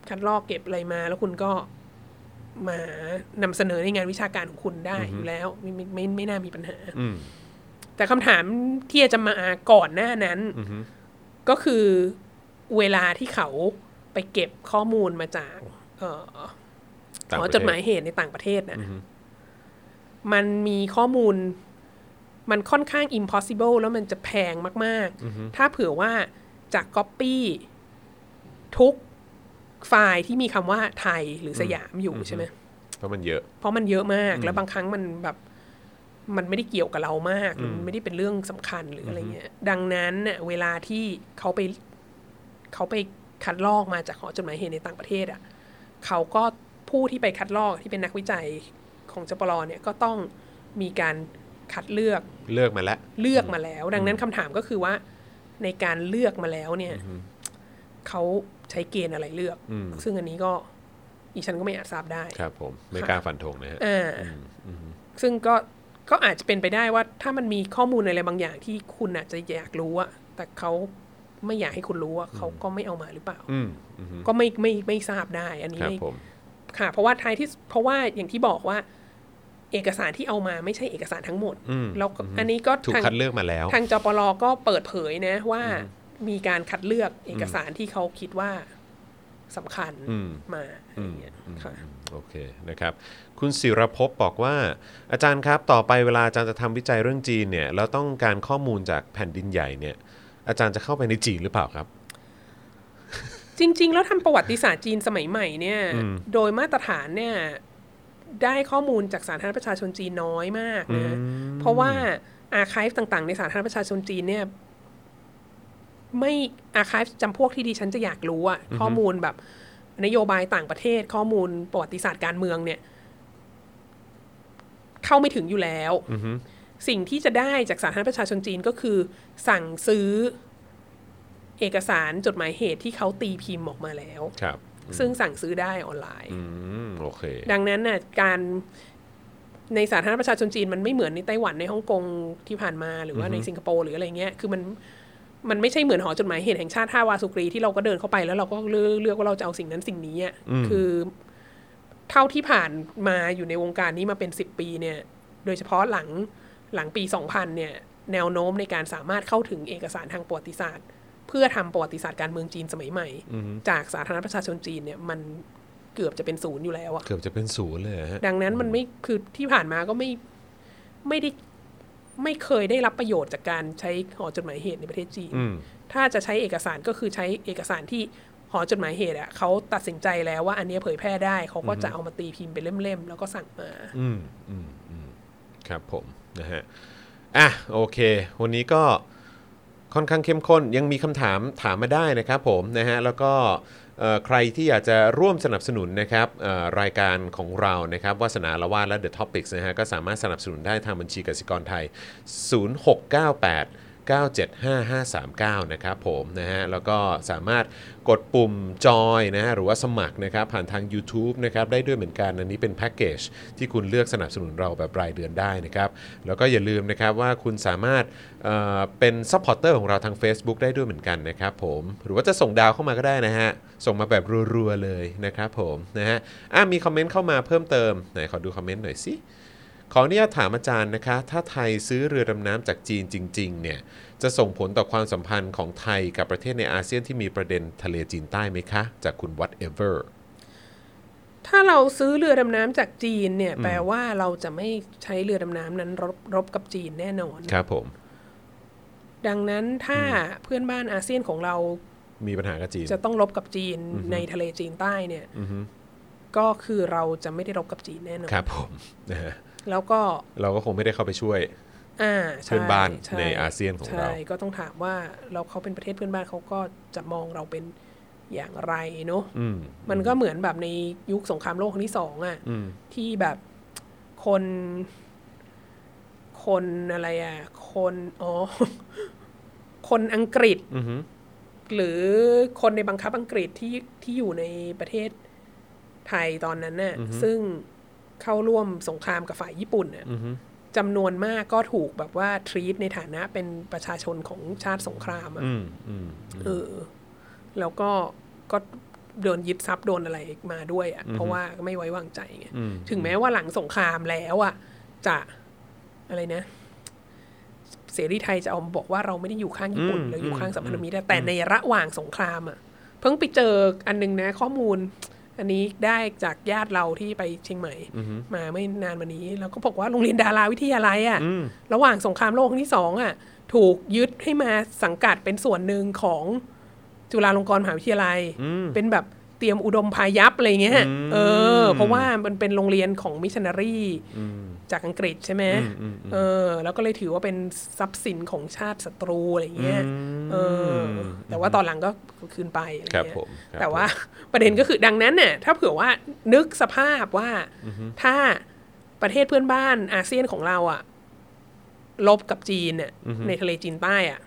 Speaker 2: คัดลอกเก็บอะไรมา แล้วคุณก็มานำเสนอในงานวิชาการของคุณได้
Speaker 1: อือฮึ
Speaker 2: อยู่แล้วไม่ไมไม่ไม่น่ามีปัญหา
Speaker 1: อืม
Speaker 2: แต่คำถามที่จะมาก่อนหน้านั้น
Speaker 1: อือฮึ
Speaker 2: ก็คือเวลาที่เขาไปเก็บข้อมูลมาจาก เอ่อ
Speaker 1: ต่ง
Speaker 2: หอ
Speaker 1: ประเทศ
Speaker 2: จดหมายเหตุในต่างประเทศนะ
Speaker 1: อือฮึ
Speaker 2: มันมีข้อมูลมันค่อนข้าง impossible แล้วมันจะแพงมาก
Speaker 1: อือฮึ
Speaker 2: ๆ ถ้าเผื่อว่าจะ copy ทุกไฟล์ที่มีคำว่าไทยหรือสยามอยู่ใช่ไหม
Speaker 1: เพราะมันเยอะ
Speaker 2: เพราะมันเยอะมาก
Speaker 1: อืม
Speaker 2: แล้วบางครั้งมันแบบมันไม่ได้เกี่ยวกับเรามากหรือ
Speaker 1: ม
Speaker 2: อมันไม่ได้เป็นเรื่องสำคัญหรืออะไรเงี้ย ดังนั้นน่ะเวลาที่เขาไปเขาไปคัดลอกมาจากหอจดหมายเหตุในต่างประเทศอ่ะเขาก็ผู้ที่ไปคัดลอกที่เป็นนักวิจัยของจปรเนี่ยก็ต้องมีการคัดเลือก
Speaker 1: เลิกมาแล้ว
Speaker 2: เลือกมาแล้ว ดังนั้นคำถามก็คือว่าในการเลือกมาแล้วเนี่ยเขาใช้เกณฑ์อะไรเลือก
Speaker 1: อืม
Speaker 2: ซึ่งอันนี้ก็อีฉันก็ไม่อาจทราบได้
Speaker 1: ครับผมไม่กล้าฟันธงนะฮะ
Speaker 2: อ่า
Speaker 1: อืมอือฮึ
Speaker 2: ซึ่งก็ก็อาจจะเป็นไปได้ว่าถ้ามันมีข้อมูลอะไรบางอย่างที่คุณอาจจะอยากรู้อะแต่เขาไม่อยากให้คุณรู้อะเขาก็ไม่เอามาหรือเปล่า
Speaker 1: อืมอือฮึ
Speaker 2: ก็ไม่ไม่ไม่ทราบได้อันนี้
Speaker 1: ครับ
Speaker 2: ไม่
Speaker 1: ผม
Speaker 2: ค่ะ เพราะว่าท้ายที่สุดเพราะว่าอย่างที่บอกว่า เอกสารที่เอามาไม่ใช่เอกสารทั้งหมด
Speaker 1: อืม
Speaker 2: แล้วก็อันนี้ก็
Speaker 1: ถูก
Speaker 2: ทาง
Speaker 1: คัดเลือกมาแล้ว
Speaker 2: ทางจปลก็เปิดเผยนะว่ามีการคัดเลือกเอกสารที่เขาคิดว่าสำคัญ
Speaker 1: อืม
Speaker 2: มาอะไรอย่างเงี้ยค่ะ
Speaker 1: โอเคนะครับ คุณศิรภพบอกว่า อาจารย์ครับต่อไปเวลาอาจารย์จะทำวิจัยเรื่องจีนเนี่ยแล้วต้องการข้อมูลจากแผ่นดินใหญ่เนี่ย อาจารย์จะเข้าไปในจีนหรือเปล่าครับ
Speaker 2: จริง ๆ แล้วทำประวัติศาสตร์จีนสมัยใหม่เนี่ย โดยมาตรฐานเนี่ย ได้ข้อมูลจากสาธารณประชาชนจีนน้อยมากนะ เพราะว่าอาคายต่างๆ ในสาธารณประชาชนจีนเนี่ย ไม่อาคายจำพวกที่ดิฉันจะอยากรู้อะข้อมูลแบบนโยบายต่างประเทศ ข้อมูลประวัติศาสตร์การเมืองเนี่ย เข้าไม่ถึงอยู่แล้ว
Speaker 1: อือฮึ
Speaker 2: สิ่งที่จะได้จากสาธารณประชาชนจีนก็คือ สั่งซื้อ เอกสารจดหมายเหตุที่เขาตีพิมพ์ออกมาแล้ว
Speaker 1: ครับ
Speaker 2: ซึ่งสั่งซื้อได้ออนไลน์
Speaker 1: อืมโอเค
Speaker 2: ดังนั้นน่ะการในสาธารณประชาชนจีนมันไม่เหมือนในไต้หวันในฮ่องกงที่ผ่านมาหรือว่าในสิงคโปร์หรืออะไรเงี้ยคือมันมันไม่ใช่เหมือนหอจดหมายเหตุแห่งชาติท่าวาสุกรีที่เราก็เดินเข้าไปแล้วเราก็เลือกเลือกว่าเราจะเอาสิ่งนั้นสิ่งนี้อ่ะคือเท่าที่ผ่านมาอยู่ในวงการนี้มาเป็นสิบปีเนี่ย โดยเฉพาะหลังหลังปีสองพันเนี่ย แนวโน้มในการสามารถเข้าถึงเอกสารทางประวัติศาสตร์ เพื่อทำประวัติศาสตร์การเมืองจีนสมัยใหม่ จากสาธารณประชาชนจีนเนี่ยมันเกือบจะเป็นศูนย์อยู่แล้วอะ
Speaker 1: เกือบจะเป็นศูนย์เลยเหรอฮะ
Speaker 2: ดังนั้นมันไม่คือที่ผ่านมาก็ไม่ไม่ได้ไม่เคยได้รับประโยชน์จากการใช้หอจดหมายเหตุในประเทศจีน
Speaker 1: อืม
Speaker 2: ถ้าจะใช้เอกสารก็คือใช้เอกสารที่หอจดหมายเหตุอ่ะเขาตัดสินใจแล้วว่าอันเนี้ยเผยแพร่ได้เขาก็จะเอามาตีพิมพ์เป็นเล่มๆ แล้วก็สั่งมา
Speaker 1: อืมอืมอืมครับผมนะฮะอ่ะโอเค วันนี้ก็ค่อนข้างเข้มข้นยังมีคำถามถามมาได้นะครับผมนะฮะแล้วก็เอ่อใครที่อยากจะร่วมสนับสนุนนะครับเอ่อรายการของเรานะครับวาสนาละวาดและ The Topics นะฮะก็สามารถสนับสนุนได้ทางบัญชีกสิกรไทย 0698 975539 นะครับผมนะฮะแล้วก็สามารถกดปุ่มจอยนะฮะหรือว่าสมัครนะครับผ่านทาง YouTube นะครับได้ด้วยเหมือนกันอันนี้เป็นแพ็กเกจที่คุณเลือกสนับสนุนเราแบบรายเดือนได้นะครับ แล้วก็อย่าลืมนะครับว่าคุณสามารถเอ่อเป็นซัพพอร์เตอร์ของเราทาง Facebook ได้ด้วยเหมือนกันนะครับผมหรือว่าจะส่งดาวเข้ามาก็ได้นะฮะ ส่งมาแบบรัวๆเลยนะครับผมนะฮะอ่ะมีคอมเมนต์เข้ามาเพิ่มเติมไหนขอดูคอมเมนต์หน่อยสิ ขออนุญาตถามอาจารย์นะคะ ถ้าไทยซื้อเรือดำน้ำจากจีนจริงๆ เนี่ย จะส่งผลต่อความสัมพันธ์ของไทยกับประเทศในอาเซียนที่มีประเด็นทะเลจีนใต้ไหมคะ จากคุณ whatever
Speaker 2: ถ้าเราซื้อเรือดำน้ำจากจีนเนี่ยแปลว่าเราจะไม่ใช้เรือดำน้ำนั้นรบรบกับจีนแน่นอน
Speaker 1: ครับผม
Speaker 2: ดังนั้นถ้าเพื่อนบ้านอาเซียนของเรา
Speaker 1: มีปัญหากับจีน
Speaker 2: จะต้องรบกับจีนในทะเลจีนใต้เนี่ยก็คือเราจะไม่ได้รบกับจีนแน่นอน
Speaker 1: ครับผมนะฮะ
Speaker 2: แล้วก็
Speaker 1: เราก็คงไม่ได้เข้าไปช่วย
Speaker 2: อ่า
Speaker 1: เพื่
Speaker 2: ใช่
Speaker 1: อนบ้าน
Speaker 2: ช่
Speaker 1: ในอาเซียนของเรา
Speaker 2: ใช่ ก็ต้องถามว่าเราเขาเป็นประเทศเพื่อนบ้านเขาก็จะมองเราเป็นอย่างไรเนอะ
Speaker 1: อืม
Speaker 2: มันก็เหมือนแบบในยุคสงครามโลกครั้งที่สองอะ่ะ
Speaker 1: อืม
Speaker 2: ที่แบบคน คนอะไรอะ่ะ คนอ๋อ (laughs) คนอังกฤษ
Speaker 1: อือฮึ
Speaker 2: หรือคนในบังคับอังกฤษที่ที่อยู่ในประเทศไทยตอนนั้นน่ะซึ่งเข้าร่วมสงครามกับฝ่ายญี่ปุ่นน่ะ
Speaker 1: อือฮึ
Speaker 2: จำนวนมากก็ถูกแบบว่าทรีตในฐานะเป็นประชาชนของชาติสงครามอะ
Speaker 1: อืมอืม
Speaker 2: เออ แล้วก็ก็โดนยึดทรัพย์โดนอะไรมาด้วยอะเพราะว่าไม่ไว้วางใจไง
Speaker 1: อืม
Speaker 2: ถึงแม้ว่าหลังสงครามแล้วอะจะอะไรนะ เสรีไทยจะเอามาบอกว่าเราไม่ได้อยู่ข้างญี่ปุ่น
Speaker 1: อืม
Speaker 2: เราอยู่ข้าง
Speaker 1: อืม
Speaker 2: สัมพันธมิตรนะแต่ในระหว่างสงครามอ่ะ เพิ่งไปเจออันนึงนะ ข้อมูล อันนี้ได้จากญาติเราที่ไปเชียงใหม่ มาไม่นานมานี้แล้วก็บอกว่าโรงเรียนดาราวิทยาลัยอ่ะ ระหว่างสงครามโลกครั้งที่สองอ่ะ ถูกยึดให้มาสังกัดเป็นส่วนหนึ่งของจุฬาลงกรณ์มหาวิทยาลัย เป็นแบบเตรียมอุดมพายัพอะไรเงี้ยเออ เพราะว่ามันเป็นโรงเรียนของมิชชันนารีจากอังกฤษใช่ไหมเออ แล้วก็เลยถือว่าเป็นทรัพย์สินของชาติศัตรูอะไรเงี้ยเออ แต่ว่าตอนหลังก็คืนไปอะไร
Speaker 1: ครับ
Speaker 2: เงี้ย
Speaker 1: ผมครับ
Speaker 2: แต่ว่า
Speaker 1: ผม
Speaker 2: ประเด็นก็คือดังนั้นน่ะถ้าเผื่อว่านึกสภาพว่าถ้าประเทศเพื่อนบ้านอาเซียนของเราอะลบกับจีนน่ะในทะเลจีนใต้อะ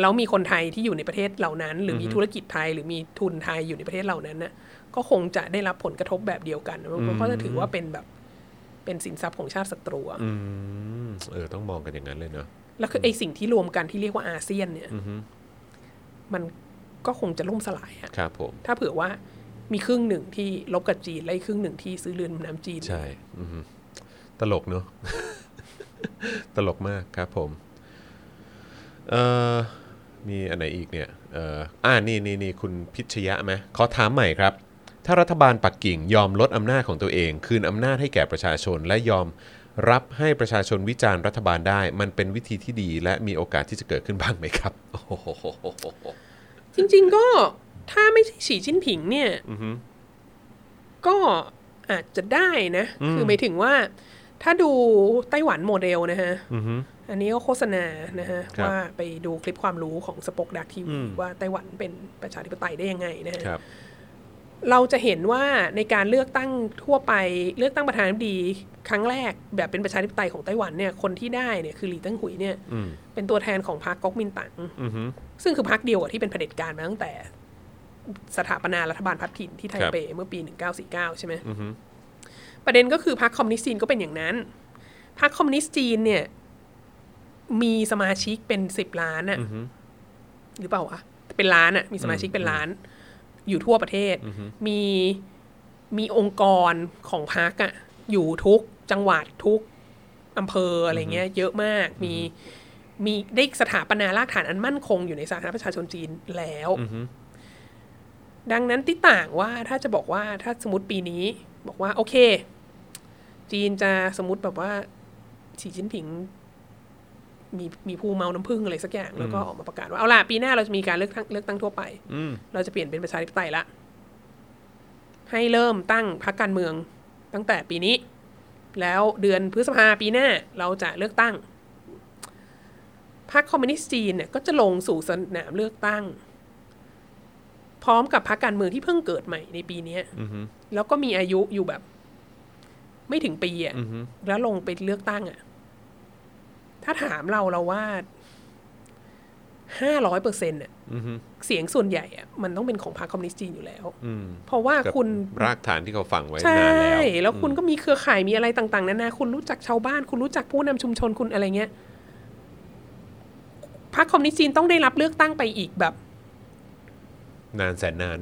Speaker 2: แล้วมีคนไทยที่อยู่ในประเทศเหล่านั้น หรือมีธุรกิจไทย หรือมีทุนไทยอยู่ในประเทศเหล่านั้นน่ะก็คงจะได้รับผลกระทบแบบเดียวกันมันก็จะถือว่าเป็นแบบเป็นสินทรัพย์ของชาติศัตรูอะ
Speaker 1: อืมเออต้องมองกันอย่างนั้นเลยเนาะ
Speaker 2: แล้วคือไอสิ่งที่รวมกันที่เรียกว่าอาเซียน เนี่ยมันก็คงจะล่มสลายอะ
Speaker 1: ครับผม
Speaker 2: ถ้าเผื่อว่ามีครึ่งหนึ่งที่ลบกับจีน และอีกครึ่งหนึ่งที่ซื้อเรือนน้ำจีน
Speaker 1: ใช่อือฮึตลกเนอะ (laughs) ตลกมากครับผมเอ่อมีอันไหนอีกเนี่ยเอ่ออ่านี่นี่นี่คุณพิชยะไหมขอถามใหม่ครับ ถ้ารัฐบาลปักกิ่งยอมลดอำนาจของตัวเอง คืนอำนาจให้แก่ประชาชน และยอมรับให้ประชาชนวิจารณ์รัฐบาลได้ มันเป็นวิธีที่ดี และมีโอกาสที่จะเกิดขึ้นบ้างไหมครับ (laughs) โอ้โห
Speaker 2: จริง ๆ ก็ถ้าไม่ใช่ฉีชิ้นผิงเนี่ย
Speaker 1: อือฮึ
Speaker 2: ก็อาจจะได้นะ คือหมายถึงว่า ถ้าดูไต้หวันโมเดลนะฮะ
Speaker 1: อือฮึ
Speaker 2: อันนี้ก็โฆษณานะฮะ
Speaker 1: ครับ
Speaker 2: ว่าไปดูคลิปความรู้ของสปอคดักที
Speaker 1: อื
Speaker 2: วี
Speaker 1: ม
Speaker 2: ว่าไต้หวันเป็นประชาธิปไตยได้ยังไงนะฮะ
Speaker 1: ครับ
Speaker 2: เราจะเห็นว่าในการเลือกตั้งทั่วไปเลือกตั้งประธานาธิบดีครั้งแรกแบบเป็นประชาธิปไตยของไต้หวันเนี่ยคนที่ได้เนี่ยคือหลีเติ้งหุยเนี่ย
Speaker 1: อืม
Speaker 2: เป็นตัวแทนของพรรคก๊กมินตั๋ง
Speaker 1: อือฮึ
Speaker 2: ซึ่งคือพรรคเดียวกับที่เป็นเผด็จการมาตั้งแต่สถาปนารัฐบาลพัฒถิ่นที่ไท
Speaker 1: ครับ
Speaker 2: เปเมื่อปี 1949 ใช่ไหม
Speaker 1: อือฮึ
Speaker 2: ประเด็นก็คือพรรคคอมมิวนิสต์จีนก็เป็นอย่างนั้น พรรคคอมมิวนิสต์จีนเนี่ยมีสมาชิกเป็นสิบล้านอะ
Speaker 1: อือฮึ
Speaker 2: หรือเปล่าวะเป็นล้านอะมีสมาชิกเป็นล้าน อยู่ทั่วประเทศ มีมีองค์กรของพรรคอะอยู่ทุกจังหวัดทุกอำเภออะไรเงี้ย เยอะมากมีมีได้สถาปนารากฐานอันมั่นคงอยู่ในสาธารณรัฐประชาชนจีนแล้ว
Speaker 1: อือฮึ
Speaker 2: ดังนั้นที่ต่างว่าถ้าจะบอกว่าถ้าสมมติปีนี้บอกว่า โอเค จีนจะสมมติแบบว่าสีจิ้นผิง มีมีผู้เมาน้ำผึ้งอะไรสักอย่าง แล้วก็ออกมาประกาศว่าเอาล่ะปีหน้าเราจะมีการเลือกตั้งเลือกตั้งทั่วไป
Speaker 1: อืม
Speaker 2: เราจะเปลี่ยนเป็นประชาธิปไตยละ ให้เริ่มตั้งพรรคการเมืองตั้งแต่ปีนี้ แล้วเดือนพฤษภาปีหน้าเราจะเลือกตั้ง พรรคคอมมิวนิสต์จีนเนี่ยก็จะลงสู่สนามเลือกตั้ง พร้อมกับพรรคการเมืองที่เพิ่งเกิดใหม่ในปีเนี้ย
Speaker 1: อือฮึ
Speaker 2: แล้วก็มีอายุอยู่แบบ ไม่ถึงปีอ่ะ
Speaker 1: อือฮึ
Speaker 2: แล้วลงไปเลือกตั้งอะ่ะ ถ้าถามเราเราว่าห้าร้อยเปอร์เซ็นต์อ่ะ
Speaker 1: อือฮึ
Speaker 2: เสียงส่วนใหญ่อะมันต้องเป็นของพรรคคอมมิวนิสต์จีนอยู่แล้ว
Speaker 1: อืม
Speaker 2: เพราะว่า
Speaker 1: กับ
Speaker 2: คุณ
Speaker 1: รากฐานที่เขาฝังไว้น
Speaker 2: ใช่
Speaker 1: านแล้ว
Speaker 2: แล้วคุณก็มีเครือข่ายมีอะไรต่างๆนานาคุณรู้จักชาวบ้าน คุณรู้จักผู้นำชุมชนคุณอะไรเงี้ยพรรคคอมมิวนิสต์จีนต้องได้รับเลือกตั้งไปอีกแบบ
Speaker 1: นานแสนนาน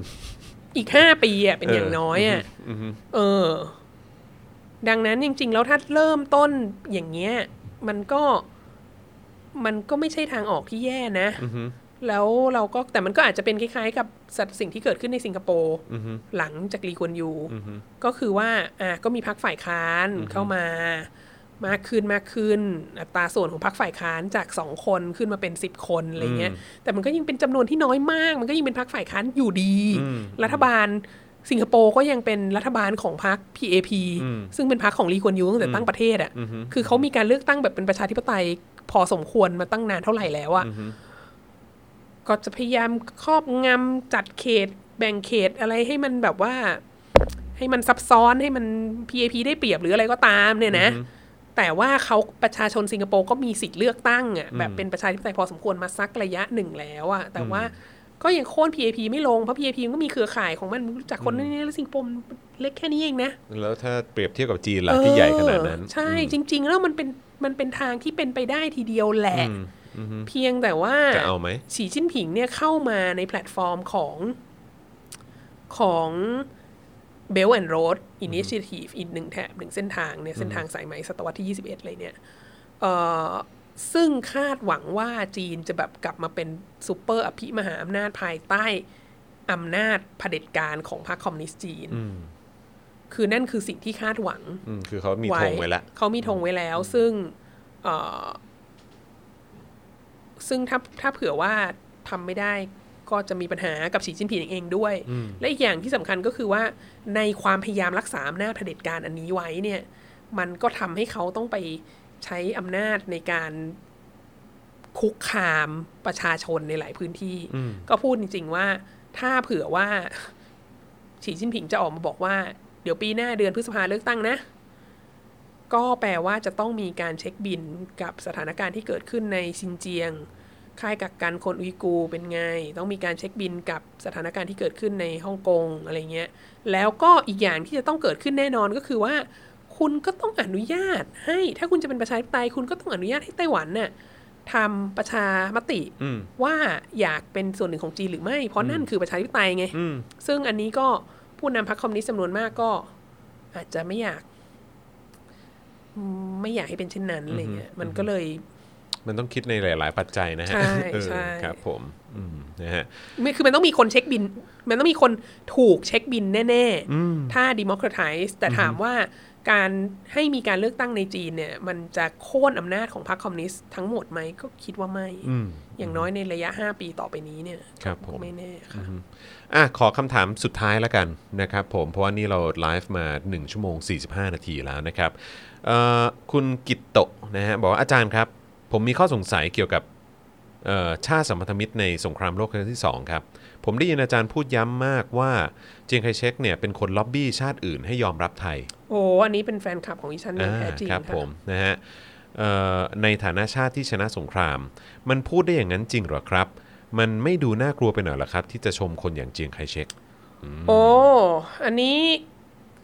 Speaker 2: อีกห้าปีอะเป็นอย่าง
Speaker 1: เออ
Speaker 2: น้อยอะ
Speaker 1: อือฮึ
Speaker 2: เออ ดังนั้นจริง ๆ แล้วถ้าเริ่มต้นอย่างเงี้ย มันก็มันก็ไม่ใช่ทางออกที่แย่นะ
Speaker 1: อือฮึ
Speaker 2: แล้วเราก็แต่มันก็อาจจะเป็นคล้ายๆ กับสัตว์สิ่งที่เกิดขึ้นในสิงคโปร์
Speaker 1: อือฮึ
Speaker 2: หลังจากลีกวนยู
Speaker 1: อือฮึ
Speaker 2: ก็คือว่าอ่ะก็มีพักฝ่ายค้าน
Speaker 1: อือฮึ
Speaker 2: เข้ามามากขึ้นมากขึ้น อัตราส่วนของพักฝ่ายค้านจากสองคนขึ้นมาเป็นสิบคนอะไรเงี้ยแต่มันก็ยังเป็นจำนวนที่น้อยมาก มันก็ยังเป็นพักฝ่ายค้านอยู่ดี
Speaker 1: อืม
Speaker 2: รัฐบาลสิงคโปร์ก็ยังเป็นรัฐบาลของพรรค PAP
Speaker 1: อืม
Speaker 2: ซึ่งเป็นพรรคของลีกวนยูตั้งแต่ตั้งประเทศอ่ะ
Speaker 1: อือฮึ
Speaker 2: คือเขามีการเลือกตั้งแบบเป็นประชาธิปไตยพอสมควรมาตั้งนานเท่าไหร่แล้วอ่ะ
Speaker 1: อือฮึ
Speaker 2: ก็จะพยายามครอบงำจัดเขตแบ่งเขตอะไรให้มันแบบว่า ให้มันซับซ้อนให้มัน PAP ได้เปรียบหรืออะไรก็ตามเนี่ยนะ
Speaker 1: อือฮึ
Speaker 2: แต่ว่าเขาประชาชนสิงคโปร์ก็มีสิทธิ์เลือกตั้งอ่ะ
Speaker 1: อืม
Speaker 2: แบบเป็นประชาธิปไตยพอสมควรมาสักระยะหนึ่งแล้วอ่ะแต่ว่าก็ยังโค่น PAP ไม่ลง เพราะ PAP มันก็มีเครือข่ายของมันรู้จักคนนี่นี่แล้วสิงคโปร์มันเล็กแค่นี้เองนะ
Speaker 1: แล้วถ้าเปรียบเทียบกับจีนล่ะที่ใหญ่ขนาดนั้น
Speaker 2: เออใช่จริง ๆ แล้วมันเป็นมันเป็นทางที่เป็นไปได้ทีเดียวแหละ
Speaker 1: อืมอือฮึ
Speaker 2: เพียงแต่ว่า
Speaker 1: จะเอาไหม
Speaker 2: ฉีจิ้นผิงเนี่ยเข้ามาในแพลตฟอร์มของของ Belt and Road Initiative อีกหนึ่งแถบหนึ่งเส้นทางเนี่ยเส้นทางสายไหมศตวรรษที่ 21 เลยเนี่ยเอ่อซึ่งคาดหวังว่าจีนจะแบบกลับมาเป็นซูเปอร์อภิมหาอำนาจภายใต้อำนาจเผด็จการของพรรคคอมมิวนิสต์จีน
Speaker 1: อืม
Speaker 2: คือนั่นคือสิ่งที่คาดหวัง
Speaker 1: อืมคือเขามีธงไว้ละ
Speaker 2: เขามีธงไว้แล้ว ซึ่งเอ่อซึ่งถ้าถ้าเผื่อว่าทำไม่ได้ก็จะมีปัญหากับสีจิ้นผิงเองด้วย
Speaker 1: อืม
Speaker 2: และอีกอย่างที่สำคัญก็คือว่าในความพยายามรักษาอำนาจเผด็จการอันนี้ไว้เนี่ย มันก็ทำให้เขาต้องไปใช้อำนาจในการคุกคามประชาชนในหลายพื้นที่
Speaker 1: อืม
Speaker 2: ก็พูดจริงๆว่าถ้าเผื่อว่า (laughs) ฉีจิ้นผิงจะออกมาบอกว่า เดี๋ยวปีหน้าเดือนพฤษภาเลือกตั้งนะ ก็แปลว่าจะต้องมีการเช็คบินกับสถานการณ์ที่เกิดขึ้นในซินเจียง ค่ายกักกันคนอุยกูร์เป็นไง ต้องมีการเช็คบินกับสถานการณ์ที่เกิดขึ้นในฮ่องกงอะไรเงี้ย แล้วก็อีกอย่างที่จะต้องเกิดขึ้นแน่นอนก็คือว่า คุณก็ต้องอนุญาตให้ ถ้าคุณจะเป็นประชาธิปไตยคุณก็ต้องอนุญาตให้ไต้หวันน่ะทำประชามติ
Speaker 1: อืม
Speaker 2: ว่าอยากเป็นส่วนหนึ่งของจีนหรือไม่ เพราะนั่นคือประชาธิปไตยไง
Speaker 1: อืม
Speaker 2: ซึ่งอันนี้ก็ผู้นำพรรคคอมมิวนิสต์จำนวนมากก็ อาจจะไม่อยากอืมไม่อยากให้เป็นเช่นนั้นอะไรเงี้ยมันก็เลย
Speaker 1: มันต้องคิดในหลาย ๆ ปัจจัยนะฮะ
Speaker 2: ใช่
Speaker 1: เออ
Speaker 2: ใช่
Speaker 1: ครับผมอืมนะฮะ
Speaker 2: ไม่คือมันต้องมีคนเช็คบิน มันต้องมีคนถูกเช็คบินแน่ ๆ ถ้าดิม o คร a ไ i ส์แต่ถามว่าการให้มีการเลือกตั้งในจีนเนี่ย มันจะโค่นอำนาจของพรรคคอมมิวนิสต์ทั้งหมดไหมก็คิดว่าไม่
Speaker 1: อืม
Speaker 2: อย่างน้อยในระยะ 5 ปีต่อไปนี้เนี่ย
Speaker 1: ครับผม
Speaker 2: ไม่แน่ค่ะ
Speaker 1: อ่ะขอคำถามสุดท้ายแล้วกันนะครับผมเพราะว่านี่เราไลฟ์มา 1 ชั่วโมง 45 นาทีแล้วนะครับเอ่อคุณกิตโตะนะฮะบอกว่าอาจารย์ครับ ผมมีข้อสงสัยเกี่ยวกับ เอ่อชาติสัมพันธมิตรในสงครามโลกครั้งที่สองครับ ผมได้ยินอาจารย์พูดย้ำมากว่าเจียงไคเชกเนี่ยเป็นคนล็อบบี้ชาติอื่นให้ยอมรับไทย
Speaker 2: โอ้อันนี้เป็นแฟนคลับของอีชันอย่างแท้จริง
Speaker 1: อ่าครับ
Speaker 2: ค่ะ
Speaker 1: ผมนะฮะเอ่อในฐานะชาติที่ชนะสงคราม มันพูดได้อย่างนั้นจริงเหรอครับ มันไม่ดูน่ากลัวไปหน่อยเหรอครับ ที่จะชมคนอย่างเจียงไคเชก
Speaker 2: โอ้ อันนี้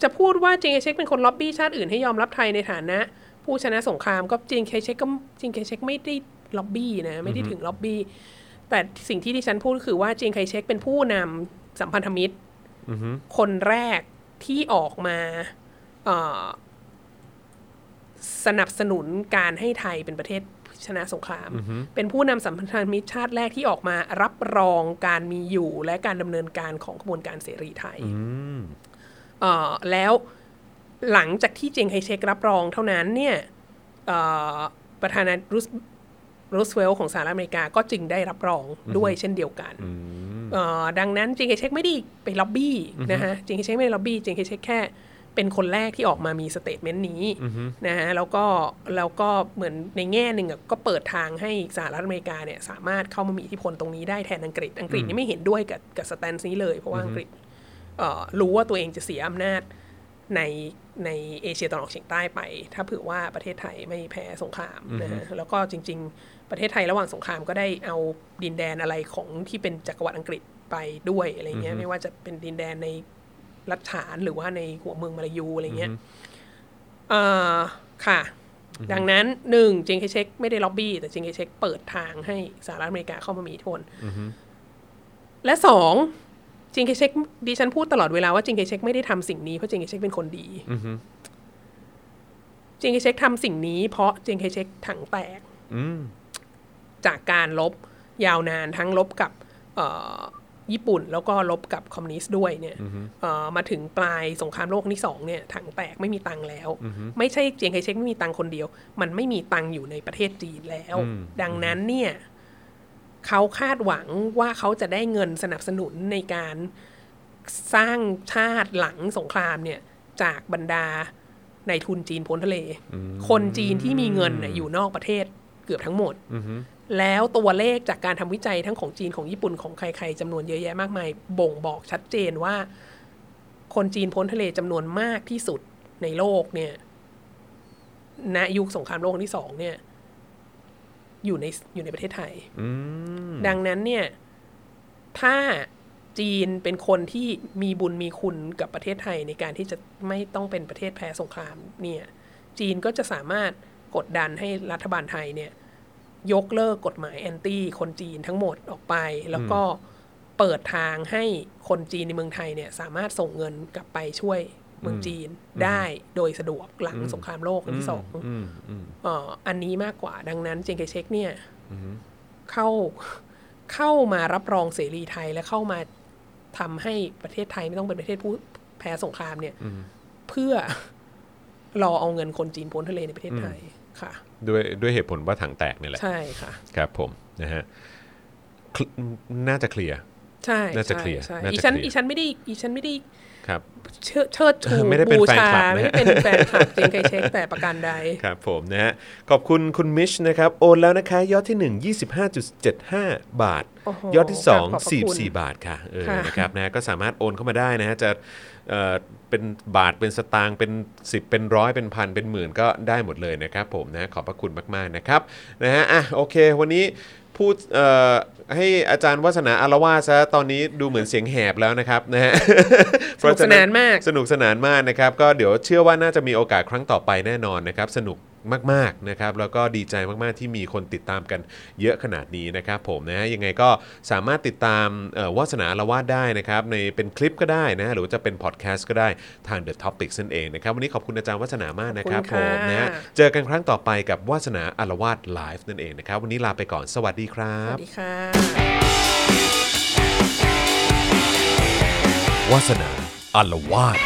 Speaker 2: จะพูดว่าจีนเคเช็กเป็นคนล็อบบี้ชาติอื่นให้ยอมรับไทยในฐานะ ผู้ชนะสงครามก็จีนเคเช็กก็จีนเคเช็กไม่ได้ล็อบบี้นะไม่ได้ถึงล็อบบี้แต่สิ่งที่ดิฉันพูดก็คือว่าจีนเคเช็กเป็นผู้นำสัมพันธมิตรคนแรกที่ออกมาเอ่อสนับสนุนการให้ไทยเป็นประเทศชนะสงคราม เป็นผู้นำสัมพันธมิตรชาติแรกที่ออกมารับรองการมีอยู่และการดำเนินการของกระบวนการเสรีไทย เอ่อแล้วหลังจากที่เจงไคเชกรับรองเท่านั้นเนี่ยเอ่อประธานาธิบดีรูสรูสเวลต์ของสหรัฐอเมริกาก็จึงได้รับรองด้วยเช่นเดียวกันเอ่อดังนั้นเจงไคเชกไม่ได้ไปล็อบบี้นะฮะเจงไคเชกไม่ได้ล็อบบี้เจงไคเชกแค่เป็นคนแรกที่ออกมามีสเตทเมนต์นี้นะฮะแล้วก็แล้วก็เหมือนในแง่หนึ่งอะก็เปิดทางให้สหรัฐอเมริกาเนี่ยสามารถเข้ามามีอิทธิพลตรงนี้ได้แทนอังกฤษ อังกฤษนี่ไม่เห็นด้วยกับกับสแตนซ์นี้เลยเพราะว่าอังกฤษ เอ่อรู้ว่าตัวเองจะเสียอำนาจในในเอเชียตะวันออกเฉียงใต้ไป ถ้าเผื่อว่าประเทศไทยไม่แพ้สงครามนะฮะแล้วก็จริง ๆ ประเทศไทยระหว่างสงครามก็ได้เอาดินแดนอะไรของที่เป็นจักรวรรดิอังกฤษไปด้วยอะไรเงี้ยไม่ว่าจะเป็นดินแดนในรัฐฉานหรือว่าในหัวเมืองมาลายูอะไรเงี้ยเอ่อค่ะ ดังนั้นหนึ่งเจงเคเช็กไม่ได้ล็อบบี้แต่เจงเคเช็กเปิดทางให้สหรัฐอเมริกาเข้ามามีอิทธิพลและสอง จิงเคเช็กดิฉันพูดตลอดเวลาว่าจิงเคเช็กไม่ได้ทำสิ่งนี้เพราะจิงเคเช็กเป็นคนดีจิงเคเช็กทำสิ่งนี้เพราะจิงเคเช็กถังแตกจากการลบยาวนานทั้งลบกับเอ่อญี่ปุ่นแล้วก็ลบกับคอมมิวนิสต์ด้วยเนี่ยเอ่อมาถึงปลายสงครามโลกครั้งที่สองเนี่ยถังแตกไม่มีตังค์แล้ว ไม่ใช่เจียงไคเชกไม่มีตังค์คนเดียว มันไม่มีตังค์อยู่ในประเทศจีนแล้ว ดังนั้นเนี่ย เขาคาดหวังว่าเขาจะได้เงินสนับสนุนในการสร้างชาติหลังสงครามเนี่ย จากบรรดาในทุนจีนพ้นทะเล คนจีนที่มีเงินน่ะอยู่นอกประเทศเกือบทั้งหมด แล้วตัวเลขจากการทำวิจัยทั้งของจีนของญี่ปุ่นของใครๆจำนวนเยอะแยะมากมาย บ่งบอกชัดเจนว่า คนจีนพ้นทะเลจำนวนมากที่สุดในโลกเนี่ยณยุคสงครามโลกครั้งที่สองเนี่ย อยู่ในอยู่ในประเทศไทย ดังนั้นเนี่ย ถ้าจีนเป็นคนที่มีบุญมีคุณกับประเทศไทยในการที่จะไม่ต้องเป็นประเทศแพ้สงครามเนี่ย จีนก็จะสามารถกดดันให้รัฐบาลไทยเนี่ย ยกเลิกกฎหมายแอนตี้คนจีนทั้งหมดออกไป แล้วก็เปิดทางให้คนจีนในเมืองไทยเนี่ย สามารถส่งเงินกลับไปช่วยเมืองจีนได้โดยสะดวกหลังสงครามโลกครั้งที่สองเอ่ออันนี้มากกว่าดังนั้นเจงไคเชกเนี่ย เข้าเข้ามารับรองเสรีไทยและเข้ามาทำให้ประเทศไทยไม่ต้องเป็นประเทศผู้แพ้สงครามเนี่ย เพื่อ (laughs) รอเอาเงินคนจีนพ้นทะเลในประเทศไทยค่ะ
Speaker 1: ด้วยด้วยเหตุผลว่าถังแตกนี่แหละ
Speaker 2: ใช่ค่ะ
Speaker 1: ครับผมนะฮะคลิน่าจะเคลียร์
Speaker 2: ใช่
Speaker 1: น่าจะ
Speaker 2: ใช่
Speaker 1: เคลียร์
Speaker 2: ใช่
Speaker 1: น่าจะ
Speaker 2: อีฉัน
Speaker 1: เคลียร์
Speaker 2: อีฉันไม่ได้อีฉันไม่ได้
Speaker 1: ครับ
Speaker 2: เชิดเชิดชู
Speaker 1: ไม่ได้เป็น
Speaker 2: บู
Speaker 1: แฟน
Speaker 2: ชา
Speaker 1: คลับนะ
Speaker 2: ไม่ได้เป็นแฟนคลับเจงไคเช็คแต่ประการใด
Speaker 1: ครับผมนะฮะขอบคุณคุณมิชนะครับ โอนแล้วนะคะยอดที่ 1 25.75 บาท
Speaker 2: โอ้โห
Speaker 1: ยอดที่
Speaker 2: ขอบพระคุณ
Speaker 1: 2 44 บาทค่ะเออ
Speaker 2: ค่ะ
Speaker 1: นะครับนะก็สามารถโอนเข้ามาได้นะฮะจะเอ่อเป็นบาทเป็นสตางค์เป็น 10 เป็นร้อยเป็นพันเป็นหมื่นก็ได้หมดเลยนะครับผมนะขอบพระคุณมาก ๆ นะครับนะฮะอ่ะโอเค วันนี้พูดเอ่อให้อาจารย์วัฒนาอารวาสซะตอนนี้ดูเหมือนเสียงแหบแล้วนะครับนะฮะ
Speaker 2: สนุกสนานมาก
Speaker 1: สนุกสนานมากนะครับ ก็เดี๋ยวเชื่อว่าน่าจะมีโอกาสครั้งต่อไปแน่นอนนะครับ สนุกมากๆนะครับ แล้วก็ดีใจมากๆที่มีคนติดตามกันเยอะขนาดนี้นะครับ ผมนะยังไงก็สามารถติดตามเอ่อวาสนาละวาดได้นะครับ ในเป็นคลิปก็ได้นะ หรือว่าจะเป็นพอดแคสต์ก็ได้ทาง The Topic นั่นเองนะครับ วันนี้ขอบคุณอาจารย์วัฒนามากนะครับ
Speaker 2: ขอบ
Speaker 1: ผ
Speaker 2: คุณค่ะ
Speaker 1: มนะเจอกันครั้งต่อไปกับวาสนาอารวาสไลฟ์นั่นเองนะครับ วันนี้ลาไปก่อนสวัสดีครั
Speaker 2: สวั
Speaker 1: บ
Speaker 2: สดีค่ะ
Speaker 1: วาสนาอารวาส